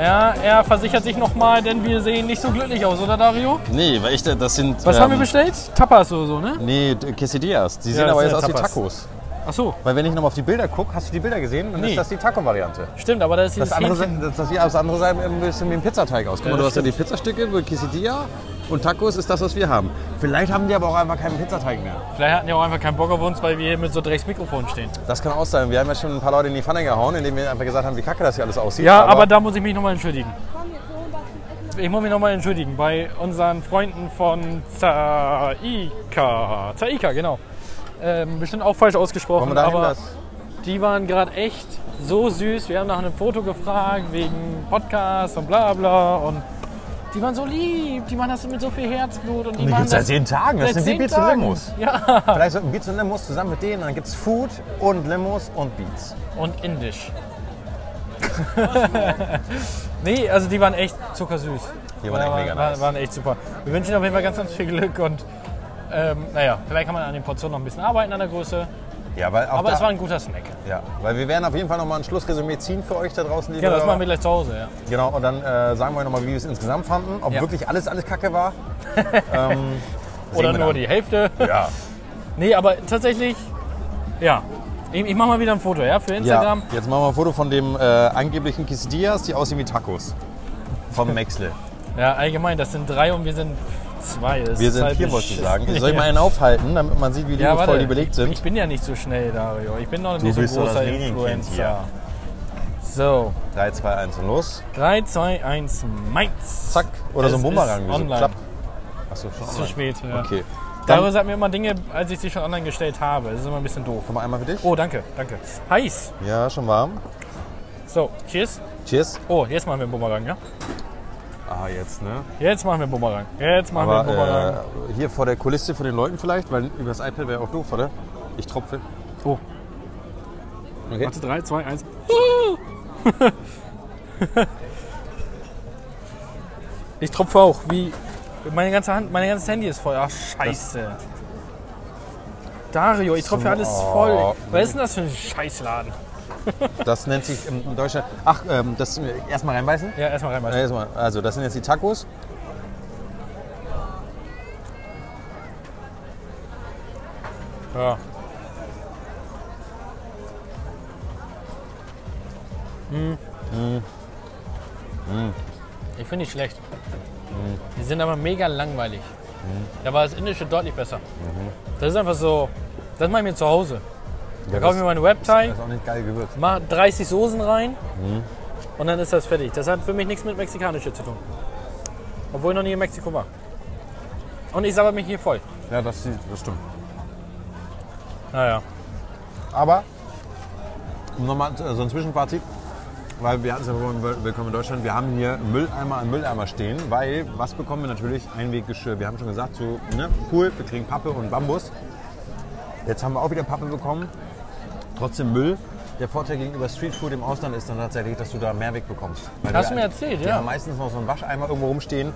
Speaker 4: Ja?
Speaker 2: Ja, er versichert sich nochmal, denn wir sehen nicht so glücklich aus, oder Dario?
Speaker 1: Nee, weil ich, da- das sind.
Speaker 2: Was
Speaker 1: ähm,
Speaker 2: haben wir bestellt? Tapas oder so, ne?
Speaker 1: Nee, d- Quesadillas. Die
Speaker 2: das
Speaker 1: sehen aber
Speaker 2: sind
Speaker 1: jetzt aus
Speaker 2: ja
Speaker 1: wie
Speaker 2: Tapas.
Speaker 1: Tacos.
Speaker 2: Ach so,
Speaker 1: Weil wenn ich nochmal auf die Bilder gucke, hast du die Bilder gesehen? Dann
Speaker 2: Nee.
Speaker 1: ist das die Taco-Variante.
Speaker 2: stimmt, aber da ist
Speaker 1: Das
Speaker 2: dieses
Speaker 1: andere,
Speaker 2: Hähnchen.
Speaker 1: sein- das, das, hier- das andere sah ein bisschen wie ein Pizzateig aus. Guck mal,
Speaker 2: Ja,
Speaker 1: du
Speaker 2: das
Speaker 1: hast ja die Pizzastücke, wo Quesadilla und Tacos ist das, was wir haben. Vielleicht haben die aber auch einfach keinen Pizzateig mehr.
Speaker 2: Vielleicht hatten die auch einfach keinen Bock auf uns, weil wir hier mit so drecks Mikrofon stehen.
Speaker 1: Das kann auch sein. Wir haben ja schon ein paar Leute in die Pfanne gehauen, indem wir einfach gesagt haben, wie kacke das hier alles aussieht.
Speaker 2: Ja, aber, da muss ich mich nochmal entschuldigen. Ich muss mich nochmal entschuldigen bei unseren Freunden von Zaika. Zaika, genau. Ähm, bestimmt auch falsch
Speaker 1: Wollen
Speaker 2: ausgesprochen,
Speaker 1: wir da
Speaker 2: aber
Speaker 1: das?
Speaker 2: die waren gerade echt so süß. Wir haben nach einem Foto gefragt wegen Podcast und bla bla und die waren so lieb. Die machen das mit so viel Herzblut und die,
Speaker 1: Die gibt
Speaker 2: machen
Speaker 1: es seit
Speaker 2: das
Speaker 1: zehn Tagen. Das
Speaker 2: seit
Speaker 1: sind die
Speaker 2: zehn
Speaker 1: Beats und
Speaker 2: Tagen.
Speaker 1: Limos.
Speaker 2: Ja.
Speaker 1: Vielleicht sollten Beats und Limos zusammen mit denen. Dann gibt es Food und Limos und Beats.
Speaker 2: Und indisch. nee, also die waren echt zuckersüß.
Speaker 1: Die waren echt mega
Speaker 2: war,
Speaker 1: nice.
Speaker 2: waren echt super. Wir wünschen auf jeden Fall ganz, ganz viel Glück und ähm, naja, vielleicht kann man an den Portionen noch ein bisschen arbeiten an der Größe.
Speaker 1: Ja, weil auch
Speaker 2: Aber
Speaker 1: da,
Speaker 2: es war ein guter Snack.
Speaker 1: ja, weil wir werden auf jeden Fall nochmal ein Schlussresümee ziehen für euch da draußen. Liebe
Speaker 2: Ja, das
Speaker 1: Hörer.
Speaker 2: machen wir gleich zu Hause, ja.
Speaker 1: Genau, und dann äh, sagen wir euch nochmal, wie wir es insgesamt fanden, ob
Speaker 2: Ja.
Speaker 1: wirklich alles, alles kacke war. ähm, sehen
Speaker 2: Oder
Speaker 1: wir
Speaker 2: nur
Speaker 1: dann.
Speaker 2: die Hälfte.
Speaker 1: Ja.
Speaker 2: Nee, aber tatsächlich, ja. Ich, ich mache mal wieder ein Foto, ja, für Instagram.
Speaker 1: Ja, jetzt machen wir ein Foto von dem äh, angeblichen Quesadillas, die aussehen wie Tacos. Vom Maxle.
Speaker 2: Ja. allgemein, das sind drei und wir sind zwei. Es
Speaker 1: Wir
Speaker 2: ist
Speaker 1: sind
Speaker 2: halt
Speaker 1: vier,
Speaker 2: besch-
Speaker 1: wollte ich sagen. Ich soll ich mal einen aufhalten, damit man sieht, wie
Speaker 2: Ja,
Speaker 1: liebevoll
Speaker 2: warte,
Speaker 1: die belegt
Speaker 2: Ich
Speaker 1: sind.
Speaker 2: bin ja nicht so schnell, Dario. Ich bin noch nicht so
Speaker 1: bist doch das
Speaker 2: großer
Speaker 1: Medienkind
Speaker 2: Influencer. So,
Speaker 1: 3, 2, 1 und los.
Speaker 2: 3, 2, 1, Mainz.
Speaker 1: Zack. Oder so ein
Speaker 2: Es
Speaker 1: Bumerang.
Speaker 2: ist
Speaker 1: wie so
Speaker 2: online.
Speaker 1: klappt. Achso, schon
Speaker 2: Zu
Speaker 1: online.
Speaker 2: spät. Ja.
Speaker 1: Okay.
Speaker 2: Dario
Speaker 1: Dann
Speaker 2: sagt mir immer Dinge, als ich sie schon online gestellt habe. Das ist immer ein bisschen doof.
Speaker 1: nochmal einmal für dich.
Speaker 2: Oh, danke, danke. Heiß.
Speaker 1: Ja, schon warm.
Speaker 2: So, cheers.
Speaker 1: Cheers.
Speaker 2: Oh, jetzt machen wir einen Bumerang, ja?
Speaker 1: Ah, jetzt, ne?
Speaker 2: Jetzt machen wir einen Bumerang. Jetzt machen wir einen Bumerang.
Speaker 1: Aber äh, hier vor der Kulisse von den Leuten vielleicht, weil über das iPad wäre auch doof, oder? Ich tropfe.
Speaker 2: Oh.
Speaker 1: Okay.
Speaker 2: 3, 2, 1. ich tropfe auch, wie. Meine ganze Hand, mein ganzes Handy ist voll. Ach, scheiße. Dario, ich tropfe alles voll. Was ist denn das für ein Scheißladen?
Speaker 1: Das nennt sich in in Deutschland. Ach, ähm, das äh, erstmal reinbeißen.
Speaker 2: Ja, erstmal
Speaker 1: Äh,
Speaker 2: reinbeißen.
Speaker 1: erstmal, also, das sind jetzt die Tacos.
Speaker 2: Ja. Ich finde nicht schlecht.
Speaker 1: Mhm.
Speaker 2: Die sind aber mega langweilig. Da war das Indische deutlich besser.
Speaker 1: Mhm.
Speaker 2: Das ist einfach so, das mache ich mir zu Hause. Da kaufe ich mir meine Webtime,
Speaker 1: Das ist Mhm. auch nicht geil gewürzt.
Speaker 2: mache 30 Soßen rein und dann ist das fertig. Das hat für mich nichts mit Mexikanische zu tun. Obwohl ich noch nie in Mexiko war. Und ich sabber mich hier voll.
Speaker 1: Ja, das, sieht- das stimmt.
Speaker 2: Naja.
Speaker 1: Aber, um nochmal äh, so ein Zwischenfazit, weil wir hatten es ja vorhin, Wel- willkommen in Deutschland, wir haben hier Mülleimer an Mülleimer stehen, weil was bekommen wir natürlich? Einweggeschirr. Wir haben schon gesagt, so, ne, cool, wir kriegen Pappe und Bambus. Jetzt haben wir auch wieder Pappe bekommen, trotzdem Müll. Der Vorteil gegenüber Streetfood im Ausland ist dann tatsächlich, dass du da mehr wegbekommst. Weil
Speaker 2: Hast
Speaker 1: die-
Speaker 2: du mir erzählt,
Speaker 1: die
Speaker 2: ja.
Speaker 1: haben meistens noch so einen Wascheimer irgendwo rumstehen,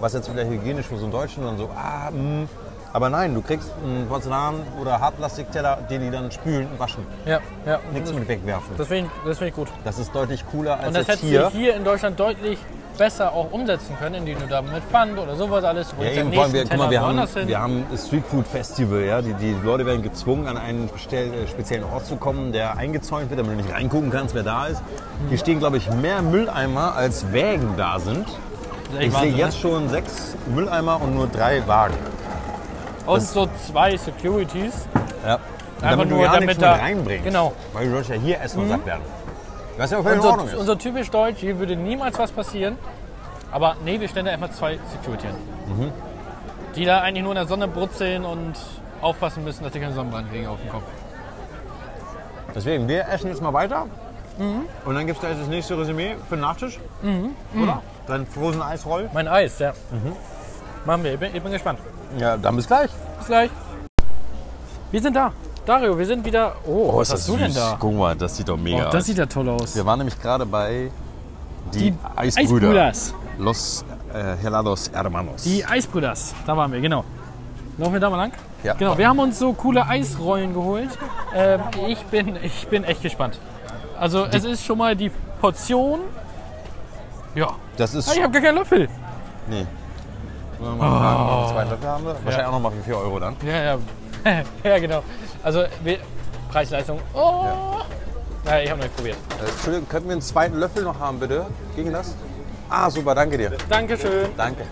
Speaker 1: was jetzt wieder hygienisch für so einen Deutschen dann so, ah, mh. Aber nein, du kriegst einen Porzellan- oder Hartplastikteller, den die dann spülen und waschen.
Speaker 2: Ja, ja.
Speaker 1: Nichts mit wegwerfen.
Speaker 2: Das finde ich, das find ich gut.
Speaker 1: Das ist deutlich cooler als
Speaker 2: Und das
Speaker 1: jetzt
Speaker 2: hättest du
Speaker 1: hier.
Speaker 2: hier in Deutschland deutlich besser auch umsetzen können, indem du da mit Pfand oder sowas alles.
Speaker 1: Ja, eben, vor allem, wir, guck mal, wir haben, wir haben das Streetfood Festival. Ja? Die, die Leute werden gezwungen, an einen bestell- äh, speziellen Ort zu kommen, der eingezäunt wird, damit du nicht reingucken kannst, wer da ist.
Speaker 2: Mhm.
Speaker 1: Hier stehen, glaube ich, mehr Mülleimer, als Wägen da sind. Ich sehe
Speaker 2: ne?
Speaker 1: jetzt schon sechs Mülleimer und nur drei Wagen.
Speaker 2: ne? Und so zwei Securities.
Speaker 1: Ja.
Speaker 2: Einfach
Speaker 1: damit du
Speaker 2: nur,
Speaker 1: ja
Speaker 2: damit
Speaker 1: nichts
Speaker 2: da-
Speaker 1: mit reinbringst.
Speaker 2: genau. Mhm.
Speaker 1: Weil du sollst ja hier essen und satt werden. Was ja auch völlig
Speaker 2: Und
Speaker 1: in Ordnung ist.
Speaker 2: so, und so typisch deutsch, hier würde niemals was passieren. Aber nee, wir stellen da immer zwei Security hin.
Speaker 1: Mhm.
Speaker 2: Die da eigentlich nur in der Sonne brutzeln und aufpassen müssen, dass sie keinen Sonnenbrand kriegen auf dem Kopf.
Speaker 1: Deswegen, wir essen jetzt mal weiter.
Speaker 2: Mhm.
Speaker 1: Und dann gibt es gleich das nächste Resümee für den Nachtisch.
Speaker 2: Mhm.
Speaker 1: Oder? Dein Frozen Eisroll.
Speaker 2: Mein Eis, ja.
Speaker 1: Mhm.
Speaker 2: Machen wir, ich bin, ich bin gespannt.
Speaker 1: Ja, dann bis gleich.
Speaker 2: Bis gleich. Wir sind da. Dario, wir sind wieder. Oh, was hast du denn da?
Speaker 1: Guck mal, das sieht doch
Speaker 2: Oh,
Speaker 1: mega
Speaker 2: das sieht ja toll aus.
Speaker 1: Wir waren nämlich gerade bei die,
Speaker 2: Die
Speaker 1: Eisbrüder.
Speaker 2: Eisbrüders.
Speaker 1: Los äh, Helados Hermanos.
Speaker 2: Die Eisbrüders, da waren wir, genau. Laufen wir da mal lang?
Speaker 1: Ja.
Speaker 2: Genau, wir haben uns so coole Eisrollen geholt. Ähm, ich, bin, ich bin echt gespannt. Also es ist schon mal die Portion. Ja.
Speaker 1: Das ist...
Speaker 2: Ah, ich habe gar keinen Löffel.
Speaker 1: nee. Wollen wir mal fragen,
Speaker 2: Oh.
Speaker 1: ob wir Zwei Löffel haben wir. Wahrscheinlich auch nochmal für 4 Euro dann.
Speaker 2: Ja, ja. ja, genau. Also wir, Preis-Leistung. Oh. Ja. ich habe noch nicht probiert.
Speaker 1: Äh, Entschuldigung, könnten wir einen zweiten Löffel noch haben, bitte? Gegen das? Ah, super, danke dir.
Speaker 2: Dankeschön.
Speaker 1: Danke.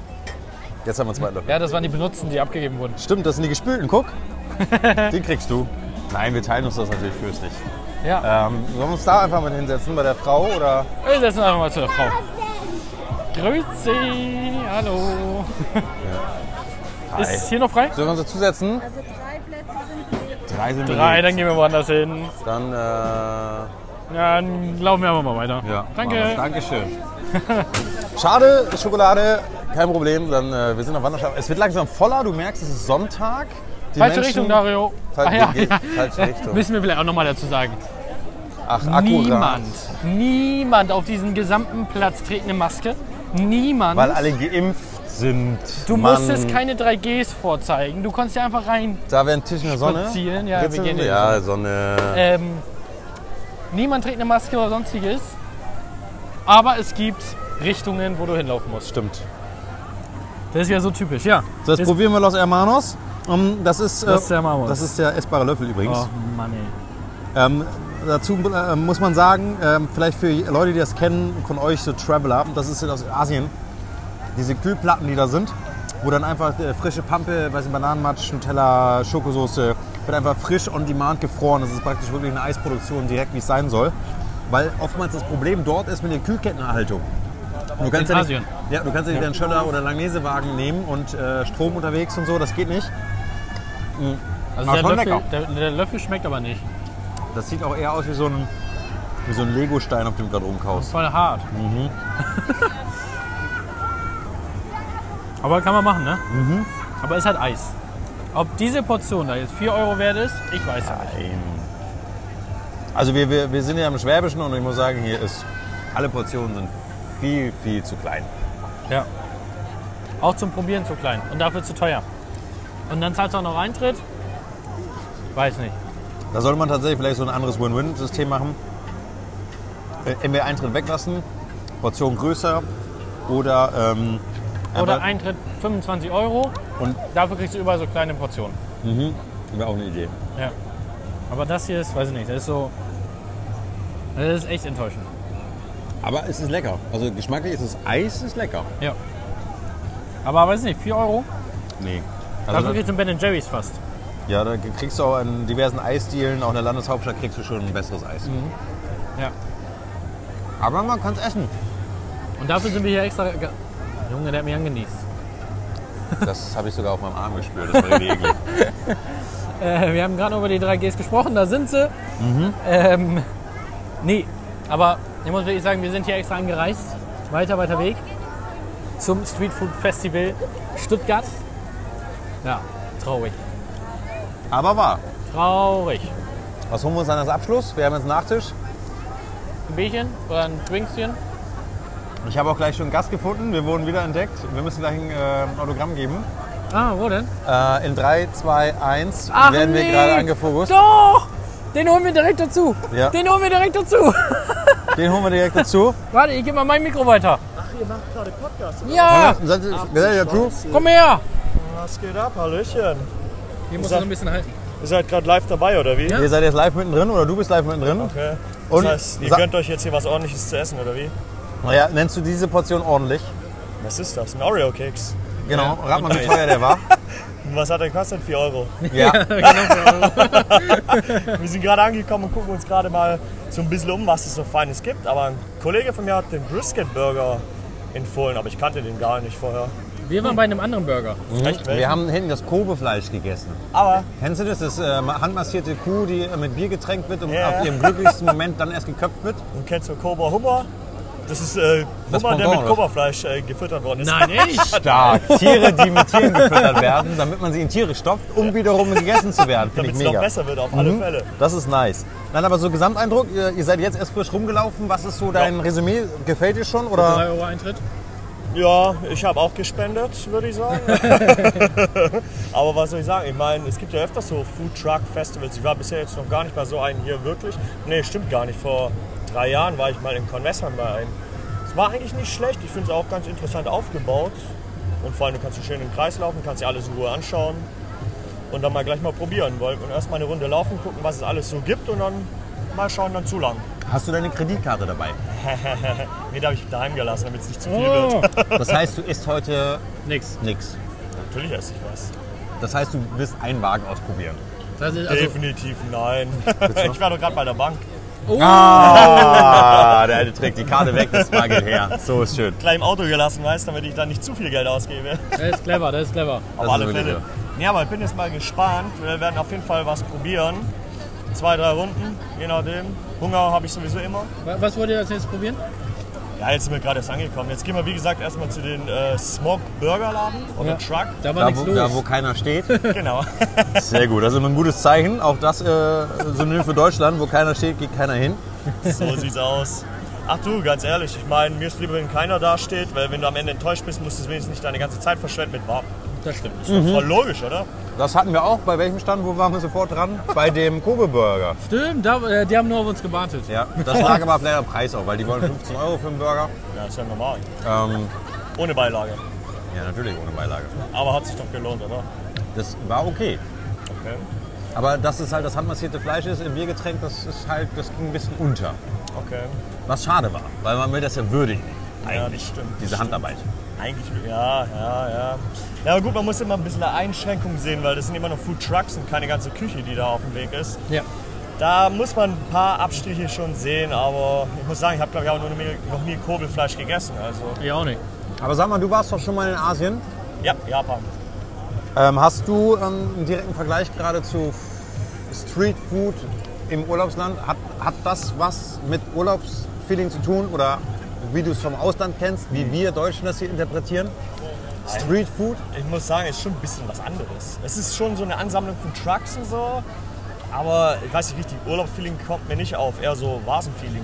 Speaker 1: Jetzt haben wir einen zweiten Löffel.
Speaker 2: Ja, das waren die Benutzten, die abgegeben wurden.
Speaker 1: Stimmt, das sind die gespülten, guck. Den kriegst du. Nein, wir teilen uns das natürlich fürstlich.
Speaker 2: Ja.
Speaker 1: Ähm, sollen wir uns da einfach mal hinsetzen bei der Frau oder?
Speaker 2: Wir setzen einfach mal zu der Frau. Grüezi. Hallo. Ist hier noch frei?
Speaker 1: Sollen wir uns dazu setzen?
Speaker 5: Also drei Plätze sind belegt.
Speaker 1: Drei sind
Speaker 2: Drei, dann
Speaker 1: belegt.
Speaker 2: gehen wir woanders hin.
Speaker 1: Dann, äh,
Speaker 2: Ja, dann laufen wir einfach mal weiter.
Speaker 1: ja.
Speaker 2: Danke.
Speaker 1: Dankeschön. Schade, Schokolade, kein Problem. Dann, äh, wir sind auf Wanderschaft. Es wird langsam voller, du merkst, es ist Sonntag. Die
Speaker 2: Falsche
Speaker 1: Menschen-
Speaker 2: Richtung, Dario.
Speaker 1: Fal-
Speaker 2: Ah, ja,
Speaker 1: geht-
Speaker 2: ja.
Speaker 1: Falsche Richtung.
Speaker 2: Müssen wir vielleicht auch nochmal dazu sagen.
Speaker 1: Ach, akkurat.
Speaker 2: Niemand, niemand auf diesen gesamten Platz trägt eine Maske. Niemand.
Speaker 1: Weil alle geimpft sind.
Speaker 2: du
Speaker 1: Mann.
Speaker 2: musstest keine 3Gs vorzeigen. Du konntest ja einfach rein.
Speaker 1: Da wäre ein Tisch in der Sonne.
Speaker 2: Spazieren, ja,
Speaker 1: Geht's
Speaker 2: wir
Speaker 1: in-
Speaker 2: gehen in die
Speaker 1: Ja, Sonne.
Speaker 2: Ähm, niemand trägt eine Maske oder sonstiges. Aber es gibt Richtungen, wo du hinlaufen musst.
Speaker 1: Stimmt.
Speaker 2: Das ist ja so typisch, ja.
Speaker 1: So, jetzt
Speaker 2: Das-
Speaker 1: probieren wir Los Hermanos. Ähm, das, ist, äh,
Speaker 2: Los Hermanos.
Speaker 1: das ist der essbare Löffel übrigens.
Speaker 2: Oh Mann, ey.
Speaker 1: Ähm, dazu äh, muss man sagen, ähm, vielleicht für Leute, die das kennen, von euch so Traveler, das ist aus Asien, diese Kühlplatten, die da sind, wo dann einfach äh, frische Pampe, weiß nicht, Bananenmatsch, Nutella, Schokosoße, wird einfach frisch on demand gefroren. Das ist praktisch wirklich eine Eisproduktion direkt, wie es sein soll. Weil oftmals das Problem dort ist mit der Kühlkettenerhaltung. Du kannst ja
Speaker 2: In
Speaker 1: nicht,
Speaker 2: Asien.
Speaker 1: ja, du kannst ja nicht einen Schöller oder Langnesewagen nehmen und äh, Strom unterwegs und so, das geht nicht.
Speaker 2: Also
Speaker 1: Aber
Speaker 2: der
Speaker 1: Ah, schon
Speaker 2: Löffel,
Speaker 1: lecker.
Speaker 2: der, der Löffel schmeckt aber nicht.
Speaker 1: Das sieht auch eher aus wie so ein, wie so ein Lego-Stein, auf dem du gerade rumkaust.
Speaker 2: Voll hart.
Speaker 1: Mhm.
Speaker 2: Aber kann man machen, ne?
Speaker 1: Mhm.
Speaker 2: Aber ist halt Eis. Ob diese Portion da jetzt 4 Euro wert ist, ich weiß ja nicht.
Speaker 1: Ähm, Also wir, wir, wir sind ja im Schwäbischen und ich muss sagen, hier ist alle Portionen sind viel, viel zu klein.
Speaker 2: Ja. Auch zum Probieren zu klein und dafür zu teuer. Und dann zahlst du auch noch Eintritt? Weiß nicht.
Speaker 1: Da sollte man tatsächlich vielleicht so ein anderes Win-Win-System machen. Äh, Entweder Eintritt weglassen, Portion größer oder. Ähm,
Speaker 2: Oder
Speaker 1: einfach-
Speaker 2: Eintritt 25 Euro
Speaker 1: Und-
Speaker 2: dafür kriegst du überall so kleine Portionen.
Speaker 1: mhm, Wäre auch eine Idee.
Speaker 2: Ja. Aber das hier ist, weiß ich nicht, das ist so. Das ist echt enttäuschend.
Speaker 1: Aber es ist lecker. Also geschmacklich ist es Eis, ist lecker.
Speaker 2: Ja. Aber weiß ich nicht, 4
Speaker 1: Also
Speaker 2: Euro?
Speaker 1: Nee.
Speaker 2: Dafür
Speaker 1: Also,
Speaker 2: kriegst du einen Ben Jerry's fast.
Speaker 1: ja, da kriegst du auch an diversen Eisdielen, auch in der Landeshauptstadt kriegst du schon ein besseres Eis.
Speaker 2: Mhm. Ja.
Speaker 1: Aber man kann es essen.
Speaker 2: Und dafür sind wir hier extra. ge- Junge, der hat mich angenießt.
Speaker 1: Das habe ich sogar auf meinem Arm gespürt. Das war irgendwie eklig.
Speaker 2: Äh, wir haben gerade über die 3Gs gesprochen, da sind sie.
Speaker 1: Mhm.
Speaker 2: Ähm, nee, aber ich muss wirklich sagen, wir sind hier extra angereist. Weiter, weiter Weg zum Street Food Festival Stuttgart. Ja, traurig.
Speaker 1: Aber wahr.
Speaker 2: Traurig.
Speaker 1: Was holen wir uns dann als Abschluss? Wir haben jetzt einen Nachtisch.
Speaker 2: Ein Bierchen oder ein Drinkschen?
Speaker 1: Ich habe auch gleich schon einen Gast gefunden. Wir wurden wieder entdeckt. Wir müssen gleich ein äh, Autogramm geben.
Speaker 2: Ah, wo denn?
Speaker 1: Äh, in 3, 2, 1 werden wir
Speaker 2: nee.
Speaker 1: gerade angefokust.
Speaker 2: Doch! Den holen wir direkt dazu.
Speaker 1: Ja.
Speaker 2: Den holen wir direkt dazu.
Speaker 1: Den holen wir direkt dazu.
Speaker 2: Warte, ich gebe mal mein Mikro weiter.
Speaker 6: Ach, ihr macht gerade Podcast. oder?
Speaker 2: Ja,
Speaker 1: Seid ihr seid ihr dazu?
Speaker 2: komm her.
Speaker 6: Ah, Was geht ab? Hallöchen.
Speaker 2: Hier
Speaker 6: muss man ein
Speaker 2: bisschen halten.
Speaker 6: Ihr seid gerade live dabei, oder wie?
Speaker 2: Ja.
Speaker 1: Ihr seid jetzt live mittendrin oder du bist live mittendrin.
Speaker 6: Okay. Das
Speaker 1: Und-
Speaker 6: heißt, ihr
Speaker 1: sa-
Speaker 6: gönnt euch jetzt hier was ordentliches zu essen, oder wie?
Speaker 1: Naja, nennst du diese Portion ordentlich?
Speaker 6: Was ist das? Ein Oreo-Keks.
Speaker 1: Genau, rat mal, wie teuer der war.
Speaker 6: Und Was hat der gekostet? 4 Euro.
Speaker 1: Ja,
Speaker 6: Wir sind gerade angekommen und gucken uns gerade mal so ein bisschen um, was es so Feines gibt. Aber ein Kollege von mir hat den Brisket Burger empfohlen, aber ich kannte den gar nicht vorher.
Speaker 2: Wir waren bei einem anderen Burger.
Speaker 6: Echt?
Speaker 1: wir haben hinten das Kobefleisch gegessen.
Speaker 6: aber
Speaker 1: Kennst du das? Das äh, handmassierte Kuh, die äh, mit Bier getränkt wird und
Speaker 6: Ja.
Speaker 1: auf ihrem glücklichsten Moment dann erst geköpft wird.
Speaker 6: du kennst so Cobra Hummer. Das ist äh,
Speaker 1: Das
Speaker 6: Hummer, der
Speaker 1: Pendant,
Speaker 6: mit
Speaker 1: oder?
Speaker 6: Kobrafleisch äh, gefüttert worden ist.
Speaker 2: Nein, ich.
Speaker 1: Stark. Tiere, die mit Tieren gefüttert werden, damit man sie in Tiere stopft, um wiederum gegessen zu werden. Finde
Speaker 6: Damit
Speaker 1: ich
Speaker 6: es noch
Speaker 1: mega. Mhm.
Speaker 6: besser wird, auf alle Fälle.
Speaker 1: Das ist nice. Nein, aber so Gesamteindruck, ihr, ihr seid jetzt erst frisch rumgelaufen. Was ist so dein Resümee? Gefällt dir schon? Oder?
Speaker 2: Euro Eintritt.
Speaker 6: Ja, ich habe auch gespendet, würde ich sagen. Aber was soll ich sagen? Ich meine, es gibt ja öfters so Food Truck Festivals. Ich war bisher jetzt noch gar nicht bei so einem hier wirklich. Nee, stimmt gar nicht. Vor drei Jahren war ich mal in Convessern bei einem. Es war eigentlich nicht schlecht. Ich finde es auch ganz interessant aufgebaut. Und vor allem, du kannst so schön im Kreis laufen, kannst dir alles in Ruhe anschauen. Und dann mal gleich mal probieren. Wollen und erst mal eine Runde laufen, gucken, was es alles so gibt. Und dann mal schauen, dann zu lang.
Speaker 1: Hast du deine Kreditkarte dabei?
Speaker 6: Nee, da habe ich daheim gelassen, damit es nicht zu viel
Speaker 2: Oh.
Speaker 6: wird.
Speaker 1: Das heißt, du isst heute
Speaker 2: Nix.
Speaker 1: nichts.
Speaker 6: Natürlich esse ich was.
Speaker 1: Das heißt, du wirst einen Wagen ausprobieren.
Speaker 2: Das ist also,
Speaker 6: Definitiv nein. ich war doch gerade bei der Bank.
Speaker 1: Ah, der alte trägt die Karte weg, das war geht her. So ist schön.
Speaker 6: Gleich im Auto gelassen, weißt du, damit ich dann nicht zu viel Geld ausgebe.
Speaker 2: das ist clever, das ist clever.
Speaker 6: Auf
Speaker 1: ist
Speaker 6: alle
Speaker 1: wirklich
Speaker 6: Fälle. Nee, aber ich bin jetzt mal gespannt. Wir werden auf jeden Fall was probieren. Zwei, drei Runden, je nachdem. Hunger habe ich sowieso immer.
Speaker 2: Wa- Was wollt ihr als nächstes probieren?
Speaker 6: Ja, jetzt sind wir gerade erst angekommen. Jetzt gehen wir, wie gesagt, erstmal zu den äh, Smoke Burger Laden oder
Speaker 2: Ja.
Speaker 6: Truck.
Speaker 2: Da war
Speaker 1: Da
Speaker 2: nichts
Speaker 1: wo,
Speaker 2: los.
Speaker 1: da, wo keiner steht.
Speaker 6: Genau.
Speaker 1: Sehr gut, das ist immer ein gutes Zeichen. Auch das äh, Synonym für Deutschland, wo keiner steht, geht keiner hin.
Speaker 6: So sieht's aus. Ach du, ganz ehrlich, ich meine, mir ist lieber, wenn keiner da steht, weil wenn du am Ende enttäuscht bist, musst du wenigstens nicht deine ganze Zeit verschwenden mit Warten.
Speaker 2: das stimmt. Mhm.
Speaker 6: Ist doch voll logisch, oder?
Speaker 1: Das hatten wir auch. Bei welchem Stand? Wo waren wir sofort dran? Bei dem Kobe-Burger.
Speaker 2: Stimmt, da, äh, die haben nur auf uns gewartet.
Speaker 1: Ja, das lag aber vielleicht am Preis auch, weil die wollen 15 Euro für einen Burger.
Speaker 6: Ja, ist ja normal.
Speaker 1: Ähm,
Speaker 6: Ohne Beilage.
Speaker 1: ja, natürlich ohne Beilage.
Speaker 6: Aber hat sich doch gelohnt, oder?
Speaker 1: Das war okay.
Speaker 6: Okay.
Speaker 1: Aber dass es halt das handmassierte Fleisch ist im Biergetränk, das ist halt, das ging ein bisschen unter.
Speaker 6: Okay.
Speaker 1: Was schade war, weil man will das ja würdigen,
Speaker 6: Ja, das stimmt.
Speaker 1: diese Handarbeit.
Speaker 6: Eigentlich, ja, ja, ja. Ja, aber gut, man muss immer ein bisschen eine Einschränkung sehen, weil das sind immer noch Food Trucks und keine ganze Küche, die da auf dem Weg ist.
Speaker 2: Ja.
Speaker 6: Da muss man ein paar Abstriche schon sehen, aber ich muss sagen, ich habe glaube ich auch noch nie, noch nie Kurbelfleisch gegessen. Also,
Speaker 2: Ich auch nicht.
Speaker 1: Aber sag mal, du warst doch schon mal in Asien.
Speaker 6: ja, Japan.
Speaker 1: Ähm, hast du ähm, einen direkten Vergleich gerade zu Streetfood im Urlaubsland? Hat, hat das was mit Urlaubsfeeling zu tun oder wie du es vom Ausland kennst, wie wir Deutschen das hier interpretieren? Streetfood?
Speaker 6: Ich muss sagen, ist schon ein bisschen was anderes. Es ist schon so eine Ansammlung von Trucks und so, aber ich weiß nicht richtig, Urlaubsfeeling kommt mir nicht auf, eher so Vasenfeeling.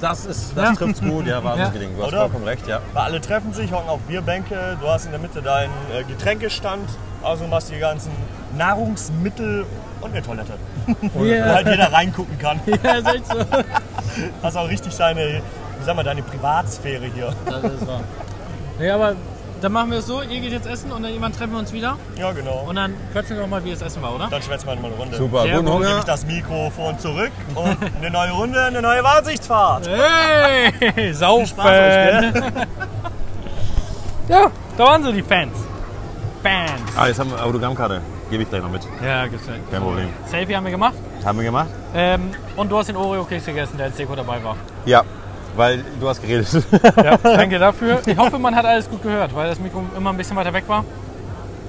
Speaker 1: Das, ist, das trifft's gut, Mhm. ja, war ja. Du hast
Speaker 6: Oder?
Speaker 1: vollkommen recht, ja.
Speaker 6: Weil alle treffen sich, hocken auf Bierbänke, du hast in der Mitte deinen äh, Getränkestand, also machst die ganzen Nahrungsmittel und eine Toilette, wo
Speaker 2: Oh, Ja.
Speaker 6: halt jeder reingucken kann.
Speaker 2: Ja, ist echt so.
Speaker 6: Hast auch richtig deine, wie sag mal, deine Privatsphäre hier.
Speaker 2: Das ist wahr. Ja, aber dann machen wir es so, ihr geht jetzt essen und dann irgendwann treffen wir uns wieder
Speaker 6: Ja, genau.
Speaker 2: und dann quatschen wir nochmal, wie es essen war, oder?
Speaker 6: dann schwätzen wir halt mal eine Runde.
Speaker 1: Super,
Speaker 2: Sehr
Speaker 1: guten
Speaker 2: gut,
Speaker 6: Nehme
Speaker 1: Hunger.
Speaker 6: ich das Mikro vor und zurück und eine neue Runde, eine neue Warnsichtsfahrt.
Speaker 2: Hey,
Speaker 6: Spaß euch,
Speaker 2: saufen! ja, da waren so die Fans. Fans.
Speaker 1: Ah, jetzt haben wir Autogrammkarte. Gebe ich gleich noch mit.
Speaker 2: Ja, gefällt.
Speaker 1: Kein Problem.
Speaker 2: Selfie haben wir gemacht.
Speaker 1: Haben wir gemacht?
Speaker 2: Ähm, und du hast den Oreo-Keks gegessen, der als Deko dabei war.
Speaker 1: Ja, weil du hast geredet.
Speaker 2: Ja, danke dafür. Ich hoffe, man hat alles gut gehört, weil das Mikro immer ein bisschen weiter weg war.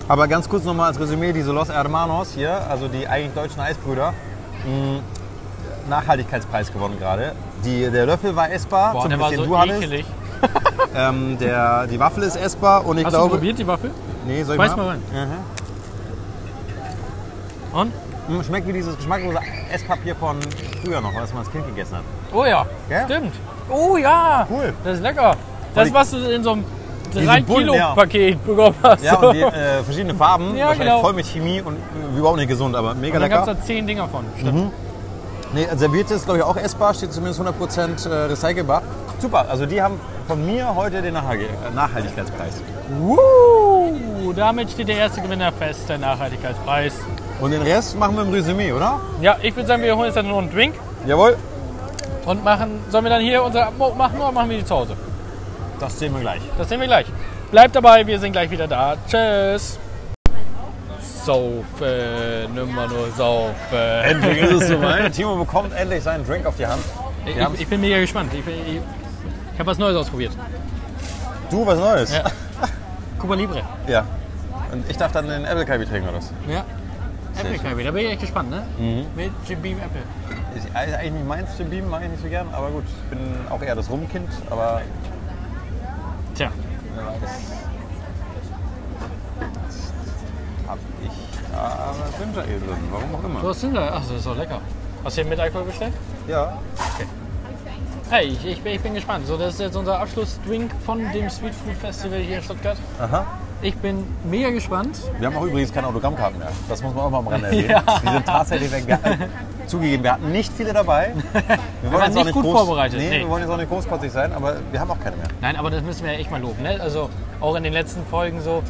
Speaker 1: Aber ganz kurz nochmal als Resümee, diese Los Hermanos hier, also die eigentlich deutschen Eisbrüder, mh, Nachhaltigkeitspreis gewonnen gerade. Die, der Löffel war essbar,
Speaker 2: Boah,
Speaker 1: so ein
Speaker 2: der war
Speaker 1: bisschen
Speaker 2: so
Speaker 1: du hattest.
Speaker 2: ekelig.
Speaker 1: Ähm, der, die Waffel ist essbar und ich
Speaker 2: Hast du
Speaker 1: glaube...
Speaker 2: probiert die Waffel?
Speaker 1: nee, soll ich
Speaker 2: Beiß
Speaker 1: mal?
Speaker 2: mal rein.
Speaker 1: Mhm.
Speaker 2: Und?
Speaker 1: Mh, Schmeckt wie dieses geschmacklose Esspapier von früher noch, als man als Kind gegessen hat.
Speaker 2: Oh ja,
Speaker 1: Gell?
Speaker 2: stimmt. Oh ja,
Speaker 1: Cool.
Speaker 2: das ist lecker. Das, was du in so einem
Speaker 1: Diese
Speaker 2: 3-Kilo-Paket bekommen hast.
Speaker 1: Ja, und die, äh, verschiedene Farben,
Speaker 2: Ja,
Speaker 1: wahrscheinlich
Speaker 2: genau.
Speaker 1: voll mit Chemie und äh, überhaupt nicht gesund, aber mega
Speaker 2: dann gab es
Speaker 1: lecker.
Speaker 2: da 10 Dinger von.
Speaker 1: Nee, Serviette ist, glaube ich, auch essbar, steht zumindest 100% äh, recycelbar. Super, also die haben von mir heute den Nachhal- äh, Nachhaltigkeitspreis.
Speaker 2: Woo! Damit steht der erste Gewinner fest, der Nachhaltigkeitspreis.
Speaker 1: Und den Rest machen wir im Resümee, oder?
Speaker 2: Ja, ich würde sagen, wir holen jetzt dann noch einen Drink
Speaker 1: Jawohl.
Speaker 2: und machen, sollen wir dann hier unser Abmo- machen oder machen wir die zu Hause?
Speaker 1: Das sehen wir gleich.
Speaker 2: Das sehen wir gleich. Bleibt dabei, wir sind gleich wieder da. Tschüss. Saufen, immer nur saufen.
Speaker 1: Endlich ist es soweit. Timo bekommt endlich seinen Drink auf die Hand.
Speaker 2: Ich,
Speaker 1: haben's.
Speaker 2: ich bin mega gespannt. Ich, bin- ich, ich habe was Neues ausprobiert.
Speaker 1: Du, was Neues?
Speaker 2: Ja. Cuba Libre.
Speaker 1: Ja. Und ich darf dann den Apple Kaibi trinken, oder was?
Speaker 2: Ja. Apple Curry, da bin ich echt gespannt, ne? Mit Jim Beam Apple.
Speaker 1: Ist eigentlich nicht meins, den Beam mache ich nicht so gern, aber gut. Ich bin auch eher das Rumkind, aber
Speaker 2: Tja,
Speaker 1: ja, das hab ich da Ginger Ale drin, warum auch
Speaker 2: du
Speaker 1: immer.
Speaker 2: hast Zinder. Ach, das ist doch lecker. Hast du hier mit Alkohol bestellt?
Speaker 1: Ja.
Speaker 2: Hey, ich, ich, bin- ich bin gespannt. So, das ist jetzt unser Abschlussdrink von dem Street Food Festival hier in Stuttgart.
Speaker 1: Aha.
Speaker 2: Ich bin mega gespannt.
Speaker 1: Wir haben auch übrigens keine Autogrammkarten mehr. Das muss man auch mal am Rande erwähnen.
Speaker 2: Ja.
Speaker 1: Die sind tatsächlich weggegangen. Zugegeben, wir hatten nicht viele dabei. Wir wollen
Speaker 2: waren nicht gut
Speaker 1: groß,
Speaker 2: vorbereitet,
Speaker 1: Nee,
Speaker 2: nee.
Speaker 1: wir wollen jetzt auch nicht großkotzig sein, aber wir haben auch keine mehr.
Speaker 2: Nein, aber das müssen wir ja echt mal loben. Ne? Also auch in den letzten Folgen so,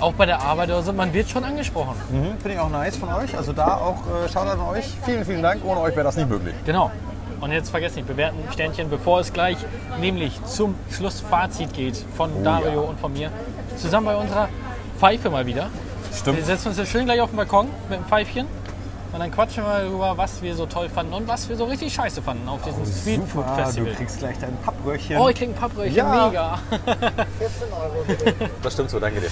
Speaker 2: auch bei der Arbeit oder so, man wird schon angesprochen.
Speaker 1: Mhm, Finde ich auch nice von euch. Also da auch äh, Shoutout an euch. Vielen, vielen Dank. Ohne euch wäre das nicht möglich.
Speaker 2: Genau. Und jetzt vergesst nicht, bewerten Sternchen, bevor es gleich nämlich zum Schlussfazit geht von
Speaker 1: Oh
Speaker 2: Dario und von mir. Zusammen bei unserer Pfeife mal wieder. Wir
Speaker 1: Stimmt.
Speaker 2: setzen uns jetzt schön gleich auf den Balkon mit dem Pfeifchen und dann quatschen wir darüber, was wir so toll fanden und was wir so richtig scheiße fanden auf diesem Street Food
Speaker 1: Oh, Super, Ah, du
Speaker 2: Festival.
Speaker 1: kriegst gleich dein Pappröhrchen.
Speaker 2: Oh, ich krieg ein Pappröhrchen,
Speaker 1: Ja.
Speaker 2: mega.
Speaker 7: Das stimmt so, danke dir.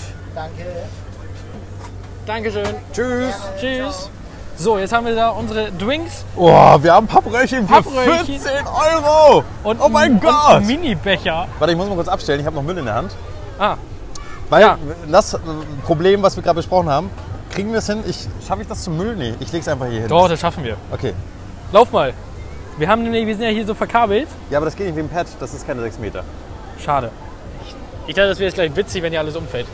Speaker 2: Dankeschön.
Speaker 1: Tschüss.
Speaker 2: Tschüss. So, jetzt haben wir da unsere Drinks
Speaker 1: Oh, wir haben Pappröhrchen für
Speaker 2: Pappröhrchen.
Speaker 1: 14 Euro.
Speaker 2: und
Speaker 1: oh mein
Speaker 2: einen- und
Speaker 1: Gott.
Speaker 2: einen Mini-Becher.
Speaker 1: Warte, ich muss mal kurz abstellen. Ich habe noch Müll in der Hand.
Speaker 2: Ah,
Speaker 1: Weil
Speaker 2: Ja.
Speaker 1: das äh, Problem, was wir gerade besprochen haben, kriegen wir es hin? Ich, Schaffe ich das zum Müll? Nee, ich leg's einfach hier hin.
Speaker 2: doch, das schaffen wir.
Speaker 1: Okay.
Speaker 2: Lauf mal. Wir haben nämlich, wir sind ja hier so verkabelt.
Speaker 1: Ja, aber das geht nicht wie ein Pad, das ist keine 6 Meter.
Speaker 2: Schade. Ich dachte, das wäre jetzt gleich witzig, wenn hier alles umfällt.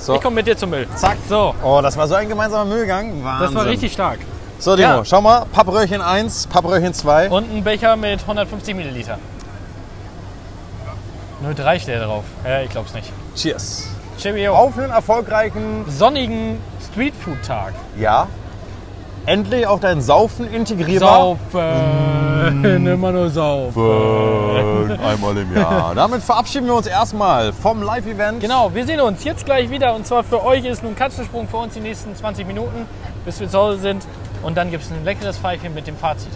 Speaker 1: So.
Speaker 2: Ich komme mit dir zum Müll.
Speaker 1: Zack.
Speaker 2: So,
Speaker 1: Oh, das war so ein gemeinsamer Müllgang. Wahnsinn.
Speaker 2: das war richtig stark.
Speaker 1: So, Demo,
Speaker 2: Ja.
Speaker 1: schau mal. Pappröhrchen 1, Pappröhrchen 2.
Speaker 2: Und ein Becher mit 150 Milliliter. 0,3 steht da drauf. Ja, ich glaub's nicht.
Speaker 1: Cheers.
Speaker 2: Cheerio.
Speaker 1: Auf einen erfolgreichen,
Speaker 2: Sonnigen Streetfood-Tag.
Speaker 1: ja, endlich auch dein Saufen integrierbar.
Speaker 2: Saufen. Immer nur saufen.
Speaker 1: Saufen. Äh, Einmal im Jahr. Damit verabschieden wir uns erstmal vom Live-Event.
Speaker 2: Genau, wir sehen uns jetzt gleich wieder. Und zwar für euch ist nun Katzensprung für uns die nächsten 20 Minuten, bis wir zu Hause sind. Und dann gibt's ein leckeres Pfeifchen mit dem Fazit.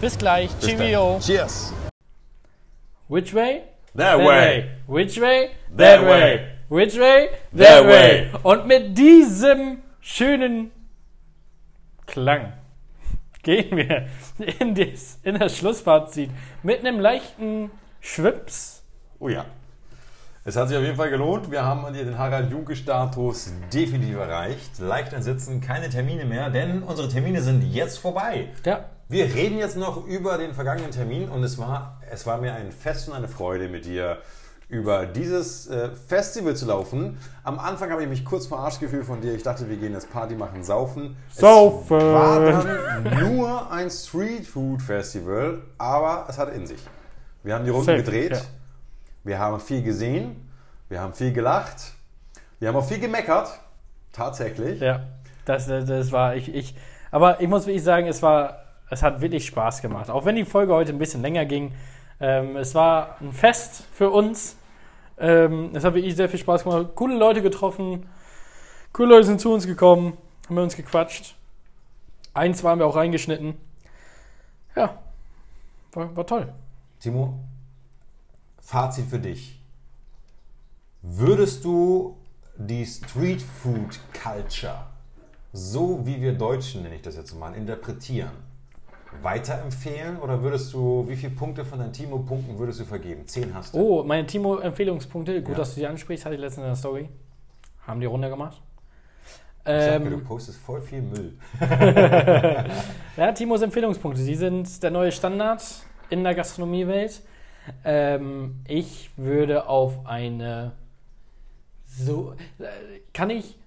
Speaker 2: Bis gleich.
Speaker 1: Bis dann.
Speaker 2: Cheerio.
Speaker 1: Cheers.
Speaker 2: Which way?
Speaker 7: That
Speaker 2: Which way?
Speaker 7: That way.
Speaker 2: Which way?
Speaker 7: That way.
Speaker 2: Und mit diesem schönen Klang gehen wir in das, in das Schlussfazit mit einem leichten Schwips.
Speaker 7: Oh ja. Es hat sich auf jeden Fall gelohnt. Wir haben hier den Harald-Junke-Status definitiv erreicht. Leicht entsetzen, keine Termine mehr, denn unsere Termine sind jetzt vorbei.
Speaker 2: Ja.
Speaker 7: Wir reden jetzt noch über den vergangenen Termin und es war, es war mir ein Fest und eine Freude mit dir
Speaker 1: über dieses äh, Festival zu laufen. Am Anfang habe ich mich kurz verarscht gefühlt von dir. Ich dachte, wir gehen jetzt Party machen, saufen.
Speaker 2: Saufen!
Speaker 1: Es war dann nur ein Street Food Festival, aber es hat in sich. Wir haben die Runden
Speaker 2: Safe,
Speaker 1: gedreht.
Speaker 2: ja.
Speaker 1: Wir haben viel gesehen. Wir haben viel gelacht. Wir haben auch viel gemeckert. Tatsächlich.
Speaker 2: Ja, das, das das war ich, ich. Aber ich muss wirklich sagen, es war, es hat wirklich Spaß gemacht. Auch wenn die Folge heute ein bisschen länger ging. Ähm, es war ein Fest für uns. Ähm, es hat wirklich sehr viel Spaß gemacht. Coole Leute getroffen. Coole Leute sind zu uns gekommen. Haben mit uns gequatscht. Eins waren wir auch reingeschnitten. Ja, war, war toll.
Speaker 1: Timo, Fazit für dich. Würdest du die Street Food Culture, so wie wir Deutschen, nenne ich das jetzt mal, interpretieren, weiterempfehlen? Oder würdest du, wie viele Punkte von deinem Timo Punkten würdest du vergeben? Zehn hast du.
Speaker 2: Oh, meine Timo-Empfehlungspunkte. Gut,
Speaker 1: Ja.
Speaker 2: dass du die ansprichst. Hatte ich letztens in der Story. Haben die Runde gemacht.
Speaker 1: ich sag
Speaker 2: Ähm,
Speaker 1: mir, du postest voll viel Müll.
Speaker 2: Ja, Timos Empfehlungspunkte, die sind der neue Standard in der Gastronomiewelt. Ähm, ich würde auf eine so äh, kann ich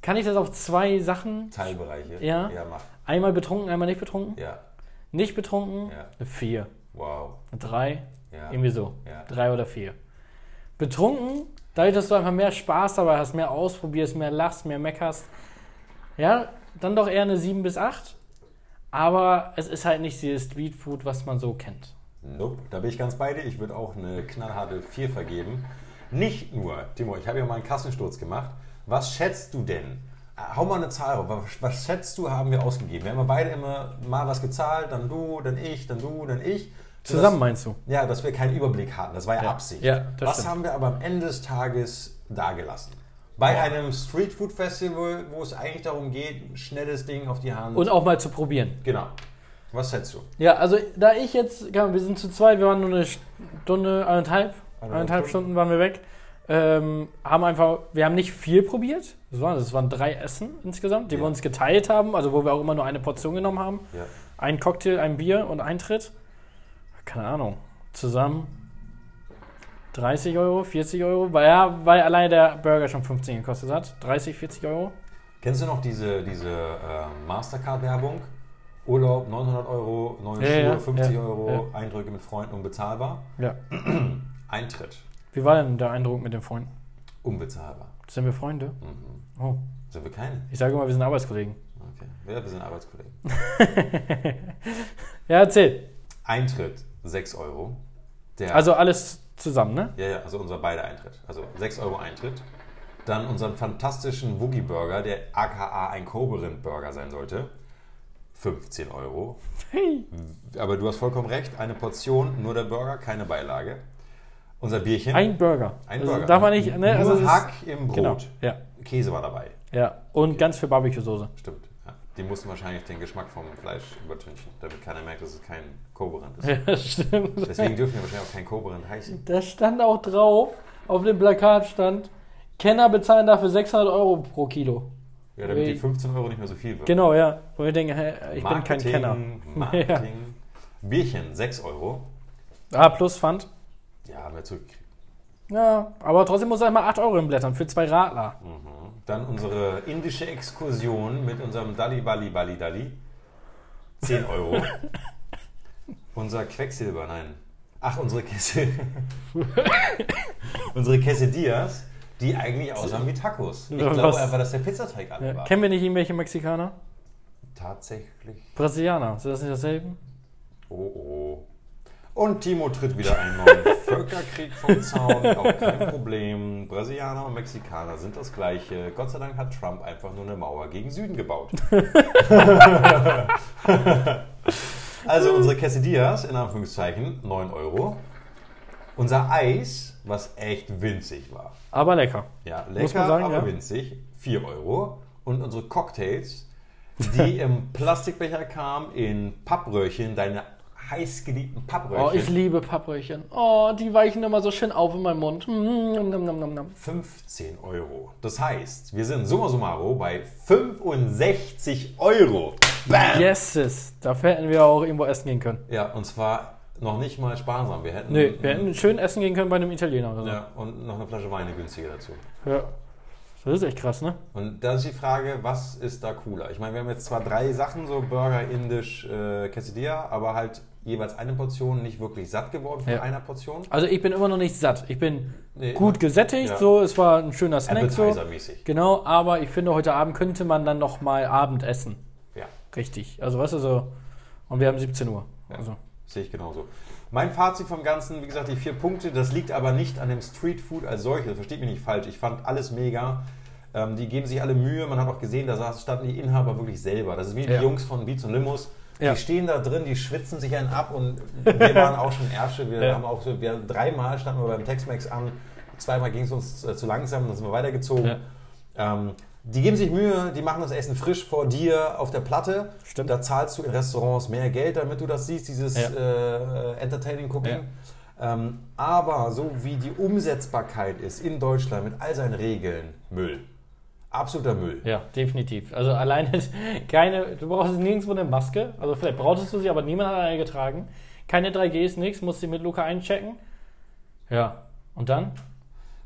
Speaker 2: kann ich das auf zwei Sachen?
Speaker 1: Teilbereiche.
Speaker 2: Ja.
Speaker 1: Ja, mach.
Speaker 2: Einmal betrunken, einmal nicht betrunken.
Speaker 1: Ja.
Speaker 2: Nicht betrunken,
Speaker 1: Ja.
Speaker 2: eine vier,
Speaker 1: Wow.
Speaker 2: eine drei,
Speaker 1: Ja.
Speaker 2: irgendwie so,
Speaker 1: Ja.
Speaker 2: drei oder vier. Betrunken, dadurch, dass du einfach mehr Spaß dabei hast, mehr ausprobierst, mehr lachst, mehr meckerst, ja, dann doch eher eine sieben bis acht. Aber es ist halt nicht dieses Streetfood, was man so kennt.
Speaker 1: Nope, da bin ich ganz bei dir. Ich würde auch eine knallharte 4 vergeben. Nicht nur, Timo, ich habe ja mal einen Kassensturz gemacht. Was schätzt du denn? Äh, Hau mal eine Zahl rauf. Was, was schätzt du, haben wir ausgegeben? Wir haben ja beide immer mal was gezahlt, dann du, dann ich, dann du, dann ich. Sodass-
Speaker 2: Zusammen meinst du?
Speaker 1: Ja, dass wir keinen Überblick hatten. Das war ja, Absicht.
Speaker 2: Ja, das
Speaker 1: was
Speaker 2: stimmt.
Speaker 1: haben wir aber am Ende des Tages dagelassen? Bei einem Street Food Festival, wo es eigentlich darum geht, ein schnelles Ding auf die Hand.
Speaker 2: Und auch mal zu probieren.
Speaker 1: genau. Was schätzt du?
Speaker 2: Ja, also da ich jetzt, ja, wir sind zu zweit, wir waren nur eine Stunde, eineinhalb, eineinhalb Stunden waren wir weg. Ähm, haben einfach, wir haben nicht viel probiert. Das waren, das waren drei Essen insgesamt, die wir
Speaker 1: Ja.
Speaker 2: uns geteilt haben, also wo wir auch immer nur eine Portion genommen haben.
Speaker 1: Ja.
Speaker 2: Ein Cocktail, ein Bier und Eintritt. Keine Ahnung. Zusammen 30 Euro, 40 Euro, weil, ja, weil alleine der Burger schon 15 gekostet hat. 30, 40 Euro.
Speaker 1: Kennst du noch diese, diese äh, Mastercard-Werbung? Urlaub 900 Euro, neue
Speaker 2: Ja,
Speaker 1: Schuhe
Speaker 2: ja,
Speaker 1: 50
Speaker 2: ja,
Speaker 1: Euro, Eindrücke mit Freunden unbezahlbar.
Speaker 2: Ja.
Speaker 1: Eintritt
Speaker 2: Wie war denn der Eindruck mit den Freunden?
Speaker 1: unbezahlbar.
Speaker 2: Sind wir Freunde? Oh,
Speaker 1: Sind wir keine?
Speaker 2: ich sage immer, wir sind Arbeitskollegen.
Speaker 1: Okay. Ja, wir sind Arbeitskollegen.
Speaker 2: Ja, erzähl.
Speaker 1: Eintritt 6 Euro. Der,
Speaker 2: Also alles zusammen, ne?
Speaker 1: ja, ja, also unser beider Eintritt. Also 6 Euro Eintritt. Dann unseren fantastischen Woogie Burger, der aka ein Koberind Burger sein sollte. 15 Euro.
Speaker 2: Hey.
Speaker 1: Aber du hast vollkommen recht, eine Portion, nur der Burger, keine Beilage. Unser Bierchen.
Speaker 2: Ein Burger.
Speaker 1: Ein
Speaker 2: also,
Speaker 1: Burger.
Speaker 2: Darf man nicht, ne?
Speaker 1: Nur
Speaker 2: Also, es ist-
Speaker 1: Hack im Brot.
Speaker 2: Genau. Ja,
Speaker 1: Käse war dabei.
Speaker 2: ja. Und ganz viel Barbecue-Soße.
Speaker 1: Stimmt. Ja. Die mussten wahrscheinlich den Geschmack vom Fleisch übertünchen, damit keiner merkt, dass es kein Kobrand ist.
Speaker 2: Ja, stimmt.
Speaker 1: Deswegen dürfen wir wahrscheinlich auch kein Kobrand heißen.
Speaker 2: Da stand auch drauf, auf dem Plakat stand, Kenner bezahlen dafür 600 Euro pro Kilo.
Speaker 1: Ja, damit die
Speaker 2: Nee.
Speaker 1: 15 Euro nicht mehr so viel wird.
Speaker 2: Genau, ja. Wo ich denke, hä, ich bin kein Kenner.
Speaker 1: Marketing. Bierchen, 6 Euro.
Speaker 2: Ah, plus Pfand.
Speaker 1: Ja, haben wir zurückgekriegt.
Speaker 2: Ja, aber trotzdem muss er mal 8 Euro hinblättern für zwei Radler.
Speaker 1: Oh, Dann unsere indische Exkursion mit unserem Dali Bali Bali Dali. 10 Euro. Unser Quecksilber, nein. Ach, unsere Kesse. unsere Quesadillas, die eigentlich aussahen wie Tacos. Ich
Speaker 2: Ja,
Speaker 1: glaube
Speaker 2: was-
Speaker 1: einfach, dass der Pizzateig alle
Speaker 2: Ja.
Speaker 1: war.
Speaker 2: Ne? Kennen wir nicht irgendwelche Mexikaner?
Speaker 1: Tatsächlich.
Speaker 2: Brasilianer, sind das nicht dasselbe?
Speaker 1: Oh oh. Und Timo tritt wieder einen neuen Völkerkrieg vom Zaun. Auch kein Problem. Brasilianer und Mexikaner sind das Gleiche. Gott sei Dank hat Trump einfach nur eine Mauer gegen Süden gebaut. also unsere Quesadillas, in Anführungszeichen, 9 Euro. Unser Eis, was echt winzig war.
Speaker 2: Aber lecker.
Speaker 1: Ja, lecker,
Speaker 2: Muss man sagen,
Speaker 1: aber
Speaker 2: ja.
Speaker 1: winzig. 4 Euro. Und unsere Cocktails, die im Plastikbecher kamen, in Pappröhrchen, deine heißgeliebten
Speaker 2: Oh, ich
Speaker 1: Pappröhrchen.
Speaker 2: liebe Pappröhrchen. Oh, die weichen immer so schön auf in meinem Mund. Mm, nom, nom, nom, nom, nom.
Speaker 1: 15 Euro. Das heißt, wir sind summa summaro bei 65 Euro. Bam!
Speaker 2: Yeses, dafür hätten wir auch irgendwo essen gehen können.
Speaker 1: Ja, und zwar noch nicht mal sparsam. Wir hätten,
Speaker 2: Nee, wir hätten schön essen gehen können bei einem Italiener oder so. Mhm. Ja.
Speaker 1: ja, und noch eine Flasche Weine günstiger dazu.
Speaker 2: Das ist echt krass, ne?
Speaker 1: Und da ist die Frage, was ist da cooler? Ich meine, wir haben jetzt zwar drei Sachen, so Burger, Indisch, äh, Quesadilla, aber halt jeweils eine Portion, nicht wirklich satt geworden von
Speaker 2: Ja.
Speaker 1: einer Portion.
Speaker 2: Also ich bin immer noch nicht satt. Ich bin
Speaker 1: Nee,
Speaker 2: gut
Speaker 1: ja.
Speaker 2: gesättigt,
Speaker 1: Ja.
Speaker 2: so, es war ein schöner Snack so.
Speaker 1: Appetizer-mäßig.
Speaker 2: Genau, aber ich finde, heute Abend könnte man dann noch mal Abend essen.
Speaker 1: Ja,
Speaker 2: Richtig. Also, weißt du, so. Und wir haben 17 Uhr. Also.
Speaker 1: sehe ich genauso. Mein Fazit vom Ganzen, wie gesagt, die vier Punkte, das liegt aber nicht an dem Streetfood als solches. Versteht mich nicht falsch. Ich fand alles mega. Ähm, die geben sich alle Mühe. Man hat auch gesehen, da saß- standen die Inhaber wirklich selber. Das ist wie
Speaker 2: Ja.
Speaker 1: die Jungs von Beats und Limos.
Speaker 2: Ja.
Speaker 1: Die stehen da drin, die schwitzen sich einen ab und wir waren auch schon Ärsche. Wir
Speaker 2: Ja.
Speaker 1: haben auch so, wir dreimal standen wir beim Tex-Mex an. Zweimal ging es uns äh, zu langsam, dann sind wir weitergezogen.
Speaker 2: Ja.
Speaker 1: Ähm, die geben sich Mühe, die machen das Essen frisch vor dir auf der Platte.
Speaker 2: Stimmt.
Speaker 1: Da zahlst du in Restaurants mehr Geld, damit du das siehst, dieses
Speaker 2: Ja.
Speaker 1: äh, äh, Entertaining Cooking. Ähm, aber so wie die Umsetzbarkeit ist in Deutschland mit all seinen Regeln, Müll. Absoluter Müll.
Speaker 2: Ja, definitiv. Also alleine keine, du brauchst nirgendwo eine Maske. Also vielleicht brauchtest du sie, aber niemand hat eine getragen. Keine 3Gs, nichts, musst sie mit Luca einchecken. Ja. Und dann?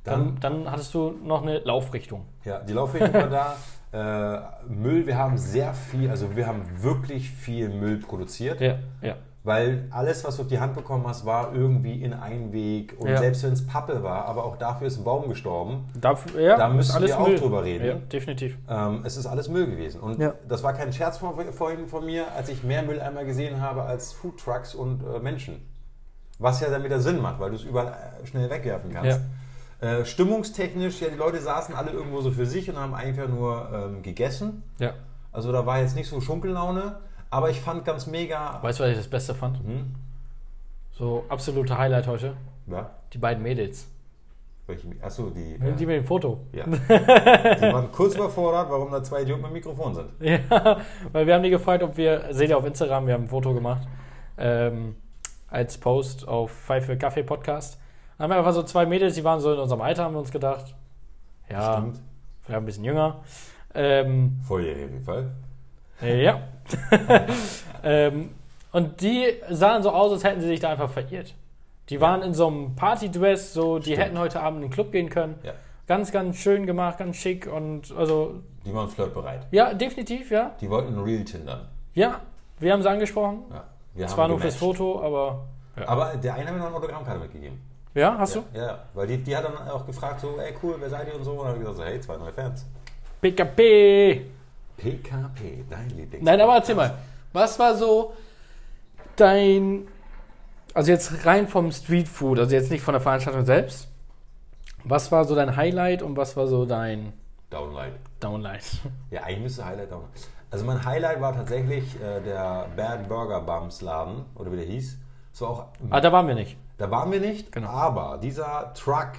Speaker 1: Dann,
Speaker 2: Dann, dann hattest du noch eine Laufrichtung.
Speaker 1: ja, die Laufwege war da. Äh, Müll, wir haben sehr viel, also wir haben wirklich viel Müll produziert.
Speaker 2: Ja, ja.
Speaker 1: Weil alles, was du auf die Hand bekommen hast, war irgendwie in Einweg. Und
Speaker 2: Ja.
Speaker 1: selbst wenn es Pappe war, aber auch dafür ist ein Baum gestorben.
Speaker 2: Dafür, ja,
Speaker 1: Da müssen
Speaker 2: ist alles
Speaker 1: wir auch
Speaker 2: Müll.
Speaker 1: drüber reden.
Speaker 2: Ja, definitiv.
Speaker 1: Ähm, es ist alles Müll gewesen. Und
Speaker 8: Ja.
Speaker 1: das war kein Scherz von, vorhin von mir, als ich mehr Mülleimer gesehen habe als Foodtrucks und äh, Menschen. Was ja dann wieder Sinn macht, weil du es überall äh, schnell wegwerfen kannst. Äh, stimmungstechnisch, ja, die Leute saßen alle irgendwo so für sich und haben einfach nur ähm, gegessen.
Speaker 2: Ja.
Speaker 1: Also da war jetzt nicht so Schunkellaune, aber ich fand ganz mega.
Speaker 2: Weißt du, was ich das Beste fand?
Speaker 1: Hm?
Speaker 2: So absolute Highlight heute.
Speaker 1: Ja?
Speaker 2: Die beiden Mädels.
Speaker 1: Welche- Achso, die.
Speaker 2: Die mit dem Foto.
Speaker 1: Ja. Die waren kurz überfordert, warum da zwei Idioten mit Mikrofon sind.
Speaker 2: Ja, weil wir haben die gefragt, ob wir, seht ihr auf Instagram, wir haben ein Foto gemacht, ähm, als Post auf Pfeife Kaffee Podcast. Dann haben wir einfach so zwei Mädels, die waren so in unserem Alter, haben wir uns gedacht. Ja,
Speaker 1: Stimmt.
Speaker 2: vielleicht ein bisschen jünger. Ähm,
Speaker 1: Volljährig auf jeden Fall.
Speaker 2: äh, ja. ähm, und die sahen so aus, als hätten sie sich da einfach verirrt. Die waren in so einem Partydress, so, die hätten heute Abend in den Club gehen können.
Speaker 1: Ja.
Speaker 2: Ganz, ganz schön gemacht, ganz schick und also,
Speaker 1: Die waren flirtbereit.
Speaker 2: ja, definitiv, ja.
Speaker 1: Die wollten Real Tindern.
Speaker 2: Ja, wir haben sie angesprochen.
Speaker 1: Ja. Wir
Speaker 2: Es
Speaker 1: haben
Speaker 2: war nur fürs
Speaker 1: gematcht.
Speaker 2: Foto, aber.
Speaker 1: Aber der eine hat mir noch eine Autogrammkarte mitgegeben.
Speaker 2: Ja, hast du?
Speaker 1: Ja, weil die, die hat dann auch gefragt, so, ey cool, wer seid ihr und so. Und dann habe ich gesagt, so, hey, zwei neue Fans.
Speaker 2: PKP!
Speaker 1: PKP, dein Lieblings.
Speaker 2: Nein, aber erzähl mal. Was war so dein. Also jetzt rein vom Streetfood, also jetzt nicht von der Veranstaltung selbst. Was war so dein Highlight und was war so dein
Speaker 1: Downlight.
Speaker 2: Downlight?
Speaker 1: Ja, eigentlich müsste Highlight Downlight. Also mein Highlight war tatsächlich äh, der Bad Burger Bums Laden, oder wie der hieß. Das war auch,
Speaker 2: Ah, da waren wir nicht.
Speaker 1: da waren wir nicht,
Speaker 2: Genau.
Speaker 1: aber dieser Truck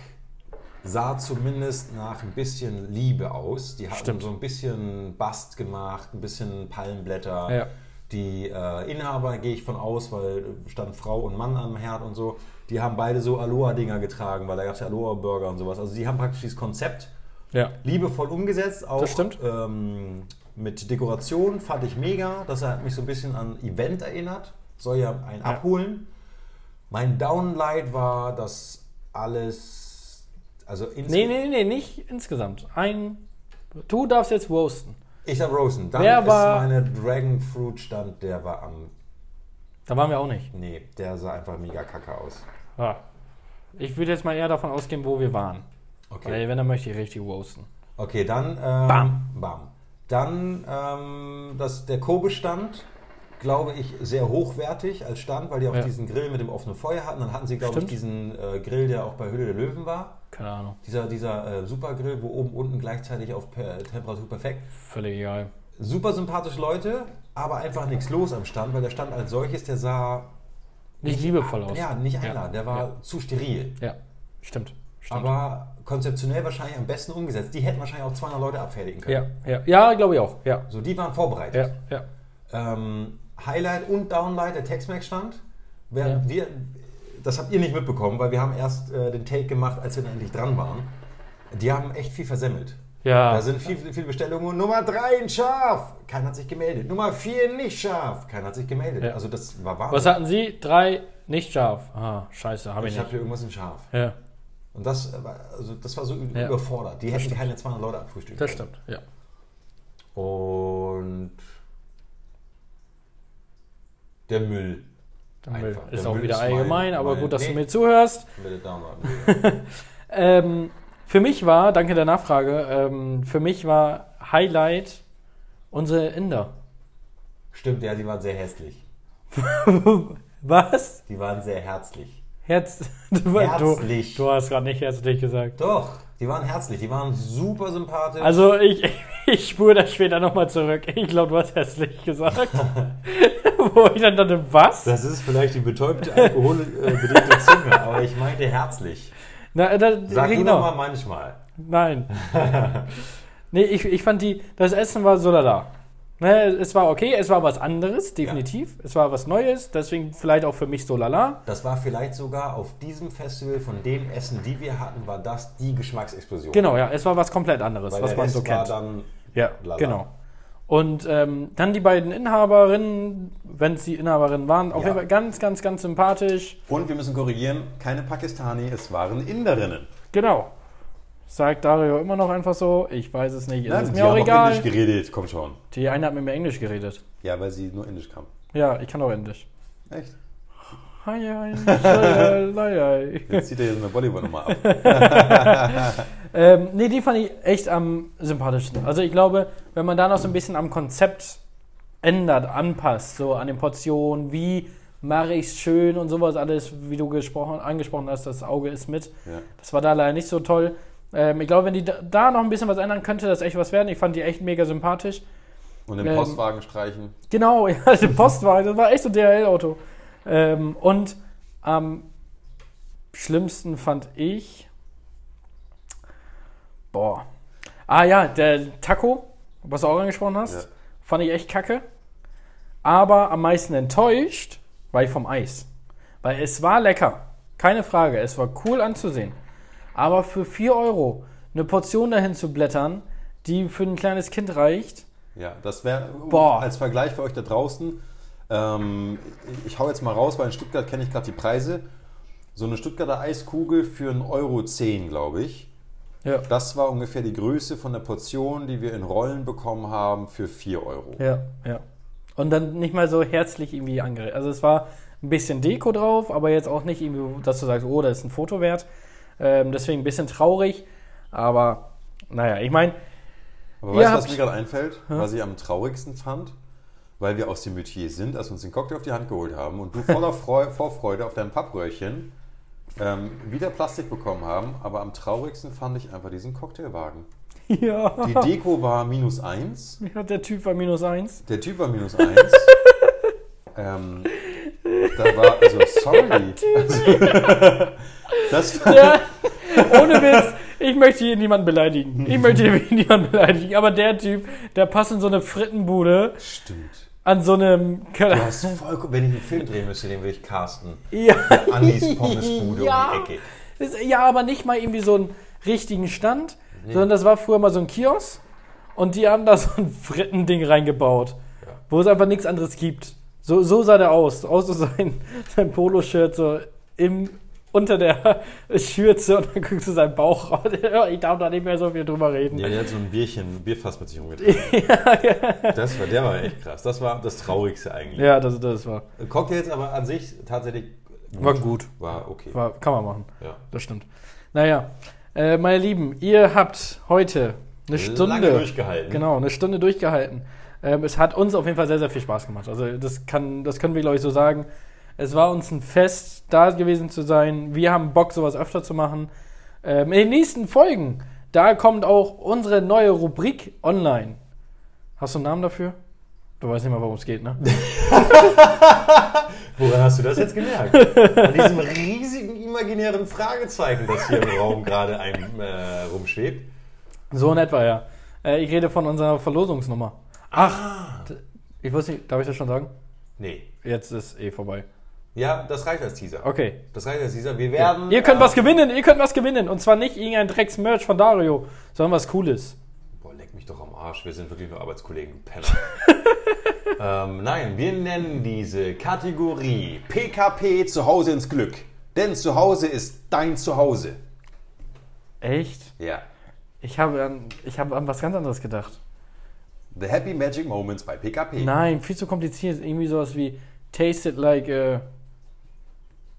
Speaker 1: sah zumindest nach ein bisschen Liebe aus. Die hatten
Speaker 2: Stimmt.
Speaker 1: so ein bisschen Bast gemacht, ein bisschen Palmblätter.
Speaker 2: Ja.
Speaker 1: Die äh, Inhaber gehe ich von aus, weil äh, stand Frau und Mann am Herd und so. Die haben beide so Aloha-Dinger getragen, weil da gab es ja Aloha-Burger und sowas. Also die haben praktisch dieses Konzept
Speaker 2: Ja.
Speaker 1: liebevoll umgesetzt. Auch
Speaker 2: Das stimmt.
Speaker 1: Ähm, mit Dekoration fand ich mega. Das hat mich so ein bisschen an Event erinnert. Soll ja einen abholen. Mein Downlight war, dass alles. Also ins
Speaker 2: Nee, nee, nee, nicht insgesamt. Ein. Du darfst jetzt roasten.
Speaker 1: Ich sag Rosen. Dann
Speaker 2: Wer
Speaker 1: ist
Speaker 2: war-
Speaker 1: meine Dragon Fruit Stand, der war am.
Speaker 2: Da waren wir auch nicht.
Speaker 1: Nee, der sah einfach mega kacke aus.
Speaker 2: Ah. Ich würde jetzt mal eher davon ausgehen, wo wir waren. Weil, wenn, dann möchte ich richtig roasten.
Speaker 1: Okay, dann. Ähm,
Speaker 2: Bam.
Speaker 1: Bam. Dann ähm, das, der Kobe-Stand, glaube ich, sehr hochwertig als Stand, weil die auch
Speaker 2: Ja.
Speaker 1: diesen Grill mit dem offenen Feuer hatten. Dann hatten sie, glaube ich,
Speaker 2: Stimmt.
Speaker 1: diesen äh, Grill, der auch bei Höhle der Löwen war.
Speaker 2: Keine Ahnung.
Speaker 1: Dieser, dieser äh, Supergrill, wo oben unten gleichzeitig auf per, Temperatur perfekt.
Speaker 2: Völlig egal.
Speaker 1: Super sympathische Leute, aber einfach nichts los am Stand, weil der Stand als solches, der sah
Speaker 2: Nicht liebevoll aus.
Speaker 1: ja, nicht einladend, der war
Speaker 2: Ja.
Speaker 1: zu steril.
Speaker 2: Ja, stimmt. stimmt.
Speaker 1: Aber konzeptionell wahrscheinlich am besten umgesetzt. Die hätten wahrscheinlich auch 200 Leute abfertigen können.
Speaker 2: ja, ja, ja glaube ich auch. Ja,
Speaker 1: So, die waren vorbereitet.
Speaker 2: ja, ja.
Speaker 1: ähm, Highlight und Downlight der Tex-Mex stand. Wir,
Speaker 2: Ja.
Speaker 1: wir, das habt ihr nicht mitbekommen, weil wir haben erst äh, den Take gemacht, als wir dann endlich dran waren. Die haben echt viel versemmelt. Da
Speaker 2: Ja.
Speaker 1: sind viele viel Bestellungen. Nummer 3 in scharf. Keiner hat sich gemeldet. Nummer 4 nicht scharf. Keiner hat sich gemeldet.
Speaker 2: Ja.
Speaker 1: Also das war wahr.
Speaker 2: Was hatten Sie? Drei nicht scharf. Ah, scheiße, habe ich
Speaker 1: ich habe
Speaker 2: nicht.
Speaker 1: hier irgendwas in scharf.
Speaker 2: Ja,
Speaker 1: Und das äh, war, also das war so ü-
Speaker 2: Ja.
Speaker 1: überfordert. Die hätten keine 200 Leute abfrühstücken
Speaker 2: das
Speaker 1: können.
Speaker 2: stimmt. Ja.
Speaker 1: Und der Müll. Einfach.
Speaker 2: Ist
Speaker 1: Der
Speaker 2: auch
Speaker 1: Müll
Speaker 2: wieder
Speaker 1: ist mein-
Speaker 2: allgemein, aber
Speaker 1: mein
Speaker 2: gut, dass du
Speaker 1: Ding.
Speaker 2: mir zuhörst.
Speaker 1: Bitte downloaden.
Speaker 2: Ähm, für mich war, danke der Nachfrage, ähm, für mich war Highlight unsere Inder.
Speaker 1: Stimmt, ja, die waren sehr hässlich.
Speaker 2: Was?
Speaker 1: Die waren sehr herzlich.
Speaker 2: Herz. Du,
Speaker 1: Herzlich.
Speaker 2: Du, du hast gerade nicht herzlich gesagt.
Speaker 1: Doch, die waren herzlich. Die waren super sympathisch.
Speaker 2: Also ich, ich spüre das später nochmal zurück. Ich glaube, du hast hässlich gesagt. Wo ich dann dachte, was?
Speaker 1: das ist vielleicht die betäubte, alkoholbedingte Zunge, aber ich meinte herzlich.
Speaker 2: Na, da,
Speaker 1: Sag du
Speaker 2: genau.
Speaker 1: doch mal manchmal.
Speaker 2: Nein. nee, ich, ich fand die, das Essen war so lala. Ne, es war okay, es war was anderes, definitiv. Es war was Neues, deswegen vielleicht auch für mich so lala.
Speaker 1: Das war vielleicht sogar auf diesem Festival von dem Essen, die wir hatten, war das die Geschmacksexplosion.
Speaker 2: Genau, ja, es war was komplett anderes,
Speaker 1: Weil
Speaker 2: was
Speaker 1: der
Speaker 2: man
Speaker 1: Rest
Speaker 2: so
Speaker 1: war
Speaker 2: kennt.
Speaker 1: dann
Speaker 2: Ja,
Speaker 1: lala.
Speaker 2: genau. Und ähm, dann die beiden Inhaberinnen, wenn es die Inhaberinnen waren, auf
Speaker 1: Ja.
Speaker 2: jeden Fall ganz, ganz, ganz sympathisch.
Speaker 1: Und wir müssen korrigieren, keine Pakistani, es waren Inderinnen.
Speaker 2: Genau. Sagt Dario immer noch einfach so, ich weiß es nicht, ist es
Speaker 1: die
Speaker 2: mir auch
Speaker 1: haben auf
Speaker 2: egal.
Speaker 1: Indisch geredet, komm schon.
Speaker 2: Die eine hat mit mir Englisch geredet.
Speaker 1: Ja, weil sie nur Indisch kam.
Speaker 2: Ja, ich kann auch Englisch.
Speaker 1: Echt?
Speaker 2: Hi, hi, hi, hi, hi.
Speaker 1: Jetzt zieht er hier so eine Bollywood-Nummer ab.
Speaker 2: Ähm, nee, die fand ich echt am sympathischsten. Also ich glaube, wenn man da noch so ein bisschen am Konzept ändert, anpasst, so an den Portionen, wie mache ich es schön und sowas alles, wie du gesprochen, angesprochen hast, das Auge ist mit.
Speaker 1: Ja.
Speaker 2: Das war da leider nicht so toll. Ähm, ich glaube, wenn die da- da noch ein bisschen was ändern, könnte das echt was werden. Ich fand die echt mega sympathisch.
Speaker 1: Und den
Speaker 2: Ähm,
Speaker 1: Postwagen streichen.
Speaker 2: Genau, ja, der Postwagen, das war echt so ein DHL-Auto. Ähm, und am schlimmsten fand ich. Boah. Ah ja, der Taco, was du auch angesprochen hast,
Speaker 1: Ja.
Speaker 2: fand ich echt kacke. Aber am meisten enttäuscht war ich vom Eis. Weil es war lecker. Keine Frage, es war cool anzusehen. Aber für 4 Euro eine Portion dahin zu blättern, die für ein kleines Kind reicht,
Speaker 1: Ja, das wäre
Speaker 2: Boah.
Speaker 1: als Vergleich für euch da draußen. Ähm, ich- ich hau jetzt mal raus, weil in Stuttgart kenne ich gerade die Preise. So eine Stuttgarter Eiskugel für 1,10 Euro, glaube ich.
Speaker 2: Ja.
Speaker 1: Das war ungefähr die Größe von der Portion, die wir in Rollen bekommen haben, für 4 Euro.
Speaker 2: Ja, ja. Und dann nicht mal so herzlich irgendwie angeregt. Also es war ein bisschen Deko drauf, aber jetzt auch nicht irgendwie, dass du sagst, oh, das ist ein Foto wert. Ähm, deswegen ein bisschen traurig. Aber naja, ich meine,
Speaker 1: Aber
Speaker 2: Ihr
Speaker 1: weißt du, was
Speaker 2: habt-
Speaker 1: mir gerade einfällt? Was ich am traurigsten fand? Weil wir aus dem Metier sind, als wir uns den Cocktail auf die Hand geholt haben und du voller Freu Vorfreude auf dein Pappröhrchen ähm, wieder Plastik bekommen haben. Aber am traurigsten fand ich einfach diesen Cocktailwagen.
Speaker 2: ja,
Speaker 1: Die Deko war minus eins.
Speaker 2: ja, der Typ war minus eins.
Speaker 1: Der Typ war minus eins. ähm, da war, also, sorry. Also, das fand
Speaker 2: Ja, ohne Witz, ich möchte hier niemanden beleidigen. Ich möchte hier niemanden beleidigen. Aber der Typ, der passt in so eine Frittenbude
Speaker 1: Stimmt.
Speaker 2: an so einem...
Speaker 1: Du hast vollkommen, wenn ich einen Film drehen müsste, den würde ich casten.
Speaker 2: Ja.
Speaker 1: Andis Pommesbude
Speaker 2: Ja.
Speaker 1: um die Ecke.
Speaker 2: Das, ja, aber nicht mal irgendwie so einen richtigen Stand, sondern das war früher mal so ein Kiosk und die haben da so ein Frittending reingebaut, wo es einfach nichts anderes gibt. So, so sah der aus. Außer sein, sein Poloshirt so im, unter der Schürze und dann guckst du seinen Bauch raus. Ich darf da nicht mehr so viel drüber reden.
Speaker 1: Ja, der hat so ein Bierchen, ein Bierfass mit sich rumgetragen. Das war, der war echt krass. Das war das Traurigste eigentlich.
Speaker 2: Ja, das, das war,
Speaker 1: Cocktails aber an sich tatsächlich
Speaker 2: war gut.
Speaker 1: war okay.
Speaker 2: War, kann man machen.
Speaker 1: Ja.
Speaker 2: Das stimmt. Naja, äh, meine Lieben, ihr habt heute eine Stunde.
Speaker 1: Lange durchgehalten.
Speaker 2: Genau, eine Stunde durchgehalten. Ähm, es hat uns auf jeden Fall sehr, sehr viel Spaß gemacht. Also das, kann, das können wir, glaube ich, so sagen. Es war uns ein Fest, da gewesen zu sein. Wir haben Bock, sowas öfter zu machen. Ähm, in den nächsten Folgen, da kommt auch unsere neue Rubrik online. Hast du einen Namen dafür? Du weißt nicht mal, worum es geht, ne?
Speaker 1: Woran hast du das jetzt gemerkt? An diesem riesigen imaginären Fragezeichen, das hier im Raum gerade einem, äh, rumschwebt.
Speaker 2: So in etwa, ja. Äh, ich rede von unserer Verlosungsnummer. Ach, d- ich wusste nicht, darf ich das schon sagen?
Speaker 1: Nee.
Speaker 2: Jetzt ist eh vorbei.
Speaker 1: Ja, das reicht als Teaser.
Speaker 2: Okay.
Speaker 1: Das reicht als Teaser. Wir werden.
Speaker 2: Ihr könnt was gewinnen, ihr könnt was gewinnen. Und zwar nicht irgendein Drecks-Merch von Dario, sondern was Cooles.
Speaker 1: mich doch am Arsch. Wir sind wirklich nur Arbeitskollegen, du Penner. ähm, nein, wir nennen diese Kategorie PKP Zuhause ins Glück. Denn Zuhause ist dein Zuhause.
Speaker 2: Echt?
Speaker 1: Ja.
Speaker 2: Ich habe an, ich habe an was ganz anderes gedacht.
Speaker 1: The Happy Magic Moments bei PKP.
Speaker 2: Nein, viel zu kompliziert. Irgendwie sowas wie tasted like äh,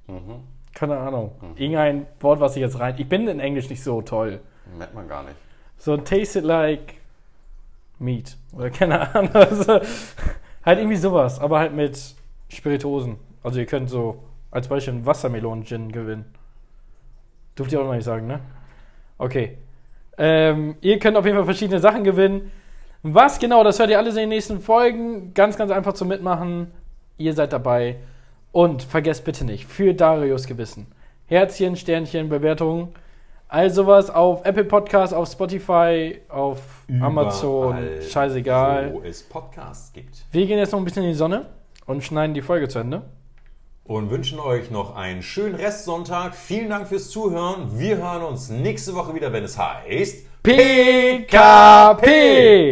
Speaker 2: Mhm. keine Ahnung. Irgendein Wort, was ich jetzt rein. Ich bin in Englisch nicht so toll.
Speaker 1: Merkt man gar nicht.
Speaker 2: So tasted like meat oder keine Ahnung. Also, halt irgendwie sowas, aber halt mit Spirituosen. Also ihr könnt so als Beispiel einen Wassermelonen-Gin gewinnen. Dürft ihr auch noch nicht sagen, ne? Okay. Ähm, ihr könnt auf jeden Fall verschiedene Sachen gewinnen. Was genau, das hört ihr alles in den nächsten Folgen. Ganz, ganz einfach zum Mitmachen. Ihr seid dabei. Und vergesst bitte nicht, für Darius Gewissen. Herzchen, Sternchen, Bewertungen. All sowas auf Apple Podcasts, auf Spotify, auf Amazon.
Speaker 1: Überall,
Speaker 2: Scheißegal.
Speaker 1: Wo es Podcasts gibt.
Speaker 2: Wir gehen jetzt noch ein bisschen in die Sonne und schneiden die Folge zu Ende.
Speaker 1: Und wünschen euch noch einen schönen Restsonntag. Vielen Dank fürs Zuhören. Wir hören uns nächste Woche wieder, wenn es heißt.
Speaker 2: PKP!